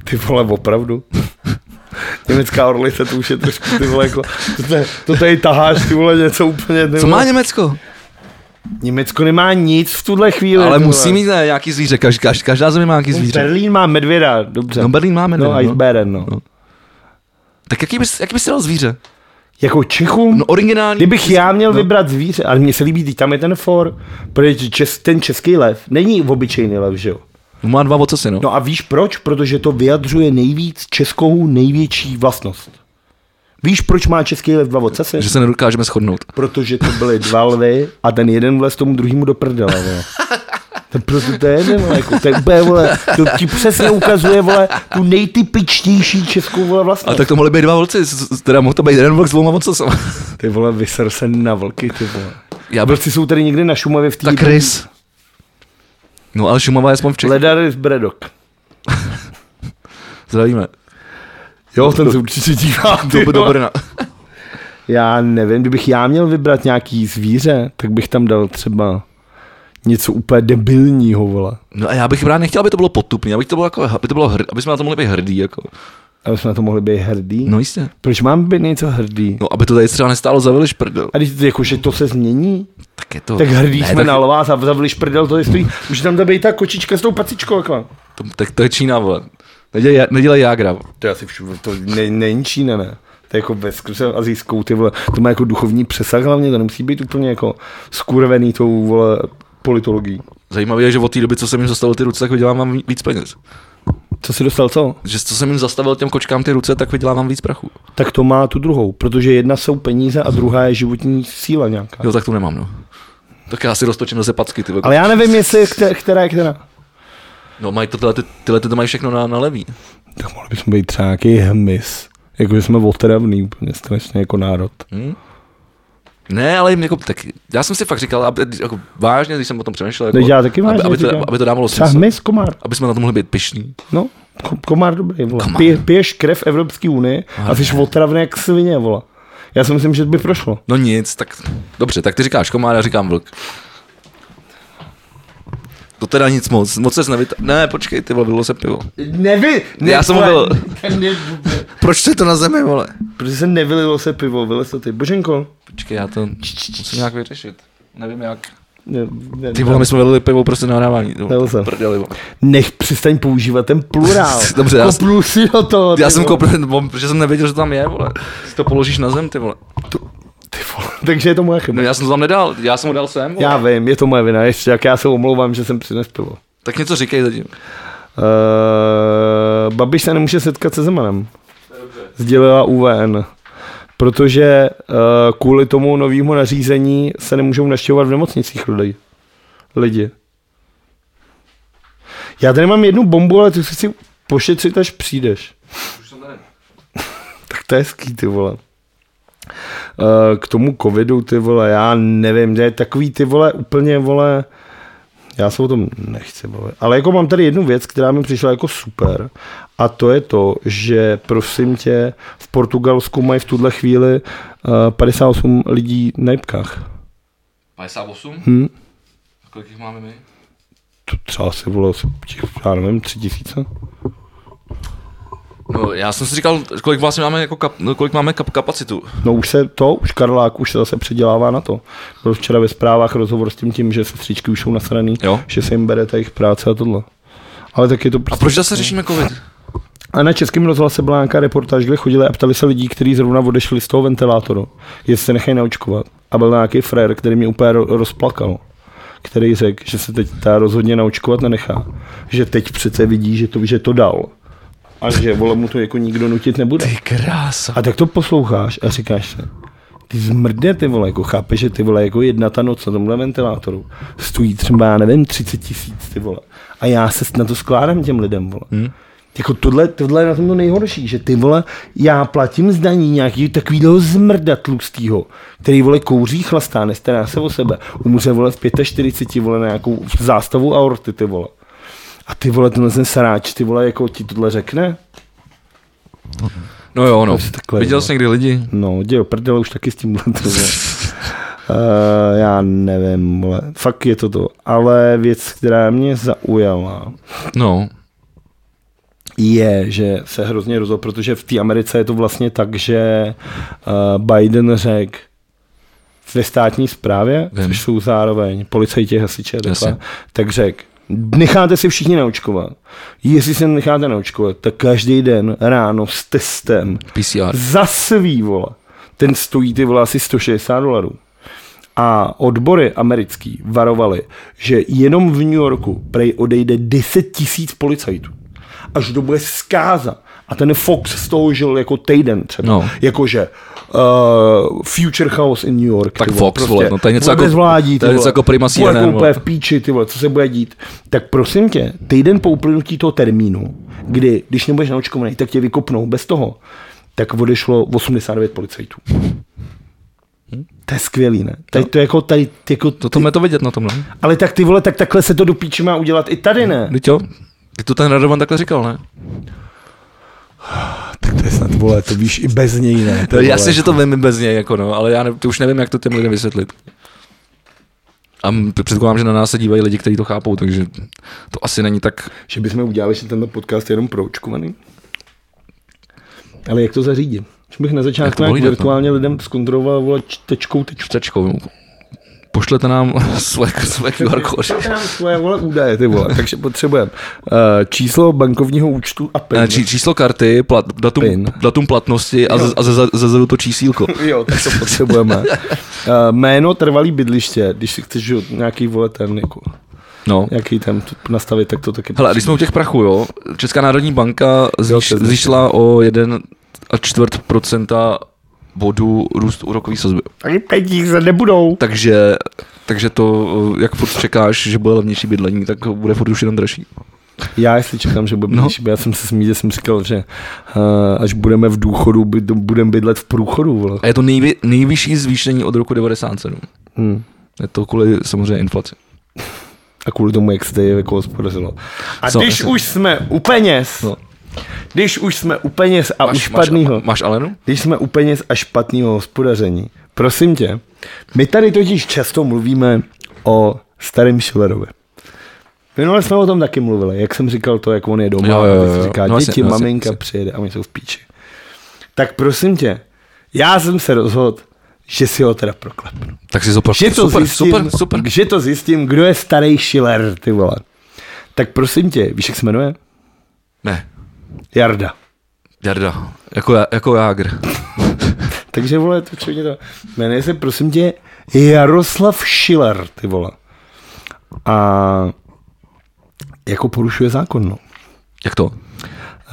[SPEAKER 1] Ty vole, opravdu. Německá orlice, to už je trošku ty vole, jako, to, te- to tady taháš, ty vole, něco úplně. Ty
[SPEAKER 2] Co má
[SPEAKER 1] vole.
[SPEAKER 2] Německo?
[SPEAKER 1] Německo nemá nic v tuhle chvíli.
[SPEAKER 2] Ale
[SPEAKER 1] ty vole.
[SPEAKER 2] musí mít ne, nějaký zvíře, kaž, kaž, každá země má nějaký
[SPEAKER 1] No,
[SPEAKER 2] zvíře.
[SPEAKER 1] Berlín má medvěda, dobře.
[SPEAKER 2] No Berlín máme,
[SPEAKER 1] no,
[SPEAKER 2] no, no.
[SPEAKER 1] Eisbären, no.
[SPEAKER 2] No. Tak jaký bys, jaký bys dal zvíře?
[SPEAKER 1] Jako Čechům?
[SPEAKER 2] No originální.
[SPEAKER 1] Kdybych já měl no. vybrat zvíře, ale mně se líbí, teď tam je ten for, protože čes, ten český lev není obyčejný lev, že jo?
[SPEAKER 2] No, má dva vocasy, no. no.
[SPEAKER 1] No a víš proč? Protože to vyjadřuje nejvíc českou největší vlastnost. Víš, proč má český lev dva ocasy?
[SPEAKER 2] Že se nedokážeme shodnout.
[SPEAKER 1] Protože to byly dva lvy a ten jeden vlez tomu druhému do prdele, vole. To prostě to je, jeden, vole, jako, to je úplně, vole, to ti přesně ukazuje, vole, tu nejtypičtější českou, vole,
[SPEAKER 2] A
[SPEAKER 1] vlastnost.
[SPEAKER 2] tak to mohly být dva volci, s- s- teda mohl to být jeden vlk s dvouma vocasama.
[SPEAKER 1] Ty vole, vyser se na vlky, ty vole.
[SPEAKER 2] Já
[SPEAKER 1] A
[SPEAKER 2] byl
[SPEAKER 1] vlci jsou tady někde na Šumavě v té...
[SPEAKER 2] tak rys. No ale Šumava je aspoň v Čech.
[SPEAKER 1] Ledary z Bredok.
[SPEAKER 2] Zdravíme.
[SPEAKER 1] Jo, ten se určitě dívá. ty
[SPEAKER 2] Do, do
[SPEAKER 1] vole.
[SPEAKER 2] Brna.
[SPEAKER 1] Já nevím, kdybych já měl vybrat nějaký zvíře, tak bych tam dal třeba něco úplně debilního, vole.
[SPEAKER 2] No a já bych právě nechtěl, aby to bylo potupný, aby to bylo jako, aby to bylo hrd, aby jsme na to mohli být hrdí, jako.
[SPEAKER 1] Aby jsme na to mohli být hrdí.
[SPEAKER 2] No jistě.
[SPEAKER 1] Proč mám být něco hrdý?
[SPEAKER 2] No, aby to tady třeba nestálo za veliš prdel.
[SPEAKER 1] A když jakože to se změní,
[SPEAKER 2] Tak je to.
[SPEAKER 1] tak hrdí
[SPEAKER 2] ne,
[SPEAKER 1] jsme
[SPEAKER 2] tak,
[SPEAKER 1] na lvás a zavili šprdel, to je stojí. Může tam být ta kočička s tou pacičkou, jako.
[SPEAKER 2] to, tak to je Čína, vole. Nedělej, nedělej jágra. vole.
[SPEAKER 1] To je asi všude, to ne, není Čína, ne. To je jako ve skrze azijskou, ty vole. To má jako duchovní přesah hlavně, to nemusí být úplně jako skurvený tou, vole, politologií.
[SPEAKER 2] Zajímavé je, že od té doby, co jsem jim zastavil ty ruce, tak vydělávám ví- víc peněz.
[SPEAKER 1] Co si dostal, co?
[SPEAKER 2] Že co jsem jim zastavil těm kočkám ty ruce, tak vydělávám víc prachu.
[SPEAKER 1] Tak to má tu druhou, protože jedna jsou peníze a druhá je životní síla nějaká.
[SPEAKER 2] Jo, tak to nemám, no. Tak já si roztočím zase packy, ty vole.
[SPEAKER 1] Ale já nevím, jestli je kte- která je která.
[SPEAKER 2] No, mají to, tyhle, ty, tyhle ty to mají všechno na, na levý.
[SPEAKER 1] Tak mohli bychom být třeba
[SPEAKER 2] jako
[SPEAKER 1] nějaký hmyz. Jakože jsme otravný úplně strašně jako národ.
[SPEAKER 2] Hm? Ne, ale jim jako, tak, já jsem si fakt říkal, aby, jako, vážně, když jsem o tom přemýšlel, jako,
[SPEAKER 1] No, já taky
[SPEAKER 2] aby,
[SPEAKER 1] vážně
[SPEAKER 2] aby,
[SPEAKER 1] říkám.
[SPEAKER 2] to, aby to dávalo smysl,
[SPEAKER 1] Sáhni z komár.
[SPEAKER 2] aby jsme na to mohli být pišní.
[SPEAKER 1] No, ko- komár dobrý, vole.
[SPEAKER 2] Komár.
[SPEAKER 1] Pije, piješ krev Evropské unie a jsi otravný jak svině, vole. Já si myslím, že by prošlo.
[SPEAKER 2] No nic, tak dobře, tak ty říkáš komár, já říkám vlk. To teda nic moc, moc se nevyta... Ne, počkej, ty vole, bylo se pivo.
[SPEAKER 1] Nevy...
[SPEAKER 2] ne- Já jsem mluvil. Proč to je to na zemi, vole?
[SPEAKER 1] Protože se nevylilo se pivo, vylez to ty. Boženko.
[SPEAKER 2] Počkej, já to musím nějak vyřešit. Nevím jak.
[SPEAKER 1] Ne, ne,
[SPEAKER 2] Ty vole, my jsme vedli pivo prostě na nahrávání. No,
[SPEAKER 1] Nelze.
[SPEAKER 2] Prdeli, vole.
[SPEAKER 1] Nech přestaň používat ten plurál.
[SPEAKER 2] Dobře, já-
[SPEAKER 1] Kopnul si do toho.
[SPEAKER 2] Já
[SPEAKER 1] ty
[SPEAKER 2] jsem
[SPEAKER 1] vole.
[SPEAKER 2] koupil, bom, protože jsem nevěděl, že to tam je, vole. Ty to položíš na zem, ty vole.
[SPEAKER 1] Ty vole, Takže je to moje chyba.
[SPEAKER 2] No já jsem to tam nedal, já jsem ho dal sem, vole.
[SPEAKER 1] Já vím, je to moje vina, ještě jak já se omlouvám, že jsem přinesl pivo.
[SPEAKER 2] Tak něco říkej zatím.
[SPEAKER 1] Uh, Babiš se nemůže setkat se Zemanem, sdělila UVN. Protože uh, kvůli tomu novému nařízení se nemůžou naštěvovat v nemocnicích lidi. lidi. Já tady mám jednu bombu, ale ty si si pošetřit, až přijdeš.
[SPEAKER 2] Už jsem tady.
[SPEAKER 1] Tak to je hezký, ty vole. Eh, K tomu covidu, ty vole, já nevím, to je takový, ty vole, úplně, vole, já se o tom nechci bavit. Ale jako mám tady jednu věc, která mi přišla jako super a to je to, že prosím tě, v Portugalsku mají v tuhle chvíli eh, 58 lidí na jipkách.
[SPEAKER 2] 58?
[SPEAKER 1] Hm?
[SPEAKER 2] Kolik jich máme my?
[SPEAKER 1] To třeba si vole, asi těch, já nevím, tři tisíce?
[SPEAKER 2] No, já jsem si říkal, kolik vlastně máme, jako kap, no, kolik máme kap, kapacitu.
[SPEAKER 1] No už se to, už Karlák už se zase předělává na to. Byl včera ve zprávách rozhovor s tím tím, že sestřičky už jsou nasraný,
[SPEAKER 2] Jo.
[SPEAKER 1] že se jim berete jejich práce a tohle. Ale tak je to
[SPEAKER 2] A
[SPEAKER 1] prostě...
[SPEAKER 2] proč zase řešíme covid?
[SPEAKER 1] A na českém rozhlase byla nějaká reportáž, kde chodili a ptali se lidí, kteří zrovna odešli z toho ventilátoru, jestli se nechají naočkovat. A byl nějaký frér, který mě úplně ro- rozplakal který řekl, že se teď ta rozhodně naočkovat nenechá. Že teď přece vidí, že to, že to dal. A že vole mu to jako nikdo nutit nebude.
[SPEAKER 2] krása.
[SPEAKER 1] A tak to posloucháš a říkáš si, ty zmrdne ty vole, jako chápeš, že ty vole, jako jedna ta noc na tomhle ventilátoru stojí třeba, já nevím, 30 tisíc ty vole. A já se na to skládám těm lidem, vole. Hmm. Jako tohle, tohle je na tom to nejhorší, že ty vole, já platím zdaní nějaký takovýho zmrda tlustýho, který vole kouří chlastá, nestará se o sebe, umře vole v 45 vole na nějakou zástavu aorty ty vole. A ty vole, tenhle ten saráč, ty vole, jako ti tohle řekne?
[SPEAKER 2] No jo, no.
[SPEAKER 1] Takže takhle,
[SPEAKER 2] Viděl
[SPEAKER 1] no.
[SPEAKER 2] jsi někdy lidi?
[SPEAKER 1] No, děl prdele už taky s tím letem. Uh, já nevím, vole. fakt je to to. Ale věc, která mě zaujala,
[SPEAKER 2] No.
[SPEAKER 1] je, že se hrozně rozhodl, protože v té Americe je to vlastně tak, že uh, Biden řekl ve státní správě,
[SPEAKER 2] Vím.
[SPEAKER 1] což jsou zároveň policajti, hasiče, takhle,
[SPEAKER 2] Jasně.
[SPEAKER 1] tak řekl, necháte si všichni naočkovat. Jestli se necháte naočkovat, tak každý den ráno s testem
[SPEAKER 2] PCR.
[SPEAKER 1] za svý, vole. Ten stojí ty vole asi 160 dolarů. A odbory americký varovali, že jenom v New Yorku prej odejde 10 tisíc policajtů. Až to bude zkáza. A ten Fox z toho žil jako týden třeba.
[SPEAKER 2] No.
[SPEAKER 1] Jakože uh, Future House in New York.
[SPEAKER 2] Tak
[SPEAKER 1] ty prostě
[SPEAKER 2] Fox, vole, no to je něco jako-
[SPEAKER 1] Vládí,
[SPEAKER 2] to je něco jako Prima CNN,
[SPEAKER 1] Jako úplně
[SPEAKER 2] vole.
[SPEAKER 1] v píči, ty vole, co se bude dít. Tak prosím tě, týden po uplynutí toho termínu, kdy, když nebudeš naočkovaný, tak tě vykopnou bez toho, tak odešlo 89 policajtů. To je skvělý, ne? Tady, to je jako tady, ty jako,
[SPEAKER 2] Hm? To to mě to vidět na tom, ne?
[SPEAKER 1] ale tak ty vole, tak takhle se to do píči má udělat i tady, ne?
[SPEAKER 2] Teď jo? Teď to ten Radovan takhle říkal, ne?
[SPEAKER 1] Tak to je snad, vole, to víš i bez něj, ne?
[SPEAKER 2] To je jasně, že to vím i bez něj, jako no, ale já ne, to už nevím, jak to těm lidem vysvětlit. A m- předpokládám, že na nás se dívají lidi, kteří to chápou, takže to asi není tak...
[SPEAKER 1] Že bychom udělali, že tenhle podcast je jenom pro očkovaný. Ale jak to zařídit? Že bych na začátku
[SPEAKER 2] to
[SPEAKER 1] nějak
[SPEAKER 2] mohli dělat, no?
[SPEAKER 1] virtuálně lidem zkontroloval vole, č- tečkou tečku.
[SPEAKER 2] Čtečkou. Pošlete nám své, své QR kód.
[SPEAKER 1] Pošlete nám svoje vole údaje, ty vole, takže potřebujeme eh, číslo bankovního účtu a PIN.
[SPEAKER 2] Ne, Čí, číslo karty, plat, datum,
[SPEAKER 1] Pin.
[SPEAKER 2] datum platnosti a, z, a ze, za- ze, zadu to čísílko.
[SPEAKER 1] Jo, tak to potřebujeme. Eh, Jméno, trvalý bydliště, když si chceš že jo, nějaký vole ten, jako,
[SPEAKER 2] No.
[SPEAKER 1] nějaký tam t- nastavit, tak to taky
[SPEAKER 2] Hele, a když jsme u těch prachů, jo, Česká národní banka zvýš,
[SPEAKER 1] to je
[SPEAKER 2] zvýšila o 1 a čtvrt procenta bodu růst úrokový sazby.
[SPEAKER 1] Ani peníze nebudou.
[SPEAKER 2] Takže, takže to, jak furt čekáš, že bude levnější bydlení, tak bude furt už jenom dražší.
[SPEAKER 1] Já jestli čekám, že bude
[SPEAKER 2] No.
[SPEAKER 1] no. já jsem se smíl, že jsem říkal, že uh, až budeme v důchodu, by, budeme bydlet v průchodu. Vole.
[SPEAKER 2] A je to nejvy, nejvyšší zvýšení od roku 97.
[SPEAKER 1] Hmm.
[SPEAKER 2] Je to kvůli samozřejmě inflaci.
[SPEAKER 1] A kvůli tomu, jak se tady jako hospodařilo. A Co?
[SPEAKER 2] Co?
[SPEAKER 1] když už jsme u peněz,
[SPEAKER 2] No.
[SPEAKER 1] no. když už jsme u peněz a u špatného,
[SPEAKER 2] Máš, máš Alenu?
[SPEAKER 1] když jsme u peněz a špatného hospodaření, prosím tě, my tady totiž často mluvíme o starém Schillerovi. Minule jsme o tom taky mluvili, jak jsem říkal to, jak on je doma,
[SPEAKER 2] Jo, jo,
[SPEAKER 1] a
[SPEAKER 2] jo,
[SPEAKER 1] teď
[SPEAKER 2] jo.
[SPEAKER 1] si říká,
[SPEAKER 2] No
[SPEAKER 1] no,
[SPEAKER 2] jasně,
[SPEAKER 1] děti,
[SPEAKER 2] no
[SPEAKER 1] no,
[SPEAKER 2] jasně,
[SPEAKER 1] maminka
[SPEAKER 2] jasně.
[SPEAKER 1] přijede a my jsou v píči. Tak prosím tě, já jsem se rozhodl, že si ho teda proklepnu.
[SPEAKER 2] Tak si super,
[SPEAKER 1] Že to,
[SPEAKER 2] super,
[SPEAKER 1] zjistím,
[SPEAKER 2] super, super.
[SPEAKER 1] že to zjistím, kdo je starý Schiller, ty vole. Tak prosím tě, víš, jak se jmenuje?
[SPEAKER 2] Ne,
[SPEAKER 1] Jarda.
[SPEAKER 2] Jarda, jako, já- jako Jágr.
[SPEAKER 1] Takže vole, to čo to. Jmenuje se prosím tě Jaroslav Schiller, ty vole. A jako porušuje zákon, no.
[SPEAKER 2] Jak to?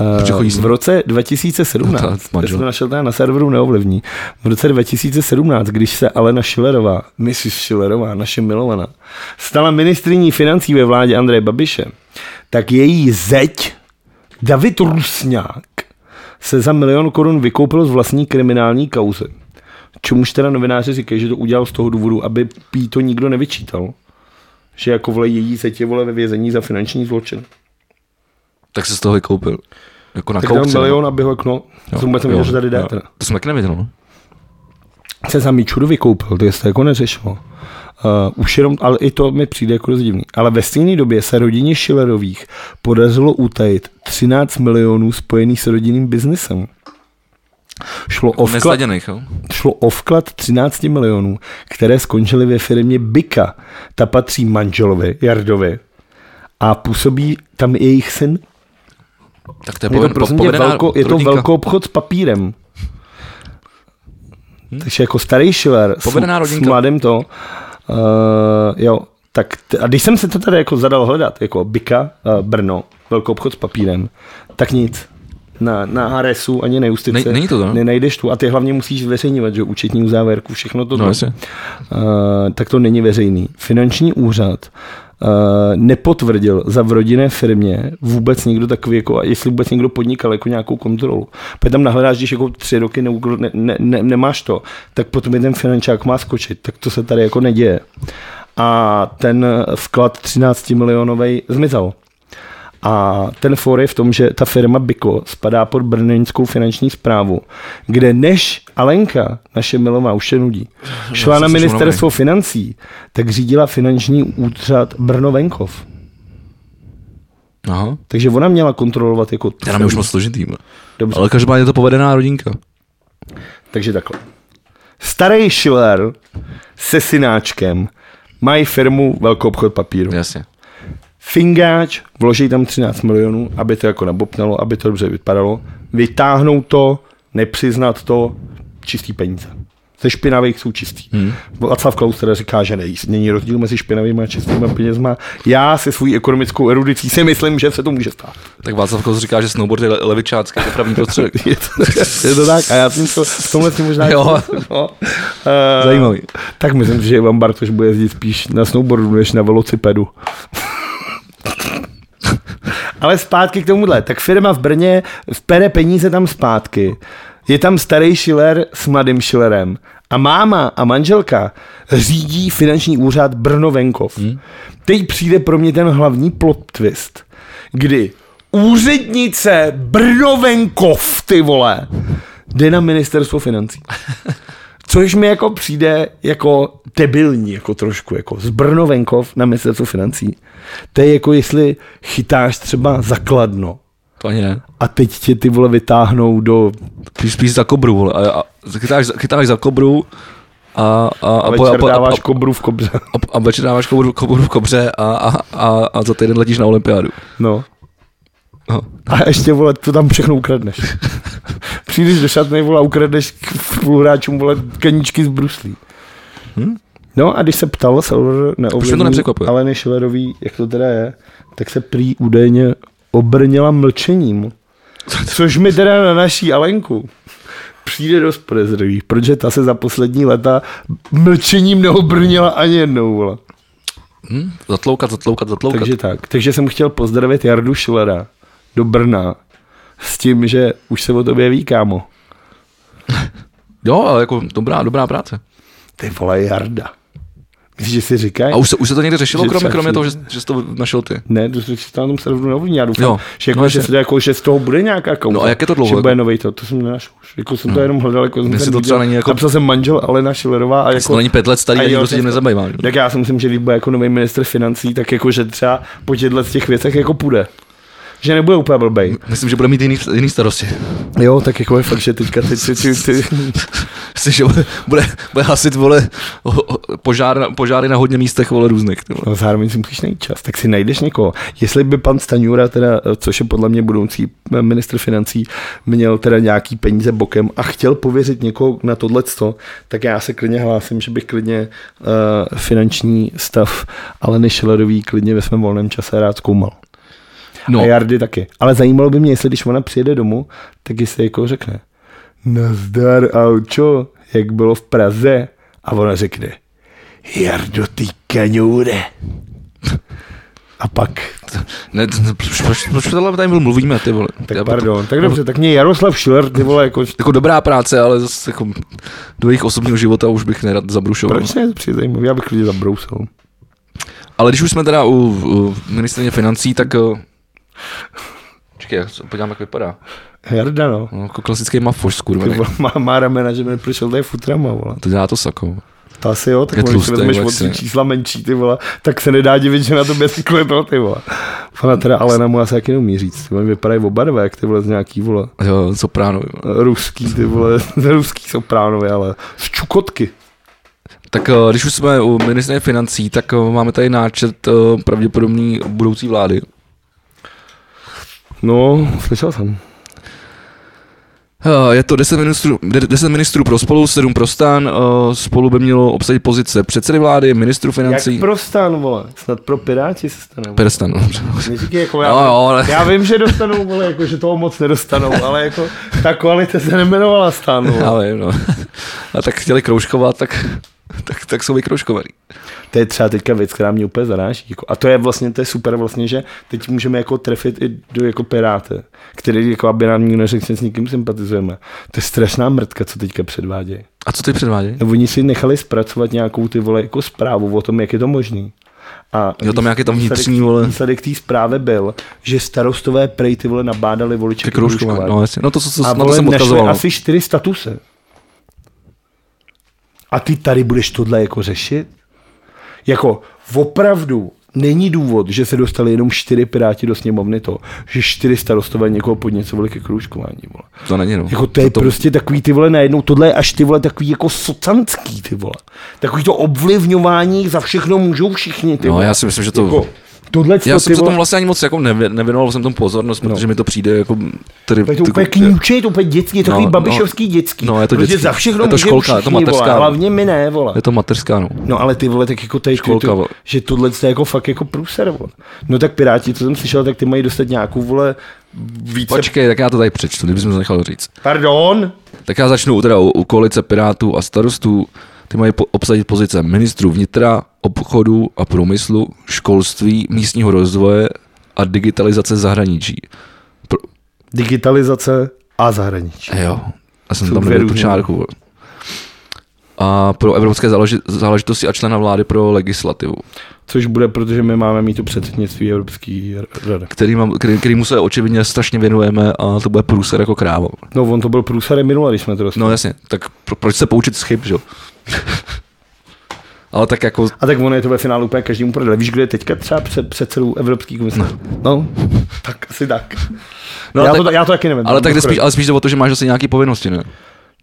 [SPEAKER 1] Eh,
[SPEAKER 2] Proč chodí s-
[SPEAKER 1] v roce
[SPEAKER 2] No to je
[SPEAKER 1] 2017, já
[SPEAKER 2] manžel.
[SPEAKER 1] jsem to našel teda na serveru neovlivní, v roce 2017, když se Alena Schillerová, Mrs. Schillerová, naše milovaná, stala ministriní financí ve vládě Andreje Babiše, tak její zeď David Rusňák se za milion korun vykoupil z vlastní kriminální kauzy. Čemuž teda novináři říkají, že to udělal z toho důvodu, aby pí to nikdo nevyčítal. Že jako vole její zeď je vole ve vězení za finanční zločin.
[SPEAKER 2] Tak se z toho vykoupil. Jako na
[SPEAKER 1] Tak dám
[SPEAKER 2] koupce.
[SPEAKER 1] milion, aby ho jakno. To jsem vůbec nevěděl, že tady jde. teda.
[SPEAKER 2] To jsem taky nevěděl. no.
[SPEAKER 1] Se za Mičuru vykoupil, to je to jako neřešilo. Uh, už jenom, ale i to mi přijde jako dost divný. Ale ve stejné době se rodině Schillerových podařilo utajit 13 milionů spojených s rodinným biznesem. Šlo o, vklad,
[SPEAKER 2] Nesladěných, jo?
[SPEAKER 1] šlo o vklad 13 milionů, které skončily ve firmě Bika. Ta patří manželovi, Jardovi. A působí tam i jejich syn
[SPEAKER 2] Tak to je,
[SPEAKER 1] je to
[SPEAKER 2] povin,
[SPEAKER 1] prosím tě
[SPEAKER 2] povedená
[SPEAKER 1] velko, je to
[SPEAKER 2] rodinka.
[SPEAKER 1] velkou obchod s papírem. Takže jako starý Schiller s,
[SPEAKER 2] Povedená
[SPEAKER 1] s
[SPEAKER 2] Hm? rodinka.
[SPEAKER 1] mladým to. Uh, jo, tak t- a když jsem se to tady jako zadal hledat, jako Bika, uh, Brno, velkou obchod s papírem, tak nic. Na, na Haresu ani na justici.
[SPEAKER 2] Ne- není to to, no?
[SPEAKER 1] Nenajdeš tu. A ty hlavně musíš zveřejňovat, že účetní uzávěrku, všechno to.
[SPEAKER 2] No, jasně.
[SPEAKER 1] Uh, tak to není veřejný. Finanční úřad uh, nepotvrdil za v rodinné firmě vůbec někdo takový, jako, a jestli vůbec někdo podnikal jako nějakou kontrolu. Protože tam nahledáš, když jako tři roky ne, ne, ne, ne, nemáš to, tak potom je ten finančák má skočit. Tak to se tady jako neděje. A ten vklad 13 milionový zmizel. A ten for je v tom, že ta firma Biko spadá pod brněnskou finanční zprávu, kde než Alenka, naše milová, už se nudí, šla
[SPEAKER 2] jsem
[SPEAKER 1] na
[SPEAKER 2] si
[SPEAKER 1] ministerstvo financí, tak řídila finanční úřad Brno venkov.
[SPEAKER 2] Aha.
[SPEAKER 1] Takže ona měla kontrolovat jako...
[SPEAKER 2] Já nám je už moc složitý. bo.
[SPEAKER 1] Dobře.
[SPEAKER 2] Ale každopádně je to povedená rodinka.
[SPEAKER 1] Takže takhle. Starý Schiller se synáčkem mají firmu velkou obchod papíru.
[SPEAKER 2] Jasně.
[SPEAKER 1] Fingáč, vloží tam 13 milionů, aby to jako nabopnalo, aby to dobře vypadalo. Vytáhnou to, nepřiznat to, čistý peníze. Ze špinavých jsou čistý. Hmm. Václav Klaus teda říká, že ne, není rozdíl mezi špinavými a čistými penězma. Já se svou ekonomickou erudicí si myslím, že se to může stát.
[SPEAKER 2] Tak Václav Klaus říká, že snowboard je le- levičácký dopravní prostředek.
[SPEAKER 1] Je to, je to tak a já jsem to v tomhle si možná...
[SPEAKER 2] Jo.
[SPEAKER 1] No. Eh,
[SPEAKER 2] Zajímavý.
[SPEAKER 1] Tak myslím, že Ivan Bartoš bude jezdit spíš na snowboardu, než na velocipedu. Ale zpátky k tomuhle. Tak firma v Brně vpere peníze tam zpátky. Je tam starý Schiller s mladým Schillerem. A máma a manželka řídí finanční úřad Brno venkov. Hmm. Teď přijde pro mě ten hlavní plot twist, kdy úřednice Brno venkov, ty vole, jde na ministerstvo financí. Což mi jako přijde jako debilní, jako trošku, jako z Brno venkov na ministerstvo financí. To je jako jestli chytáš třeba zakladno
[SPEAKER 2] To ani ne.
[SPEAKER 1] a teď tě ty vole vytáhnou do...
[SPEAKER 2] Spíš, spíš za kobru, vole. A, a, chytáš, chytáš za kobru a, a, a,
[SPEAKER 1] A
[SPEAKER 2] po- a,
[SPEAKER 1] večer
[SPEAKER 2] po- a, a,
[SPEAKER 1] dáváš kobru v kobře.
[SPEAKER 2] a, a večer dáváš kobru, kobru v kobře a, a, a, a za týden letíš na olympiádu.
[SPEAKER 1] No.
[SPEAKER 2] No.
[SPEAKER 1] A ještě, vole, to tam všechno ukradneš. Přijdeš do šatny, vole, a ukradneš k spoluhráčům, vole, kaničky z bruslí.
[SPEAKER 2] Hm?
[SPEAKER 1] No a když se ptal Salvador
[SPEAKER 2] Proč mě to
[SPEAKER 1] neovlivní
[SPEAKER 2] nepřekvapuje?
[SPEAKER 1] Aleny Schillerový, jak to teda je, tak se prý údajně obrnila mlčením. Což mi teda na naší Alenku přijde dost podezřivý, protože ta se za poslední leta mlčením neobrnila ani jednou, vole.
[SPEAKER 2] Hm? Zatloukat, zatloukat, zatloukat.
[SPEAKER 1] Takže tak. Takže jsem chtěl pozdravit Jardu Šlera do Brna s tím, že už se o tobě ví, kámo.
[SPEAKER 2] Jo, ale jako dobrá, dobrá práce.
[SPEAKER 1] Ty vole Jarda. Myslíš, že si říkají?
[SPEAKER 2] A už se, už se to někde řešilo,
[SPEAKER 1] Že
[SPEAKER 2] kromě,
[SPEAKER 1] třeba
[SPEAKER 2] kromě
[SPEAKER 1] ti-
[SPEAKER 2] toho, že, že jsi to našel ty?
[SPEAKER 1] Ne, to se čítá na tom serveru na vodní. Já doufám,
[SPEAKER 2] Jo,
[SPEAKER 1] že, jako,
[SPEAKER 2] no
[SPEAKER 1] že,
[SPEAKER 2] jasně.
[SPEAKER 1] se, to jako, že z toho bude nějaká kouza.
[SPEAKER 2] No a jak je to dlouho,
[SPEAKER 1] Že
[SPEAKER 2] jako? No.
[SPEAKER 1] bude nový to, to jsem nenašel už. Jako jsem to jenom hledal, jako jsem
[SPEAKER 2] Jestli
[SPEAKER 1] ten
[SPEAKER 2] to
[SPEAKER 1] viděl.
[SPEAKER 2] třeba není jako-
[SPEAKER 1] Napsal jsem manžel Alena Šilerová a jako...
[SPEAKER 2] To není prostě pět let starý,
[SPEAKER 1] A
[SPEAKER 2] a
[SPEAKER 1] jo,
[SPEAKER 2] nikdo se
[SPEAKER 1] to-
[SPEAKER 2] tím nezabývá. že?
[SPEAKER 1] Tak já si myslím, že když bude jako nový minister financí, tak jako, že třeba po těchto těch věcech jako půjde. Že nebude úplně blbej.
[SPEAKER 2] Myslím, že bude mít jiný, jiný starosti.
[SPEAKER 1] Jo, tak jako je fakt, že teďka ty, ty, ty, ty,
[SPEAKER 2] Myslím, že bude, bude, bude hasit vole, o- o- požár, na- požáry na hodně místech vole různých. Ty vole.
[SPEAKER 1] No zároveň si musíš najít čas, tak si najdeš někoho. Jestli by pan Staňura, teda, což je podle mě budoucí eh, ministr financí, měl teda nějaký peníze bokem a chtěl pověřit někoho na tohleto, tak já se klidně hlásím, že bych klidně uh, finanční stav Aleny Šilerový klidně ve svém volném čase rád zkoumal. No. A
[SPEAKER 2] No,
[SPEAKER 1] Jardy taky. Ale zajímalo by mě, jestli když ona přijede domů, tak jestli jako řekne Nazdar, aučo, jak bylo v Praze. A ona řekne Jardo, ty kaňoure. A pak,
[SPEAKER 2] ne, t- t- proč, proč, proč tohle tady mluvíme, ty vole?
[SPEAKER 1] tak
[SPEAKER 2] Já-
[SPEAKER 1] pardon, tak dobře, tak mě Jaroslav Šiler, ty vole, jako,
[SPEAKER 2] Jako dobrá práce, ale zase jako do jejich osobního života už bych nerad zabrušoval.
[SPEAKER 1] proč ne, přijde zajímavý, já bych lidi zabrousil.
[SPEAKER 2] Ale když už jsme teda u, u ministrině financí, tak... eh, Čekej, já se podívám, jak vypadá.
[SPEAKER 1] Jarda, no.
[SPEAKER 2] No, jako klasický mafoš,
[SPEAKER 1] Ty
[SPEAKER 2] skurvený.
[SPEAKER 1] vole, má, má ramena, že mi prošel tady futrama, vole.
[SPEAKER 2] To dělá to sako.
[SPEAKER 1] To asi jo, tak
[SPEAKER 2] Je
[SPEAKER 1] když si
[SPEAKER 2] tlustý,
[SPEAKER 1] vezmeš
[SPEAKER 2] vole,
[SPEAKER 1] od
[SPEAKER 2] si.
[SPEAKER 1] tři čísla menší, ty vole, tak se nedá divit, že na to bezkle to, ty vole. Ona teda Alena mu asi taky neumí říct, ty vole, vypadají oba dva, jak ty vole z nějaký, vole,
[SPEAKER 2] Jo, sopráno.
[SPEAKER 1] ruský, ty vole, ruský sopránové, ale z Čukotky.
[SPEAKER 2] Tak eh, když už jsme u ministrině financí, tak eh, máme tady náčet eh, pravděpodobný budoucí vlády.
[SPEAKER 1] No, slyšel jsem.
[SPEAKER 2] Eh, Je to 10 ministrů, de- 10 ministrů pro spolu, 7 pro stan. eh, Spolu by mělo obsadit pozice předsedy vlády, ministrů financí.
[SPEAKER 1] Jak pro stan, vole, snad pro Piráti se stane. vole.
[SPEAKER 2] Per stan, dobře.
[SPEAKER 1] Neříkej, jako já,
[SPEAKER 2] No, jo, ale...
[SPEAKER 1] já vím, že dostanou, vole, jako, že toho moc nedostanou, ale jako ta koalice se nemenovala stan, vole.
[SPEAKER 2] Já vím, no. A tak chtěli kroužkovat, tak, tak, tak jsou vykroužkovaný.
[SPEAKER 1] To je třeba teďka věc, která mě úplně zaráží. Jako, a to je vlastně, to je super vlastně, že teď můžeme jako trefit i do jako piráty, který jako aby nám nikdo neřekl, že s nikým sympatizujeme. To je strašná mrtka, co teďka předvádějí.
[SPEAKER 2] A co ty předvádějí?
[SPEAKER 1] No, Oni si nechali zpracovat nějakou ty vole jako zprávu o tom, jak je to možný. A
[SPEAKER 2] Jo, tam nějaký tam
[SPEAKER 1] výsledek-
[SPEAKER 2] vnitřní, vole.
[SPEAKER 1] Výsledek té zprávy byl, že starostové prej ty vole nabádali voliče
[SPEAKER 2] Ty
[SPEAKER 1] ke kroužkování.
[SPEAKER 2] kroužkování. No, jasně. No to, co, co,
[SPEAKER 1] A
[SPEAKER 2] na to
[SPEAKER 1] vole,
[SPEAKER 2] jsem
[SPEAKER 1] našli
[SPEAKER 2] odkazoval.
[SPEAKER 1] asi čtyři statuse. A ty tady budeš tohle jako řešit? Jako opravdu není důvod, že se dostali jenom čtyři piráti do sněmovny to, že čtyři starostové někoho podněcovali ke kroužkování. Vole.
[SPEAKER 2] To není, no.
[SPEAKER 1] Jako to je
[SPEAKER 2] to,
[SPEAKER 1] prostě takový ty vole najednou, tohle je až ty vole takový jako socanský ty vole. Takový to ovlivňování, za všechno můžou všichni ty
[SPEAKER 2] No,
[SPEAKER 1] vole.
[SPEAKER 2] já si myslím, že to...
[SPEAKER 1] Jako, tohle
[SPEAKER 2] Já
[SPEAKER 1] ty
[SPEAKER 2] jsem se
[SPEAKER 1] vole, No.
[SPEAKER 2] tomu vlastně ani moc jako nevě- nevěnoval jsem tomu pozornost, protože mi to přijde jako... Tady,
[SPEAKER 1] To je to úplně kňuče, je to úplně dětský, je to
[SPEAKER 2] No,
[SPEAKER 1] takový
[SPEAKER 2] no.
[SPEAKER 1] babišovský dětský.
[SPEAKER 2] No, je to
[SPEAKER 1] Prostě
[SPEAKER 2] dětský.
[SPEAKER 1] za všechno
[SPEAKER 2] Je to
[SPEAKER 1] může
[SPEAKER 2] školka, je to
[SPEAKER 1] všichni,
[SPEAKER 2] mateřská,
[SPEAKER 1] Vole,
[SPEAKER 2] no.
[SPEAKER 1] hlavně my ne, vole.
[SPEAKER 2] je to materská, no.
[SPEAKER 1] No ale ty vole, tak jako tady,
[SPEAKER 2] Školka,
[SPEAKER 1] ty,
[SPEAKER 2] vole.
[SPEAKER 1] že tohle je jako fakt jako průser, vole. No tak Piráti, co jsem slyšel, tak ty mají dostat nějakou, vole, více...
[SPEAKER 2] Počkej, tak já to tady přečtu, kdybych to nechal říct.
[SPEAKER 1] Pardon?
[SPEAKER 2] Tak já začnu teda u, u koalice Pirátů a starostů. Ty mají po, obsadit pozice ministrů vnitra, obchodu a průmyslu, školství, místního rozvoje a digitalizace zahraničí. Pro,
[SPEAKER 1] Digitalizace a zahraničí.
[SPEAKER 2] jo, já jsem
[SPEAKER 1] Jsou
[SPEAKER 2] tam
[SPEAKER 1] dvě
[SPEAKER 2] nebyl tu
[SPEAKER 1] různé.
[SPEAKER 2] čárku. vole. A pro evropské záleži, záležitosti a člena vlády pro legislativu,
[SPEAKER 1] Což bude, protože my máme mít tu předsednictví Evropský rady.
[SPEAKER 2] který, mám, který, který mu se očividně strašně věnujeme a to bude průser jako kráva.
[SPEAKER 1] No on to byl průser minule, když jsme to dostali.
[SPEAKER 2] No jasně, tak pro, proč se poučit z chyb, že jo? Ale tak jako
[SPEAKER 1] A tak ono je to ve finále úplně každému prodal. Víš, kde je teďka třeba před, předsedou Evropský komise? No. no. tak asi tak.
[SPEAKER 2] No,
[SPEAKER 1] No, já,
[SPEAKER 2] tak-
[SPEAKER 1] to, já to taky nevím.
[SPEAKER 2] Ale
[SPEAKER 1] to
[SPEAKER 2] tak jde
[SPEAKER 1] nakonec.
[SPEAKER 2] spíš, ale spíš jde o to, že máš zase nějaké povinnosti, ne?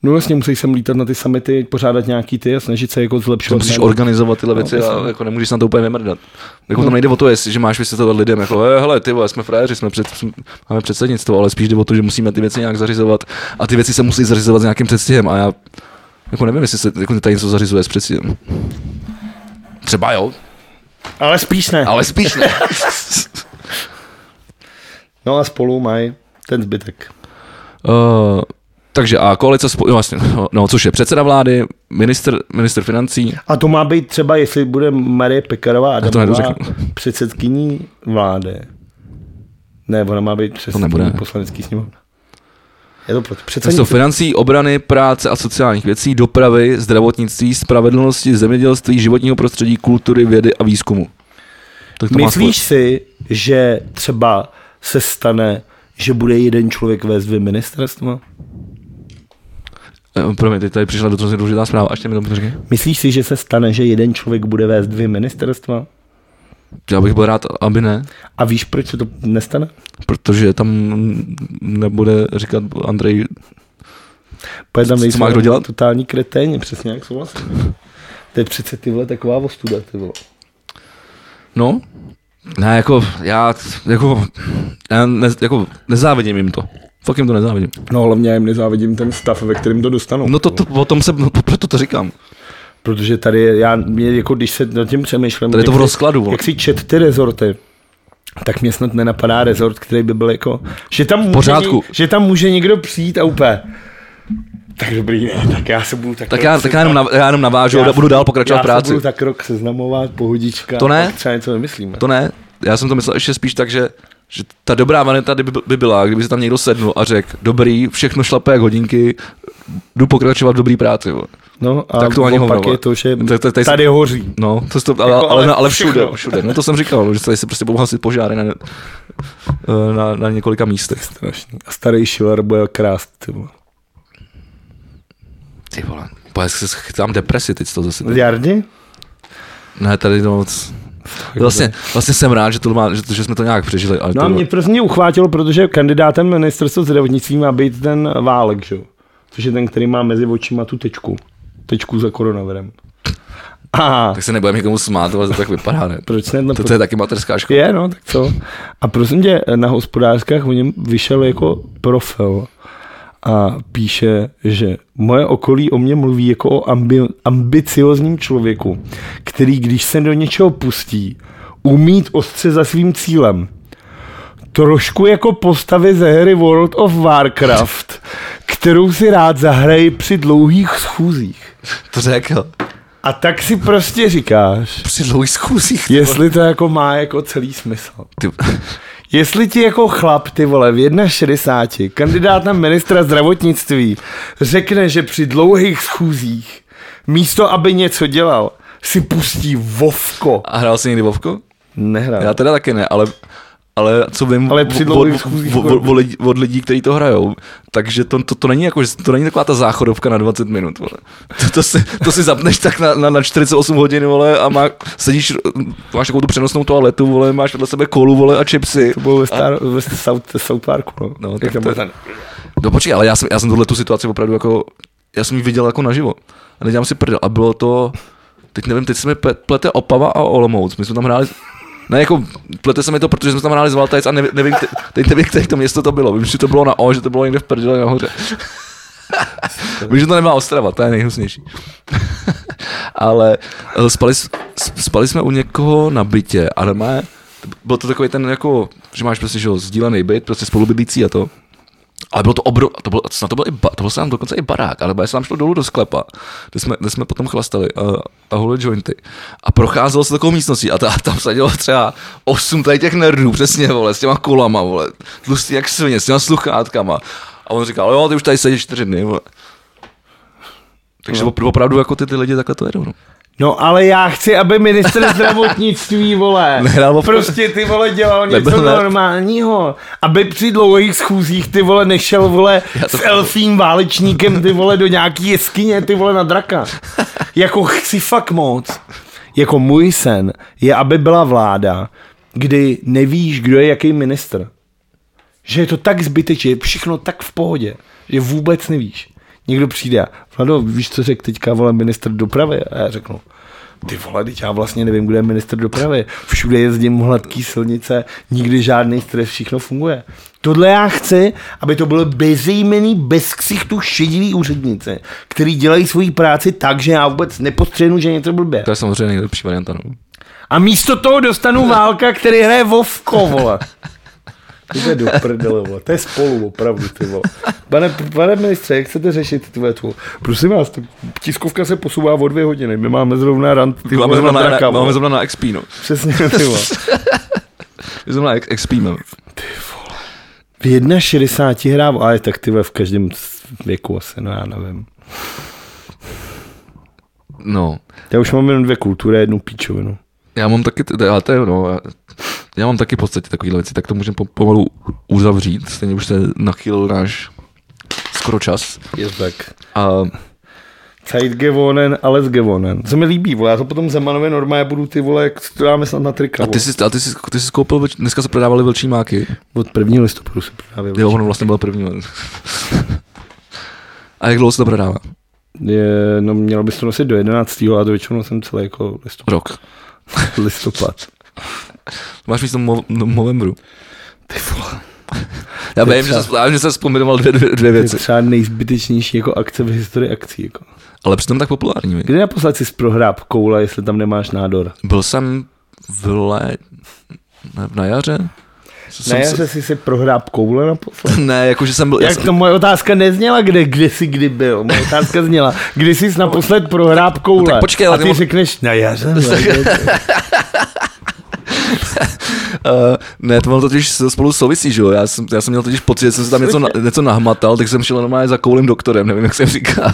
[SPEAKER 1] No jasně, musíš sem lítat na ty samity, pořádat nějaký ty a snažit se jako
[SPEAKER 2] Že
[SPEAKER 1] zlepšovat.
[SPEAKER 2] musíš
[SPEAKER 1] nějak-
[SPEAKER 2] organizovat tyhle věci
[SPEAKER 1] jasně.
[SPEAKER 2] a jako nemůžeš se na to úplně vymrdat. Jako tam nejde o to, jestli, že máš vysvětlovat lidem, jako "Eh, hele, ty vole, jsme frajeři, jsme před, jsme- máme předsednictvo, ale spíš jde o to, že musíme ty věci nějak zařizovat a ty věci se musí zařizovat s nějakým předstihem a já jako nevím, jestli se jako tady něco zařizuje s předstihem. Třeba jo,
[SPEAKER 1] Ale spíš ne.
[SPEAKER 2] ale spíš ne.
[SPEAKER 1] No a spolu mají ten zbytek.
[SPEAKER 2] uh, Takže a koalice, spo- no, vlastně, no, což je předseda vlády, minister, minister financí,
[SPEAKER 1] A to má být třeba, jestli bude Marie Pekarová
[SPEAKER 2] to
[SPEAKER 1] Adamová
[SPEAKER 2] nedořeknu.
[SPEAKER 1] předsedkyní vlády. Ne, ona má být předsedkyní
[SPEAKER 2] nebude.
[SPEAKER 1] poslanecký sněmovna. Je to proto.
[SPEAKER 2] Ministerstvo
[SPEAKER 1] Předsední
[SPEAKER 2] financí, obrany, práce a sociálních věcí, dopravy, zdravotnictví, spravedlnosti, zemědělství, životního prostředí, kultury, vědy a výzkumu. Tak má
[SPEAKER 1] Myslíš si, že třeba se stane, že bude jeden člověk vést dvě ministerstva?
[SPEAKER 2] spole- Eh, Promiň, teď tady přišla do toho důležitá zpráva, ještě mi to řekni.
[SPEAKER 1] Myslíš si, že se stane, že jeden člověk bude vést dvě ministerstva?
[SPEAKER 2] Já bych byl rád, aby ne,
[SPEAKER 1] A víš, proč se to nestane?
[SPEAKER 2] protože tam nebude říkat Andrej,
[SPEAKER 1] Protože tam
[SPEAKER 2] Co- co
[SPEAKER 1] nejsou
[SPEAKER 2] má kdo dělat?
[SPEAKER 1] Totální kreténi, přesně jak souhlasím. To je přece ty vole taková ostuda, ty vole.
[SPEAKER 2] no, ne, jako, já, jako, já ne, jako nezávidím jim to. Fakt jim to nezávidím.
[SPEAKER 1] No hlavně já jim nezávidím ten stav, ve kterém to dostanou.
[SPEAKER 2] No to, to o tom se, no, proto to říkám.
[SPEAKER 1] Protože tady, je- já, mě, jako když se nad tím přemýšlím,
[SPEAKER 2] Tady je to v
[SPEAKER 1] jak si-
[SPEAKER 2] rozkladu, vole.
[SPEAKER 1] Jak si čet ty rezorty, tak mě snad nenapadá rezort, který by byl jako, že tam, může,
[SPEAKER 2] pořádku.
[SPEAKER 1] něk- že tam může někdo přijít a úplně, tak dobrý, ne, tak já se budu tak,
[SPEAKER 2] Tak já, tak já jenom, nav, já jenom navážu, já budu dál pokračovat
[SPEAKER 1] já
[SPEAKER 2] v práci.
[SPEAKER 1] Já budu tak rok seznamovat, pohodička,
[SPEAKER 2] To ne.
[SPEAKER 1] pak třeba něco nemyslíme.
[SPEAKER 2] To ne, já jsem to myslel ještě spíš tak, že, že ta dobrá varianta by, by byla, kdyby se tam někdo sednul a řekl, dobrý, všechno šlape jak hodinky, jdu pokračovat v dobrý práci. vole.
[SPEAKER 1] No a
[SPEAKER 2] Tak to ani
[SPEAKER 1] opak
[SPEAKER 2] hovno,
[SPEAKER 1] je to, že
[SPEAKER 2] tak- tak tady se-
[SPEAKER 1] tady hoří.
[SPEAKER 2] No, to jste,
[SPEAKER 1] Jako,
[SPEAKER 2] ale,
[SPEAKER 1] ale
[SPEAKER 2] ale, ale, ale
[SPEAKER 1] všechno.
[SPEAKER 2] všude, všude. No to jsem říkal, že tady se prostě budou hasit požáry na, na, na několika místech.
[SPEAKER 1] Strašný. A starý Schiller bude krást, ty vole.
[SPEAKER 2] Ty vole, bo já se chytám depresi teď z toho zase.
[SPEAKER 1] Jardi?
[SPEAKER 2] Ne, tady to moc... Vlastně, vlastně jsem rád, že, to má, že, že jsme to nějak přežili. Ale
[SPEAKER 1] No
[SPEAKER 2] to,
[SPEAKER 1] a mě prostě mě uchvátilo, protože kandidátem ministerstva zdravotnictví má být ten Válek, že? jo? což je ten, který má mezi očima tu tečku. Tečku za koronavirem. A
[SPEAKER 2] Tak se nebudeme někomu smát, ale to tak vypadá, ne?
[SPEAKER 1] proč ne? No,
[SPEAKER 2] To, to je taky materská škola.
[SPEAKER 1] je, no, tak co? A prosím tě, na hospodářkách o něm vyšel jako profil a píše, že moje okolí o mě mluví jako o ambi- ambiciozním člověku, který, když se do něčeho pustí, umít ostře za svým cílem. Trošku jako postavy ze hry World of Warcraft, kterou si rád zahraji při dlouhých schůzích.
[SPEAKER 2] To řekl.
[SPEAKER 1] A tak si prostě říkáš,
[SPEAKER 2] Při dlouhých schůzích.
[SPEAKER 1] jestli to jako má jako celý smysl.
[SPEAKER 2] Ty,
[SPEAKER 1] Jestli ti jako chlap, ty vole, v 61, kandidát na ministra zdravotnictví, řekne, že při dlouhých schůzích, místo aby něco dělal, si pustí vovko.
[SPEAKER 2] a hrál jsi někdy Vovko?
[SPEAKER 1] Nehrál.
[SPEAKER 2] Já teda taky ne, ale, ale co vím
[SPEAKER 1] Ale při
[SPEAKER 2] od-
[SPEAKER 1] dlouhých
[SPEAKER 2] od-
[SPEAKER 1] schůzích-
[SPEAKER 2] od- od- od lidí- od lidí, kteří to hrajou. Takže to, to, to, není jako, že- to není taková ta záchodovka na 20 minut. Vole. To, to, si, to si zapneš tak na, na, na 48 hodin vole, a má, sedíš, máš takovou tu přenosnou toaletu, vole, máš vedle sebe kolu vole, a čipsy.
[SPEAKER 1] To bylo ve, star, ve South, South Parku, no.
[SPEAKER 2] No,
[SPEAKER 1] Jak
[SPEAKER 2] tak
[SPEAKER 1] tam
[SPEAKER 2] to-
[SPEAKER 1] byl ten-
[SPEAKER 2] No počkej, ale já jsem, já jsem tuhle tu situaci opravdu jako, já jsem ji viděl jako naživo. A nedělám si prdel. A bylo to, teď nevím, teď se mi pe- plete Opava a Olomouc. My jsme tam hráli, ne, jako plete se mi to, protože jsme tam hráli z Valtajc a nevím, nevím te- teď nevím, které to město to bylo. Vím, že to bylo na O, že to bylo někde v prdeli nahoře. Vím, že to nemá Ostrava, to je nejhnusnější. ale eh, spali, s- s- spali, jsme u někoho na bytě a normálně byl to takový ten jako, že máš prostě, že jo, sdílený byt, prostě spolubydlící a to. Ale bylo to obro, to bylo, snad to byl i ba, to byl snad dokonce i barák, ale já jsem tam šlo dolů do sklepa, kde jsme, kde jsme potom chlastali a, a huli jointy. A procházelo se takovou místností a, ta, tam sedělo třeba osm tady těch nerdů, přesně, vole, s těma kolama, vole, tlustý jak svině, s těma sluchátkama. A on říkal, jo, ty už tady sedíš čtyři dny, vole. Takže no. opravdu jako ty, ty lidi takhle to jedou. No.
[SPEAKER 1] No ale já chci, aby minister zdravotnictví, vole,
[SPEAKER 2] Nehrál Vovko.
[SPEAKER 1] prostě ty vole dělal
[SPEAKER 2] Nebyl
[SPEAKER 1] něco
[SPEAKER 2] ne-
[SPEAKER 1] normálního. Aby při dlouhých schůzích ty vole nešel, vole,
[SPEAKER 2] to-
[SPEAKER 1] s elfím válečníkem, ty vole, do nějaký jeskyně, ty vole, na draka. Jako chci fakt moc. Jako můj sen je, aby byla vláda, kdy nevíš, kdo je jaký ministr. Že je to tak zbytečné, je všechno tak v pohodě, že vůbec nevíš. Někdo přijde a Vlado, víš, co řekl teďka vole minister dopravy? A já řeknu, ty vole, teď já vlastně nevím, kde je minister dopravy. Všude jezdím hladký silnice, nikdy žádný stres, všechno funguje. Tohle já chci, aby to bylo bezejmený, bez ksichtu šedivý úřednice, který dělají svoji práci tak, že já vůbec nepostřehnu, že je něco blbě.
[SPEAKER 2] To je samozřejmě nejlepší varianta. No.
[SPEAKER 1] A místo toho dostanu válka, který hraje Vovko, vole. To je do prdele, vole. to je spolu opravdu, ty vole. Pane, pane ministře, jak chcete řešit tu větvu? Prosím vás, ta tiskovka se posouvá o dvě hodiny, my máme zrovna rant, ty
[SPEAKER 2] Máme
[SPEAKER 1] vole,
[SPEAKER 2] zrovna
[SPEAKER 1] na
[SPEAKER 2] na,
[SPEAKER 1] draka,
[SPEAKER 2] na, máme
[SPEAKER 1] vole.
[SPEAKER 2] zrovna na XP, no.
[SPEAKER 1] Přesně, ty vole.
[SPEAKER 2] My zrovna ex- XPíme.
[SPEAKER 1] V 61 hrá, ale tak ty vole, v každém věku asi, no já nevím.
[SPEAKER 2] No.
[SPEAKER 1] Já už mám jenom dvě kultury a jednu píčovinu.
[SPEAKER 2] Já mám taky, t- já, to je, no, já- já mám taky v podstatě takovýhle věci, tak to můžeme po- pomalu uzavřít, stejně už se nachylil náš skoro čas.
[SPEAKER 1] Je tak.
[SPEAKER 2] A
[SPEAKER 1] Zeitgewonnen, alles gewonnen. To se mi líbí, vole, já to potom Zemanově normálně budu ty vole, jak to dáme snad na trika.
[SPEAKER 2] A ty jsi, a ty jsi, ty jsi koupil, vlč- dneska se prodávaly vlčí máky.
[SPEAKER 1] Od prvního listopadu se právě
[SPEAKER 2] Jo, ono vlastně byl první. a jak dlouho se to prodává?
[SPEAKER 1] Je, no mělo bys to nosit do 11. a to většinou jsem celý jako listopad.
[SPEAKER 2] Rok.
[SPEAKER 1] listopad.
[SPEAKER 2] Máš místo Mo- no, Movembru.
[SPEAKER 1] Ty vole.
[SPEAKER 2] Já
[SPEAKER 1] To je
[SPEAKER 2] vím, že
[SPEAKER 1] třeba-
[SPEAKER 2] jsem, já vím, že jsem vzpomenoval dvě, dvě, dvě
[SPEAKER 1] To je
[SPEAKER 2] věci,
[SPEAKER 1] třeba nejzbytečnější jako akce v historii akcí. Jako.
[SPEAKER 2] ale přitom tak populární. viď?
[SPEAKER 1] Kdy naposled jsi prohráb koule, jestli tam nemáš nádor?
[SPEAKER 2] Byl jsem v lé... ne, na jaře? Jsem
[SPEAKER 1] Na
[SPEAKER 2] se-
[SPEAKER 1] jaře jsi si prohráb koule naposled?
[SPEAKER 2] Ne, jakože jsem byl... já
[SPEAKER 1] Jak
[SPEAKER 2] jsem-
[SPEAKER 1] to moje otázka nezněla, kde, kde jsi kdy byl. Moje otázka zněla, kdy jsi naposled prohráb koule.
[SPEAKER 2] No tak počkej,
[SPEAKER 1] a
[SPEAKER 2] ale
[SPEAKER 1] ty
[SPEAKER 2] nemo-
[SPEAKER 1] řekneš, No, na jaře. vole,
[SPEAKER 2] Uh, ne, to mám totiž s- spolu souvisí, že jo? Já jsem, já jsem měl totiž pocit, že jsem se tam něco, na, něco nahmatal, tak jsem šel normálně za koulým doktorem, nevím, jak se říká.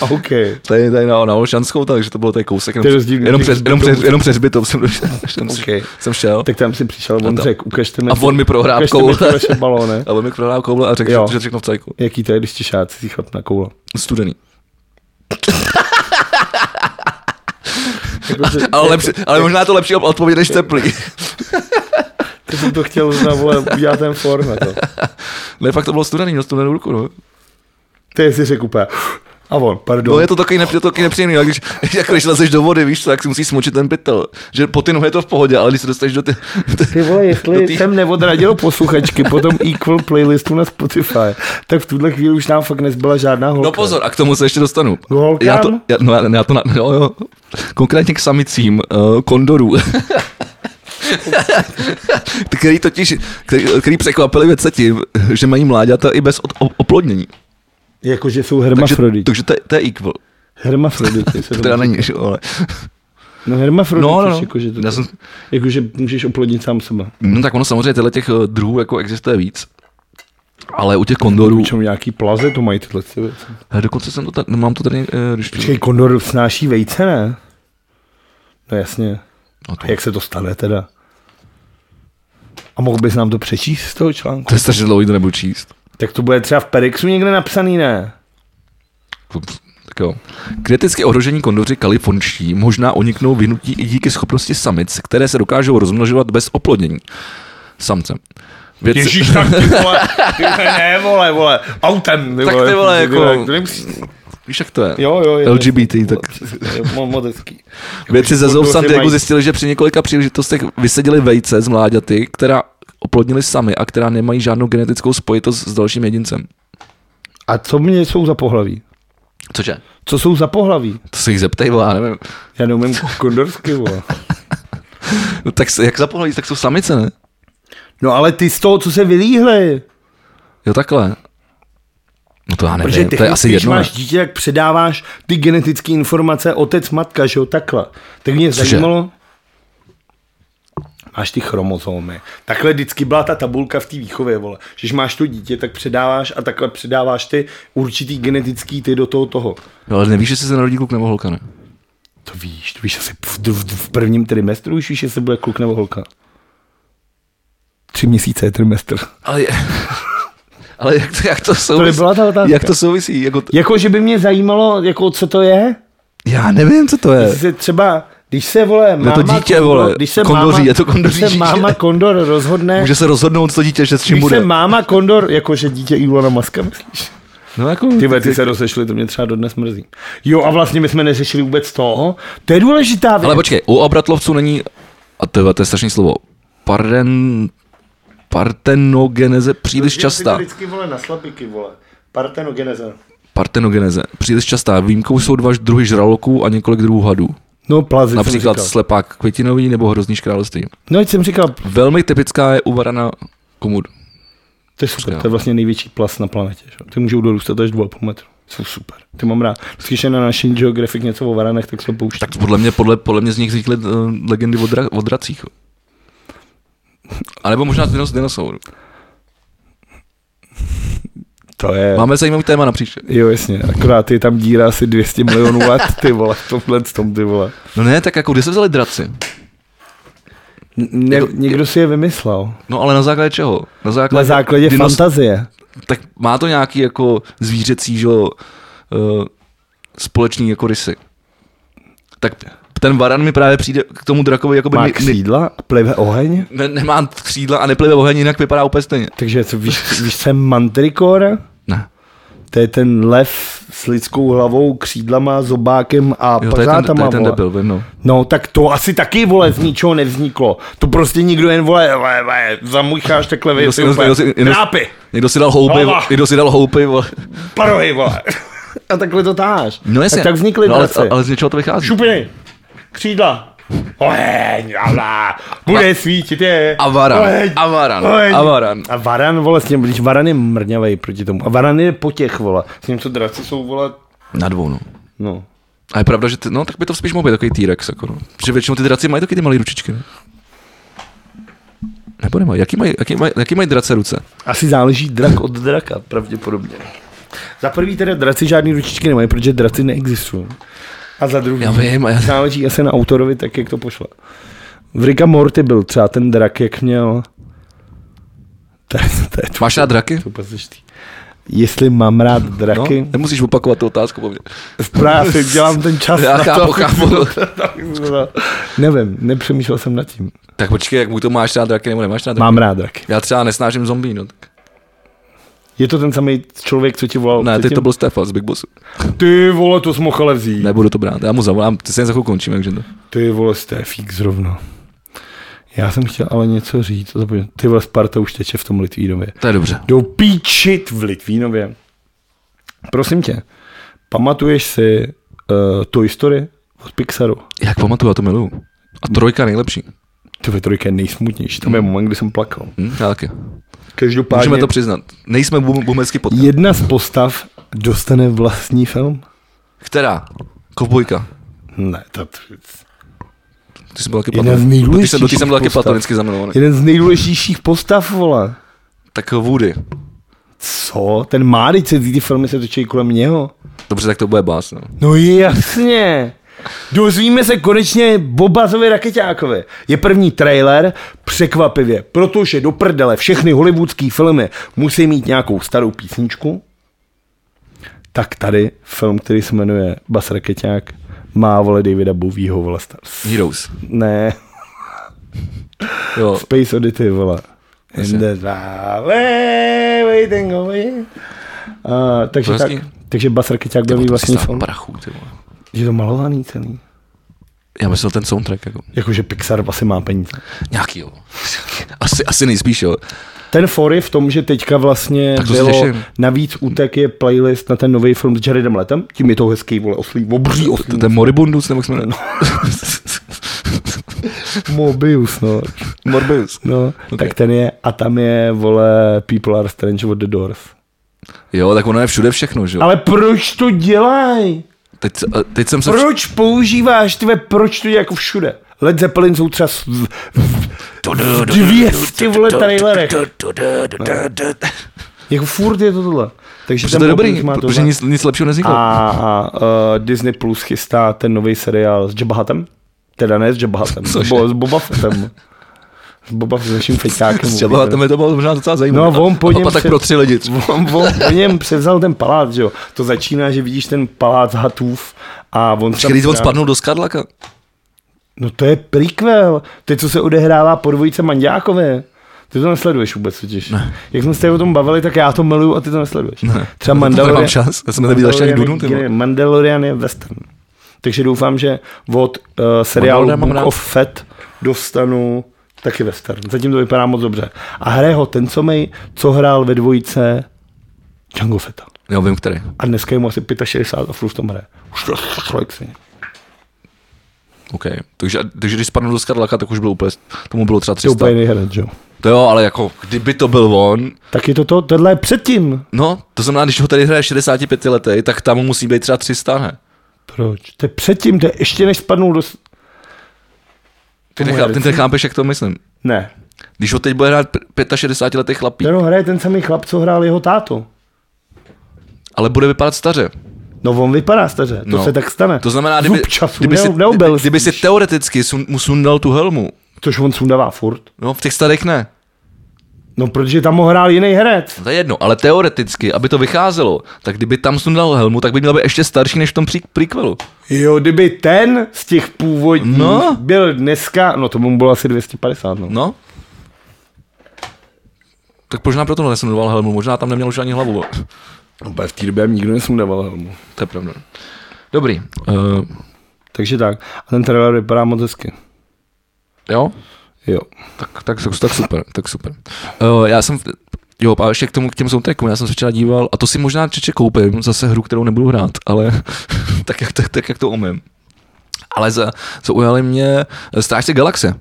[SPEAKER 1] OK.
[SPEAKER 2] Tady, tady na, na Olšanskou, takže to bylo tady kousek. Jenom,
[SPEAKER 1] To je
[SPEAKER 2] přes,
[SPEAKER 1] rozdíl,
[SPEAKER 2] jenom,
[SPEAKER 1] když
[SPEAKER 2] přes,
[SPEAKER 1] jsi
[SPEAKER 2] jenom,
[SPEAKER 1] byl
[SPEAKER 2] přes,
[SPEAKER 1] domů.
[SPEAKER 2] jenom přes bytov jsem, došel, jsem,
[SPEAKER 1] Okej.
[SPEAKER 2] jsem šel.
[SPEAKER 1] Tak tam si přišel,
[SPEAKER 2] A
[SPEAKER 1] on
[SPEAKER 2] to-
[SPEAKER 1] řekl, ukažte mi
[SPEAKER 2] No a
[SPEAKER 1] to-
[SPEAKER 2] on mi prohrál
[SPEAKER 1] ukažte mi
[SPEAKER 2] koule.
[SPEAKER 1] ty vaše balóny.
[SPEAKER 2] Ale mi prodal koule a řekl,
[SPEAKER 1] Jo.
[SPEAKER 2] že, že všechno v cajku.
[SPEAKER 1] Jaký to je, když ti šáci si chlap na koule?
[SPEAKER 2] Studený.
[SPEAKER 1] Jako, že-
[SPEAKER 2] Ale, lepší, ale možná je to lepší odpověď než teplý.
[SPEAKER 1] To jsem to chtěl na vole, udělat ten form na to.
[SPEAKER 2] Ne, fakt to bylo studený, měl studenou ruku, no.
[SPEAKER 1] Ty jsi řekl úplně. A on, pardon.
[SPEAKER 2] No je to takový, nep, je to takový nepříjemný, jak když, jako když lezeš do vody, víš co, tak si musíš smočit ten pytel. Že po ty nohy je to v pohodě, ale když se dostaneš do ty... Do ty
[SPEAKER 1] Ty vole, jestli
[SPEAKER 2] do tý-
[SPEAKER 1] jsem neodradil posluchačky po tom Equal playlistu na Spotify, tak v tuhle chvíli už nám fakt nezbyla žádná holka.
[SPEAKER 2] no pozor, a k tomu se ještě dostanu.
[SPEAKER 1] Gol
[SPEAKER 2] Já to,
[SPEAKER 1] kam?
[SPEAKER 2] já, no, já, já to na, jo, jo. Konkrétně k samicím uh, kondorů. který totiž, který, který překvapili vědce tím, že mají mláďata i bez od, o, oplodnění.
[SPEAKER 1] Jakože jsou
[SPEAKER 2] Takže,
[SPEAKER 1] hermafroditi.
[SPEAKER 2] takže to, je- to je equal.
[SPEAKER 1] Hermafroditi. se
[SPEAKER 2] To
[SPEAKER 1] tomu
[SPEAKER 2] teda
[SPEAKER 1] říká.
[SPEAKER 2] není, že jo, ale...
[SPEAKER 1] No
[SPEAKER 2] No,
[SPEAKER 1] hermafroditi,
[SPEAKER 2] no,
[SPEAKER 1] no,
[SPEAKER 2] no.
[SPEAKER 1] jakože, to,
[SPEAKER 2] Já jsem,
[SPEAKER 1] jakože můžeš oplodnit sám sebe.
[SPEAKER 2] no tak ono samozřejmě těchto těch eh, druhů jako existuje víc. Ale u těch kondorů,
[SPEAKER 1] Počom nějaký plaze to mají tyhle ty věci.
[SPEAKER 2] Hele, dokonce jsem to tady, mám to tady, eh, když
[SPEAKER 1] Počkej, kondor snáší vejce, ne? No jasně.
[SPEAKER 2] no, to,
[SPEAKER 1] A jak se to stane teda? A mohl bys nám to přečíst z toho článku?
[SPEAKER 2] to je strašně dlouhý, to nebudu číst.
[SPEAKER 1] Tak to bude třeba v Perexu někde napsaný, ne?
[SPEAKER 2] Ups, Jako, Tak jo. Kriticky ohrožení kondoři kalifornští možná uniknou vynutí i díky schopnosti samic, které se dokážou rozmnožovat bez oplodnění samcem. Vědci-
[SPEAKER 1] tak ty vole, ty vole, ne vole, vole, autem. Ty
[SPEAKER 2] Tak ty vole, jako-
[SPEAKER 1] to nemusí-
[SPEAKER 2] Víš, jak to je?
[SPEAKER 1] Jo, jo, je.
[SPEAKER 2] LGBT, tak
[SPEAKER 1] Je mo- Moc hezký.
[SPEAKER 2] vědci ze zoo v San
[SPEAKER 1] kondoři
[SPEAKER 2] Diego
[SPEAKER 1] mají-
[SPEAKER 2] zjistili, že při několika příležitostech vyseděli vejce z mláďaty, která oplodnili sami a která nemají žádnou genetickou spojitost s dalším jedincem.
[SPEAKER 1] A co mě jsou za pohlaví?
[SPEAKER 2] Cože?
[SPEAKER 1] Co jsou za pohlaví?
[SPEAKER 2] To se jich zeptej, vole, já nevím.
[SPEAKER 1] Já neumím kondorsky, vole.
[SPEAKER 2] No, tak se- jak za pohlaví, tak jsou samice, ne?
[SPEAKER 1] No ale ty z toho, co se vylíhli.
[SPEAKER 2] Jo, takhle. No to já nevím,
[SPEAKER 1] Protože
[SPEAKER 2] to je
[SPEAKER 1] technicky,
[SPEAKER 2] asi
[SPEAKER 1] když
[SPEAKER 2] jedno.
[SPEAKER 1] máš
[SPEAKER 2] Máš...
[SPEAKER 1] dítě, tak předáváš ty genetické informace otec, matka, že jo, takhle. Tak mě
[SPEAKER 2] Cože?
[SPEAKER 1] zajímalo, máš ty chromozomy. Takhle vždycky byla ta tabulka v té výchově, vole. Že Když máš to dítě, tak předáváš a takhle předáváš ty určitý genetický ty do toho toho.
[SPEAKER 2] Jo, ale nevíš, jestli se narodí kluk nebo holka, ne?
[SPEAKER 1] To víš, to víš asi v, v, v prvním trimestru, už víš, jestli bude kluk nebo holka. Tři měsíce je trimestr.
[SPEAKER 2] Ale, je... ale jak to, jak to
[SPEAKER 1] To
[SPEAKER 2] souvisí?
[SPEAKER 1] nebyla ta otázka.
[SPEAKER 2] jak to souvisí? Jako t...
[SPEAKER 1] Jako, že by mě zajímalo, jako, co to je?
[SPEAKER 2] Já nevím, co to je.
[SPEAKER 1] Jestli se třeba, když se vole, máma,
[SPEAKER 2] dítě, vole,
[SPEAKER 1] když se
[SPEAKER 2] kondoří,
[SPEAKER 1] máma,
[SPEAKER 2] je to kondoří
[SPEAKER 1] když se
[SPEAKER 2] dítě.
[SPEAKER 1] máma kondor rozhodne,
[SPEAKER 2] Může se rozhodnout to dítě, že s čím
[SPEAKER 1] když se
[SPEAKER 2] bude.
[SPEAKER 1] máma kondor, jakože dítě Ilona Maska, myslíš?
[SPEAKER 2] No jako...
[SPEAKER 1] Ty vole, ty se rozešli, to mě třeba dodnes mrzí. Jo a vlastně my jsme neřešili vůbec toho, to je důležitá věc.
[SPEAKER 2] Ale počkej, u obratlovců není... A to, je- to je strašný slovo. Parden... Partenogeneze příliš častá.
[SPEAKER 1] No, Vždycky vole na slapiky, vole. Partenogeneza.
[SPEAKER 2] Partenogeneze příliš častá. Výjimkou jsou dva druhy žraloků a několik druhů hadů.
[SPEAKER 1] No plazy
[SPEAKER 2] Například
[SPEAKER 1] jsem říkal.
[SPEAKER 2] slepák květinový nebo hrozný království.
[SPEAKER 1] No, jak jsem říkal,
[SPEAKER 2] Velmi typická je u varana Komůr.
[SPEAKER 1] To je super, to je vlastně největší plas na planetě. Že? Ty můžou dorůstat až 2,5 metru. Jsou super. Ty mám rád. Když je na našem geografik něco o varanech, tak se pouští.
[SPEAKER 2] Tak podle mě, podle, podle mě z nich vznikly uh, legendy o, dra- o dracích. A nebo možná z dinos- dinosaurů.
[SPEAKER 1] To je...
[SPEAKER 2] Máme zajímavý téma na příště.
[SPEAKER 1] Jo, jasně. Akorát je tam díra asi 200 milionů let, ty vole, v tomhle tom, ty vole.
[SPEAKER 2] No ne, tak jako kde se vzali draci?
[SPEAKER 1] Ně-
[SPEAKER 2] Je to-
[SPEAKER 1] Jako, někdo si je vymyslel.
[SPEAKER 2] No ale na základě čeho? Na základě,
[SPEAKER 1] Na základě
[SPEAKER 2] dinos-
[SPEAKER 1] fantazie.
[SPEAKER 2] Tak má to nějaký jako zvířecí, že jo, eh, společný jako rysy. Tak ten varan mi právě přijde k tomu drakovi jako by
[SPEAKER 1] Má křídla a plive oheň.
[SPEAKER 2] ne, nemá křídla a neplive oheň, jinak vypadá úplně stejně.
[SPEAKER 1] Takže co, víš, víš, co je mantrikora?
[SPEAKER 2] Ne.
[SPEAKER 1] To je ten lev s lidskou hlavou, křídlama, zobákem a
[SPEAKER 2] Jo, to je ten, to
[SPEAKER 1] pařátama,
[SPEAKER 2] je ten
[SPEAKER 1] vole.
[SPEAKER 2] debil, vím, no.
[SPEAKER 1] No, tak to asi taky, vole, z ničeho nevzniklo. To prostě nikdo jen, vole, vole, vole zamucháš takhle, vy,
[SPEAKER 2] Někdo si-
[SPEAKER 1] ty úplně,
[SPEAKER 2] někdo si- někdo si-
[SPEAKER 1] trápy,
[SPEAKER 2] Někdo si dal houpy,
[SPEAKER 1] Hlava.
[SPEAKER 2] někdo si dal houpy, vole.
[SPEAKER 1] parohy, vole. A takhle to táháš.
[SPEAKER 2] No jasně.
[SPEAKER 1] Tak, tak vznikly
[SPEAKER 2] no, ale,
[SPEAKER 1] draci.
[SPEAKER 2] ale, z něčeho to vychází.
[SPEAKER 1] Šupiny, křídla, oheň, bla, bude svítit je.
[SPEAKER 2] A varan,
[SPEAKER 1] Oheň,
[SPEAKER 2] a varan,
[SPEAKER 1] oheň.
[SPEAKER 2] a varan.
[SPEAKER 1] A varan, vole, s ním, když varan je mrňavej proti tomu. A varan je po těch, vole. S ním co draci jsou, vole,
[SPEAKER 2] Na dvou, no.
[SPEAKER 1] no.
[SPEAKER 2] A je pravda, že ty, no, tak by to spíš mohl být takový T-Rex, jako no. Protože většinou ty draci mají taky ty malé ručičky, ne? Nebo nemají? Jaký mají, jaký mají, jaký mají drace ruce?
[SPEAKER 1] Asi záleží drak od draka, pravděpodobně. Za prvý teda draci žádný ručičky nemají, protože draci neexistují. A za druhý
[SPEAKER 2] Já vím, a já...
[SPEAKER 1] záleží asi na autorovi, tak jak to pošle. V Rika Morty byl třeba ten drak, jak měl... To je, to je to,
[SPEAKER 2] Máš rád draky? No,
[SPEAKER 1] to je paseštý. Jestli mám rád draky, no.
[SPEAKER 2] nemusíš opakovat tu otázku po mně.
[SPEAKER 1] právě si dělám ten čas
[SPEAKER 2] Já
[SPEAKER 1] na
[SPEAKER 2] chápu,
[SPEAKER 1] to.
[SPEAKER 2] chápu.
[SPEAKER 1] Nevím, nepřemýšlel jsem nad tím.
[SPEAKER 2] tak počkej, jak mu to máš rád draky nebo nemáš rád draky?
[SPEAKER 1] Mám rád draky.
[SPEAKER 2] Já třeba nesnážím zombie, no. Tak.
[SPEAKER 1] Je to ten samý člověk, co ti volal
[SPEAKER 2] Ne, teď
[SPEAKER 1] předtím?
[SPEAKER 2] to byl Stefan z Big Bossu.
[SPEAKER 1] Ty vole, to jsi mohl ale vzít.
[SPEAKER 2] Nebudu to brát, já mu zavolám, ty se jen za chvilku končím, takže to.
[SPEAKER 1] Ty vole, Stefík zrovna. Já jsem chtěl ale něco říct. zapomněl. Ty vole, Sparta už teče v tom Litvínově.
[SPEAKER 2] To je dobře.
[SPEAKER 1] Jdou píčit v Litvínově. Prosím tě, pamatuješ si uh, Toy Story od Pixaru?
[SPEAKER 2] Jak pamatuju, já to miluju. A trojka nejlepší.
[SPEAKER 1] To je trojka je nejsmutnější. Tam je moment, kdy jsem plakal.
[SPEAKER 2] Hm? Já taky.
[SPEAKER 1] Každopádně
[SPEAKER 2] Můžeme to přiznat. Nejsme bum- bumecký pod.
[SPEAKER 1] jedna z postav dostane vlastní film?
[SPEAKER 2] Která? Kovbojka.
[SPEAKER 1] Ne, to...
[SPEAKER 2] Ty jsi byl taky
[SPEAKER 1] Jedna z
[SPEAKER 2] platonický. Do ty jsem, do ty
[SPEAKER 1] nejdůležitějších
[SPEAKER 2] jsem byl taky
[SPEAKER 1] postav.
[SPEAKER 2] platonicky zamilovaný.
[SPEAKER 1] Jeden z nejdůležitějších postav, vole.
[SPEAKER 2] Tak Woody.
[SPEAKER 1] Co? Ten Márič, ty, ty filmy se točí kolem něho.
[SPEAKER 2] Dobře, tak to bude bás. No.
[SPEAKER 1] No jasně. Dozvíme se konečně Bobazovi Raketákovi. Je první trailer, překvapivě, protože do prdele všechny hollywoodské filmy musí mít nějakou starou písničku. Tak tady film, který se jmenuje Bas Raketák, má vole Davida Bovýho vole Stars.
[SPEAKER 2] Heroes.
[SPEAKER 1] Ne,
[SPEAKER 2] Jo.
[SPEAKER 1] Space Oddity vole. In
[SPEAKER 2] Jasně.
[SPEAKER 1] the valley, waiting away. Uh, takže, tak,
[SPEAKER 2] Hezký.
[SPEAKER 1] takže Bas Raketák byl mít
[SPEAKER 2] Ty vole, to
[SPEAKER 1] vlastní
[SPEAKER 2] stál
[SPEAKER 1] film.
[SPEAKER 2] Prachů, ty vole.
[SPEAKER 1] Je to malovaný celý.
[SPEAKER 2] Já myslel ten soundtrack jako.
[SPEAKER 1] Jakože Pixar asi má peníze.
[SPEAKER 2] Nějaký jo. Asi, asi nejspíš jo.
[SPEAKER 1] Ten for je v tom, že teďka vlastně
[SPEAKER 2] Tak to se
[SPEAKER 1] bylo,
[SPEAKER 2] těším.
[SPEAKER 1] navíc útek je playlist na ten nový film s Jaredem Letem, tím je to hezký, vole, oslý, obří
[SPEAKER 2] To-
[SPEAKER 1] oslý,
[SPEAKER 2] Ten Moribundus, nebo jak jsme no.
[SPEAKER 1] Mobius, no,
[SPEAKER 2] Morbius.
[SPEAKER 1] no, okay. tak ten je, a tam je, vole, People Are Strange od The Doors.
[SPEAKER 2] Jo, tak ono je všude všechno, že jo.
[SPEAKER 1] Ale proč to dělají?
[SPEAKER 2] Teď, teď jsem se...
[SPEAKER 1] Proč používáš, tve, proč to dělají jako všude? Led Zeppelin jsou třeba v, v, v 200, vole, trailerech. Jako furt je to tohle. Takže
[SPEAKER 2] Protože
[SPEAKER 1] ten
[SPEAKER 2] to je dobrý,
[SPEAKER 1] Mobius má
[SPEAKER 2] protože
[SPEAKER 1] tohle.
[SPEAKER 2] nic, nic lepšího nezniklo.
[SPEAKER 1] A, a uh, Disney Plus chystá ten nový seriál s Jabba Huttem. Teda ne s Jabba Huttem, s,
[SPEAKER 2] Cože?
[SPEAKER 1] bo, s Boba Fettem. S Boba s naším feťákem.
[SPEAKER 2] Třeba tam je to bylo možná docela zajímavé.
[SPEAKER 1] No, on po
[SPEAKER 2] A- a
[SPEAKER 1] něm
[SPEAKER 2] tak
[SPEAKER 1] se-
[SPEAKER 2] pro tři lidi.
[SPEAKER 1] On, on po něm převzal ten palác, že jo. To začíná, že vidíš ten palác hatův a on
[SPEAKER 2] Počkej, když on spadnul do skadlaka.
[SPEAKER 1] No to je prequel. To je, co se odehrává po dvojice Mandiákové. Ty to nesleduješ vůbec totiž. Ne. Jak jsme se tady o tom bavili, tak já to miluju a ty to nesleduješ. Ne. Třeba
[SPEAKER 2] Na To nemám
[SPEAKER 1] Mandalorian,
[SPEAKER 2] čas, já jsem neviděl ještě ani Dunu, ty
[SPEAKER 1] Mandalorian,
[SPEAKER 2] vole.
[SPEAKER 1] je, Mandalorian je western. Takže doufám, že od uh, seriálu
[SPEAKER 2] Mandalorian mám
[SPEAKER 1] Book
[SPEAKER 2] rád.
[SPEAKER 1] of Fett dostanu taky western. Zatím to vypadá moc dobře. A hraje ho ten somej, co hrál ve dvojice Django Feta.
[SPEAKER 2] Jo, vím který.
[SPEAKER 1] A dneska je mu asi 65 a furt v tom hraje. Už to člověk si.
[SPEAKER 2] OK. Takže, takže když spadnul do skadlaka, tak už byl úplně, tomu bylo třeba
[SPEAKER 1] To je
[SPEAKER 2] 300.
[SPEAKER 1] úplně jiný herec, že jo.
[SPEAKER 2] To jo, ale jako, kdyby to byl on,
[SPEAKER 1] Taky to, to, tohle je předtím.
[SPEAKER 2] no, to znamená, když ho tady hraje 65 letý, tak tam mu musí být třeba 300, ne?
[SPEAKER 1] Proč? To je předtím, to je ještě než spadnou do... s-
[SPEAKER 2] Ty
[SPEAKER 1] Tomu
[SPEAKER 2] nechápeš,
[SPEAKER 1] je
[SPEAKER 2] ten, ten chápeš, jak to myslím.
[SPEAKER 1] Ne.
[SPEAKER 2] Když ho teď bude hrát 65 letý chlapík,
[SPEAKER 1] Ten ho hraje ten samý chlap, co hrál jeho tátu.
[SPEAKER 2] ale bude vypadat staře.
[SPEAKER 1] No on vypadá staře, to no.
[SPEAKER 2] No.
[SPEAKER 1] se tak stane.
[SPEAKER 2] To znamená, kdyby,
[SPEAKER 1] Zub času
[SPEAKER 2] kdyby, si,
[SPEAKER 1] neu- neubil
[SPEAKER 2] kdyby, kdyby si
[SPEAKER 1] spíš.
[SPEAKER 2] teoreticky sun, mu sundal tu helmu,
[SPEAKER 1] Což on sundává furt.
[SPEAKER 2] no v těch starých ne,
[SPEAKER 1] No protože tam ho hrál jiný herec.
[SPEAKER 2] No to je jedno, ale teoreticky, aby to vycházelo, tak kdyby tam sundal helmu, tak by měl být ještě starší než v tom pří- prequelu.
[SPEAKER 1] Jo, kdyby ten z těch původních no.
[SPEAKER 2] No.
[SPEAKER 1] byl dneska, no to mu bylo asi 250, no.
[SPEAKER 2] No? Tak možná proto nesundoval helmu, možná tam neměl už ani hlavu.
[SPEAKER 1] no v té době nikdo nesundával helmu.
[SPEAKER 2] To je pravda. Dobrý. Uh,
[SPEAKER 1] Takže tak. A ten trailer vypadá moc hezky.
[SPEAKER 2] jo?
[SPEAKER 1] Jo.
[SPEAKER 2] Tak, tak, tak, tak super, tak super. Uh, já jsem, jo, a ještě k tomu, k těm soundtrackům, já jsem se včera díval, a to si možná čeče koupím, zase hru, kterou nebudu hrát, ale tak, jak, tak, tak, jak to umím. Ale za, zaujali mě Strážce galaxie.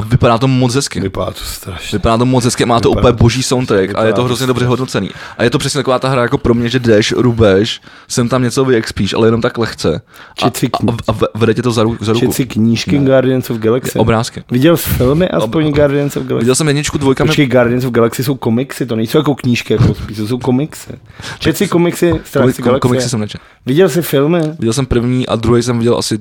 [SPEAKER 2] A vypadá to moc hezky.
[SPEAKER 1] Vypadá to strašně.
[SPEAKER 2] Vypadá to moc hezky, má to
[SPEAKER 1] Vypadá
[SPEAKER 2] úplně
[SPEAKER 1] to-
[SPEAKER 2] boží soundtrack a je
[SPEAKER 1] vypadá to
[SPEAKER 2] to hrozně dobře hodnocený. A je to přesně taková ta hra jako pro mě, že jdeš, rubeš, jsem tam něco vyexpíš, ale jenom tak lehce. A,
[SPEAKER 1] Či cykni.
[SPEAKER 2] a, a ve- vede tě to za, ru, za ruku.
[SPEAKER 1] Čet si knížky Guardians of Galaxy.
[SPEAKER 2] Obrázky.
[SPEAKER 1] Viděl jsi filmy aspoň
[SPEAKER 2] Ob-
[SPEAKER 1] Guardians of Galaxy?
[SPEAKER 2] Viděl jsem jedničku, dvojka mi
[SPEAKER 1] Počkej, Guardians of Galaxy jsou komiksy, to nejsou jako knížky, jako spíš, to jsou komiksy. Čet si komiksy, Strážci
[SPEAKER 2] Komi- komiksy
[SPEAKER 1] Galaxie.
[SPEAKER 2] jsem nečetl.
[SPEAKER 1] Viděl jsi filmy?
[SPEAKER 2] Viděl jsem první a druhý jsem viděl asi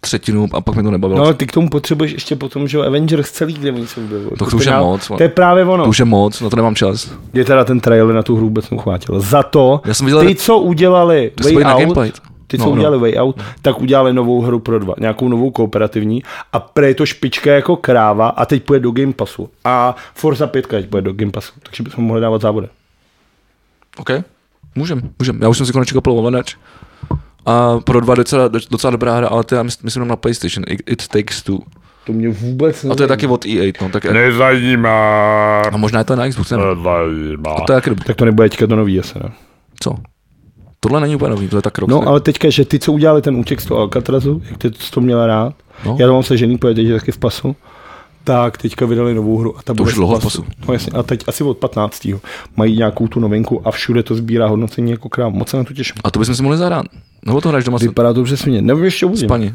[SPEAKER 2] třetinu a pak mi to nebavilo.
[SPEAKER 1] No
[SPEAKER 2] No,
[SPEAKER 1] ale ty k tomu potřebuješ ještě potom, že jo, Avengers celý, kde oni jsou bylo.
[SPEAKER 2] to už je moc, vole.
[SPEAKER 1] To je právě ono.
[SPEAKER 2] to už je moc, na to nemám čas.
[SPEAKER 1] Mě teda ten trailer na tu hru vůbec neuchvátil. Za to,
[SPEAKER 2] Já jsem viděl-
[SPEAKER 1] ty, co udělali
[SPEAKER 2] To
[SPEAKER 1] Way
[SPEAKER 2] stojí na
[SPEAKER 1] Out,
[SPEAKER 2] gameplay.
[SPEAKER 1] ty, co
[SPEAKER 2] No, no.
[SPEAKER 1] udělali Way Out, tak udělali novou hru pro dva, nějakou novou kooperativní a pre je to špička jako kráva a teď půjde do Game Passu. A Forza 5 teď půjde do Game Passu, takže bychom mohli dávat závody.
[SPEAKER 2] OK, můžem, můžem. Já už jsem si konečně koupil ovladač. A pro dva docela, docela dobrá hra, ale to já mys- myslím jenom na PlayStation. It, it Takes Two.
[SPEAKER 1] To mě vůbec
[SPEAKER 2] A to je taky od EA, no, tak
[SPEAKER 3] Nezajímá.
[SPEAKER 2] a možná je to na Xbox,
[SPEAKER 1] Eh,
[SPEAKER 2] nevím.
[SPEAKER 3] Nezajímá.
[SPEAKER 2] To je taky dobrý.
[SPEAKER 1] Tak to nebude teďka to nový, no. asi ne?
[SPEAKER 2] Co? Tohle není úplně nový, to je tak rok.
[SPEAKER 1] No,
[SPEAKER 2] starý.
[SPEAKER 1] ale teďka, že ty, co udělali ten útěk z toho Alcatrazu, jak ty jsi to měla rád, no.
[SPEAKER 2] No.
[SPEAKER 1] já to mám sežený, pojede, že taky v pasu, tak teďka vydali novou hru. A ta to
[SPEAKER 2] už dlouho v pasu.
[SPEAKER 1] No jasně, a teď asi od 15. mají nějakou tu novinku a všude to sbírá hodnocení jako krám. Moc se na to těším.
[SPEAKER 2] A to bychom si mohli zahrát. Nebo to hraješ doma s
[SPEAKER 1] Vypadá to přesně. Nevím, ještě uvidím.
[SPEAKER 2] paní.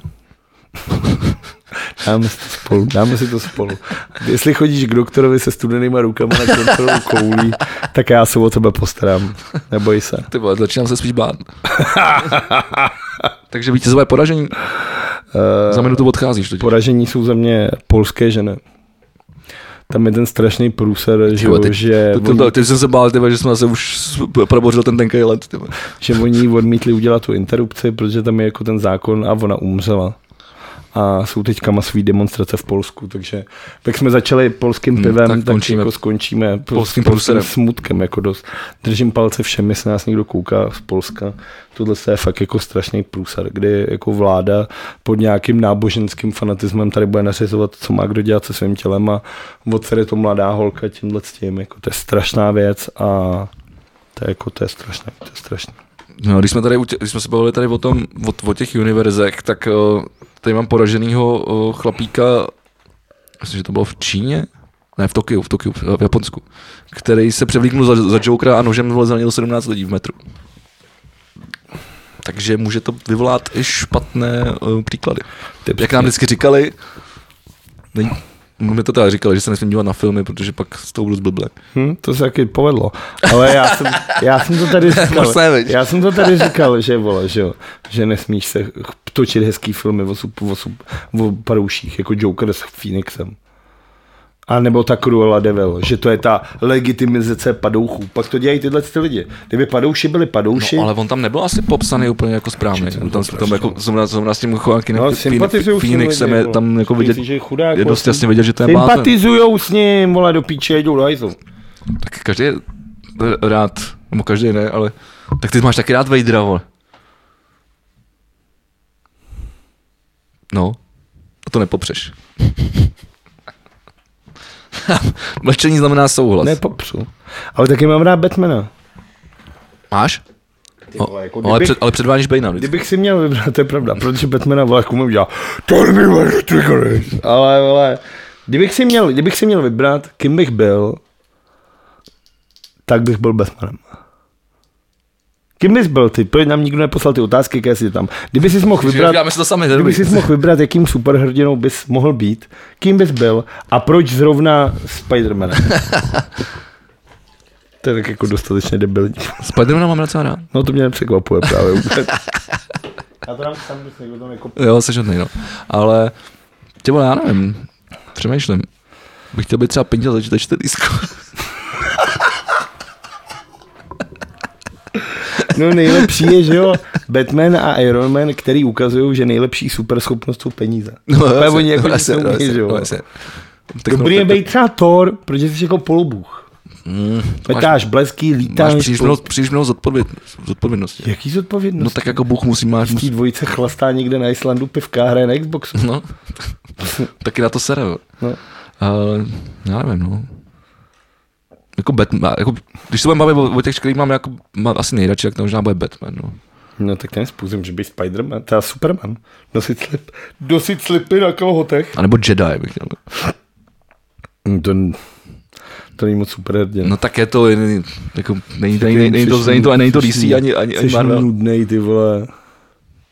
[SPEAKER 1] Dáme si to spolu. Dáme si to spolu. Jestli chodíš k doktorovi se studenýma rukama na kontrolu koulí, tak já se o tebe postarám. Neboj se.
[SPEAKER 2] Ty vole, začínám se spíš bát. Takže vítězové poražení.
[SPEAKER 1] Eh,
[SPEAKER 2] Za minutu odcházíš. Totiž.
[SPEAKER 1] Poražení jsou za mě polské ženy. Tam je ten strašný průser, že,
[SPEAKER 2] Ty vole,
[SPEAKER 1] jo,
[SPEAKER 2] ty-
[SPEAKER 1] že,
[SPEAKER 2] To, to,
[SPEAKER 1] oni,
[SPEAKER 2] to, teď jsem se bál, tyba, že jsme se už s- probořil ten tenkej let. Tyba.
[SPEAKER 1] že oni jí odmítli udělat tu interrupci, protože tam je jako ten zákon a ona umřela. A jsou teďka masové demonstrace v Polsku, takže jak jsme začali polským
[SPEAKER 2] Hmm,
[SPEAKER 1] pivem,
[SPEAKER 2] tak
[SPEAKER 1] tak, tak
[SPEAKER 2] končíme
[SPEAKER 1] jako skončíme po-
[SPEAKER 2] polským
[SPEAKER 1] polským
[SPEAKER 2] průserem.
[SPEAKER 1] smutkem. Jako dost. Držím palce všem, jestli nás někdo kouká z Polska. Tohle je fakt jako strašný průser, kdy jako vláda pod nějakým náboženským fanatismem tady bude nařizovat, co má kdo dělat se svým tělem a odsede to mladá holka tímhle s tím. Jako, to je strašná věc a to je, jako, to je strašné, to je strašné.
[SPEAKER 2] No, když jsme, tady, u tě- když jsme se bavili tady o, tom, o, o těch univerzech, tak eh, tady mám poraženýho eh, chlapíka, myslím, že to bylo v Číně, ne, v Tokiu, v Tokiu, v v Japonsku, který se převlíknul za, za Jokera a nožem vole zranil 17 lidí v metru. Takže může to vyvolat i špatné uh, příklady.
[SPEAKER 1] To je
[SPEAKER 2] Jak nám vždycky říkali, nej, my to teda říkali, že se nesmím dívat na filmy, protože pak z toho budu zblblé.
[SPEAKER 1] Hm, to se taky povedlo. Ale já jsem, já jsem to tady říkal.
[SPEAKER 2] Moc ne, viď?
[SPEAKER 1] já jsem to tady říkal, že vole, že, jo, že nesmíš se ch- točit hezký filmy o, sup, o, sup, o parouších, jako Joker s Phoenixem. A nebo ta Cruella Devil, že to je ta legitimizace padouchů. Pak to dělají tyhle ty lidi. Kdyby padouši byli padouši,
[SPEAKER 2] No, ale on tam nebyl asi popsaný úplně jako správně. On tam, tam jako, zrovna, zrovna s tím Joaquinem
[SPEAKER 1] No,
[SPEAKER 2] Phoen-
[SPEAKER 1] sympatizuju s tím
[SPEAKER 2] Phoenixem
[SPEAKER 1] lidi,
[SPEAKER 2] je
[SPEAKER 1] vole.
[SPEAKER 2] tam jako
[SPEAKER 1] Myslíš,
[SPEAKER 2] vidět,
[SPEAKER 1] že je chudák, vlastně.
[SPEAKER 2] je
[SPEAKER 1] vole,
[SPEAKER 2] dost jasně
[SPEAKER 1] sym-
[SPEAKER 2] vidět, že to je blázen.
[SPEAKER 1] sympatizujou s ním, vole, do píče, jdou do hajzlu.
[SPEAKER 2] Tak každý je rád, nebo každý ne, ale tak ty máš taky rád Vadera, vole. No, a to nepopřeš. Mlčení znamená souhlas.
[SPEAKER 1] Nepopřu. Ale taky mám rád Batmana.
[SPEAKER 2] Máš?
[SPEAKER 1] vole, jako
[SPEAKER 2] ale,
[SPEAKER 1] kdybych-
[SPEAKER 2] před, ale předvádíš Bejna. vždycky.
[SPEAKER 1] Kdybych si měl vybrat, to je pravda, protože Batmana vole, jako mi udělal, to mi udělal, ale vole, Kdybych si měl, kdybych si měl vybrat, kým bych byl, tak bych byl Batmanem. Kým bys byl ty? Proč nám nikdo neposlal ty otázky, jaké jsi tam? Kdyby jsi mohl
[SPEAKER 2] Vybrat,
[SPEAKER 1] vybrat,
[SPEAKER 2] Říkáme si to sami, to je
[SPEAKER 1] kdyby
[SPEAKER 2] dobrý.
[SPEAKER 1] jsi mohl vybrat, jakým superhrdinou bys mohl být, kým bys byl a proč zrovna Spiderman? to je tak jako dostatečně debilní.
[SPEAKER 2] Spidermana mám docela rád.
[SPEAKER 1] No to mě nepřekvapuje právě vůbec. Já to dám sám, někdo jako- to nekopil.
[SPEAKER 2] Jo, jsi hodnej, no. Ale, tě vole, já nevím, přemýšlím. Bych chtěl být třeba pintil za čte disku.
[SPEAKER 1] No nejlepší je, že jo, Batman a Iron Man, který ukazují, že nejlepší superschopnost jsou peníze. No, Ale oni jako nic
[SPEAKER 2] no,
[SPEAKER 1] neumí, že jo. Dobrý je být třeba Thor, protože jsi jako polobůh. Metáš blesky,
[SPEAKER 2] Máš
[SPEAKER 1] lítáš.
[SPEAKER 2] příliš
[SPEAKER 1] po-
[SPEAKER 2] mnoho, příliš mnoho zodpověd- zodpovědnosti.
[SPEAKER 1] Jaký zodpovědnost?
[SPEAKER 2] No tak jako Bůh musí mít.
[SPEAKER 1] V té dvojice chlastá někde na Islandu pivka hraje na Xboxu.
[SPEAKER 2] No, taky na to sere. jo.
[SPEAKER 1] No.
[SPEAKER 2] Ale já nevím, no. Jako Batman, jako, když se budeme bavit o, o těch, který mám, jako, mám asi nejradši, tak to možná bude Batman. No.
[SPEAKER 1] No tak ten způsobem, že by Spider-Man, teda Superman, nosit, slip, nosit slipy na kalhotech.
[SPEAKER 2] A nebo Jedi bych chtěl.
[SPEAKER 1] Mm, To, to není moc superhrdina.
[SPEAKER 2] No tak je to, není- jako, není, není, není, není, to, není, to, není to DC ani, ani, ani
[SPEAKER 1] Jsi
[SPEAKER 2] Marvel.
[SPEAKER 1] nudnej, ty vole.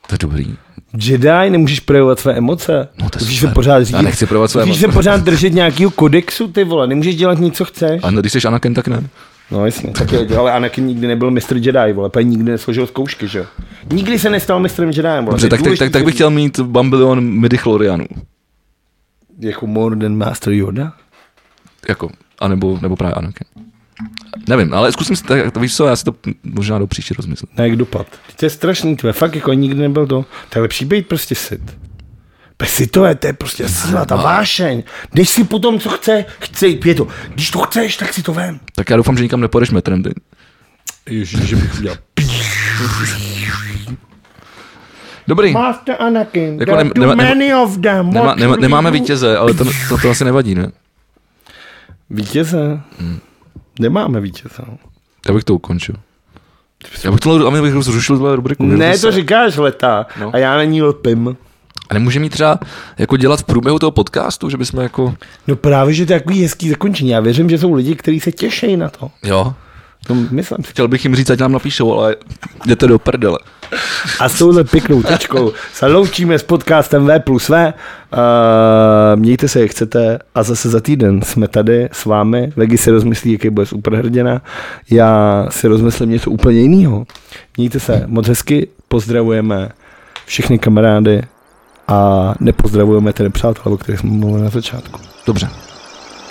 [SPEAKER 2] To je dobrý.
[SPEAKER 1] Jedi, nemůžeš projevovat své emoce.
[SPEAKER 2] No, to je
[SPEAKER 1] musíš se
[SPEAKER 2] super.
[SPEAKER 1] pořád řídit.
[SPEAKER 2] Já nechci projevovat své
[SPEAKER 1] Musíš se
[SPEAKER 2] emoce.
[SPEAKER 1] pořád držet nějakého kodexu, ty vole. Nemůžeš dělat nic, co chceš.
[SPEAKER 2] A no, když jsi Anakin, tak ne.
[SPEAKER 1] No jasně, tak je, ale Anakin nikdy nebyl mistr Jedi, vole. Pak nikdy nesložil zkoušky, že jo. Nikdy se nestal mistrem Jedi, vole. To
[SPEAKER 2] Dobře,
[SPEAKER 1] je
[SPEAKER 2] tak, tak,
[SPEAKER 1] důležitý,
[SPEAKER 2] tak, tak bych chtěl mít bambilion midichlorianů.
[SPEAKER 1] Jako more than master Yoda.
[SPEAKER 2] Jako, anebo, nebo právě Anakin. Nevím, ale zkusím si, tak, víš co, já si to možná do příště rozmyslím.
[SPEAKER 1] Na jak dopad. To je strašný, tvé. Fakt, jako nikdy nebyl to. To je lepší být prostě sit. Pesi to je, to je prostě síla,
[SPEAKER 2] no.
[SPEAKER 1] ta vášeň. Jdeš si potom, co chce, chce, je to. Když to chceš, tak si to vem.
[SPEAKER 2] Tak já doufám, že nikam nepůjdeš metrem, ty.
[SPEAKER 1] Ježiš, že bych udělal.
[SPEAKER 2] Dobrý.
[SPEAKER 1] Master Anakin,
[SPEAKER 2] Jako
[SPEAKER 1] there
[SPEAKER 2] nem-
[SPEAKER 1] are too
[SPEAKER 2] nema- nema-
[SPEAKER 1] many of them.
[SPEAKER 2] Nemá,
[SPEAKER 1] What
[SPEAKER 2] nema,
[SPEAKER 1] will
[SPEAKER 2] nemáme
[SPEAKER 1] you do?
[SPEAKER 2] vítěze, ale to, to, to asi nevadí, ne?
[SPEAKER 1] Vítěze?
[SPEAKER 2] Hmm.
[SPEAKER 1] Nemáme vítěze. no.
[SPEAKER 2] Já bych to ukončil. Já bych to, já bych zrušil tuhle rubriku.
[SPEAKER 1] Ne,
[SPEAKER 2] vyhodil
[SPEAKER 1] to
[SPEAKER 2] se.
[SPEAKER 1] říkáš leta
[SPEAKER 2] No.
[SPEAKER 1] a já na ní lpím.
[SPEAKER 2] A nemůže mít třeba jako dělat v průběhu toho podcastu, že bychom jako...
[SPEAKER 1] No právě, že to je takový hezký zakončení. Já věřím, že jsou lidi, kteří se těší na to.
[SPEAKER 2] Jo.
[SPEAKER 1] No, myslím si.
[SPEAKER 2] Chtěl bych jim říct, ať nám napíšou, ale jděte do prdele.
[SPEAKER 1] A s touhle pěknou tečkou se loučíme s podcastem V plus V. Uh, mějte se, jak chcete. A zase za týden jsme tady s vámi. Vegi si rozmyslí, jaký bude superhrdina. Já si rozmyslím něco úplně jiného. Mějte se moc hezky. Pozdravujeme všechny kamarády a nepozdravujeme tedy přátelé, o kterých jsme mluvili na začátku.
[SPEAKER 2] Dobře.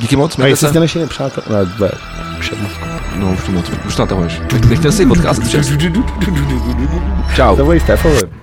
[SPEAKER 2] Díky moc,
[SPEAKER 1] A
[SPEAKER 2] mějte
[SPEAKER 1] jestli
[SPEAKER 2] se.
[SPEAKER 1] jste naši nepřátelé, ne, ne, všechno.
[SPEAKER 2] No už to moc, už to natahuješ. Nechtěl jsi podcast, že? Čau.
[SPEAKER 1] Zavolej Stefovi.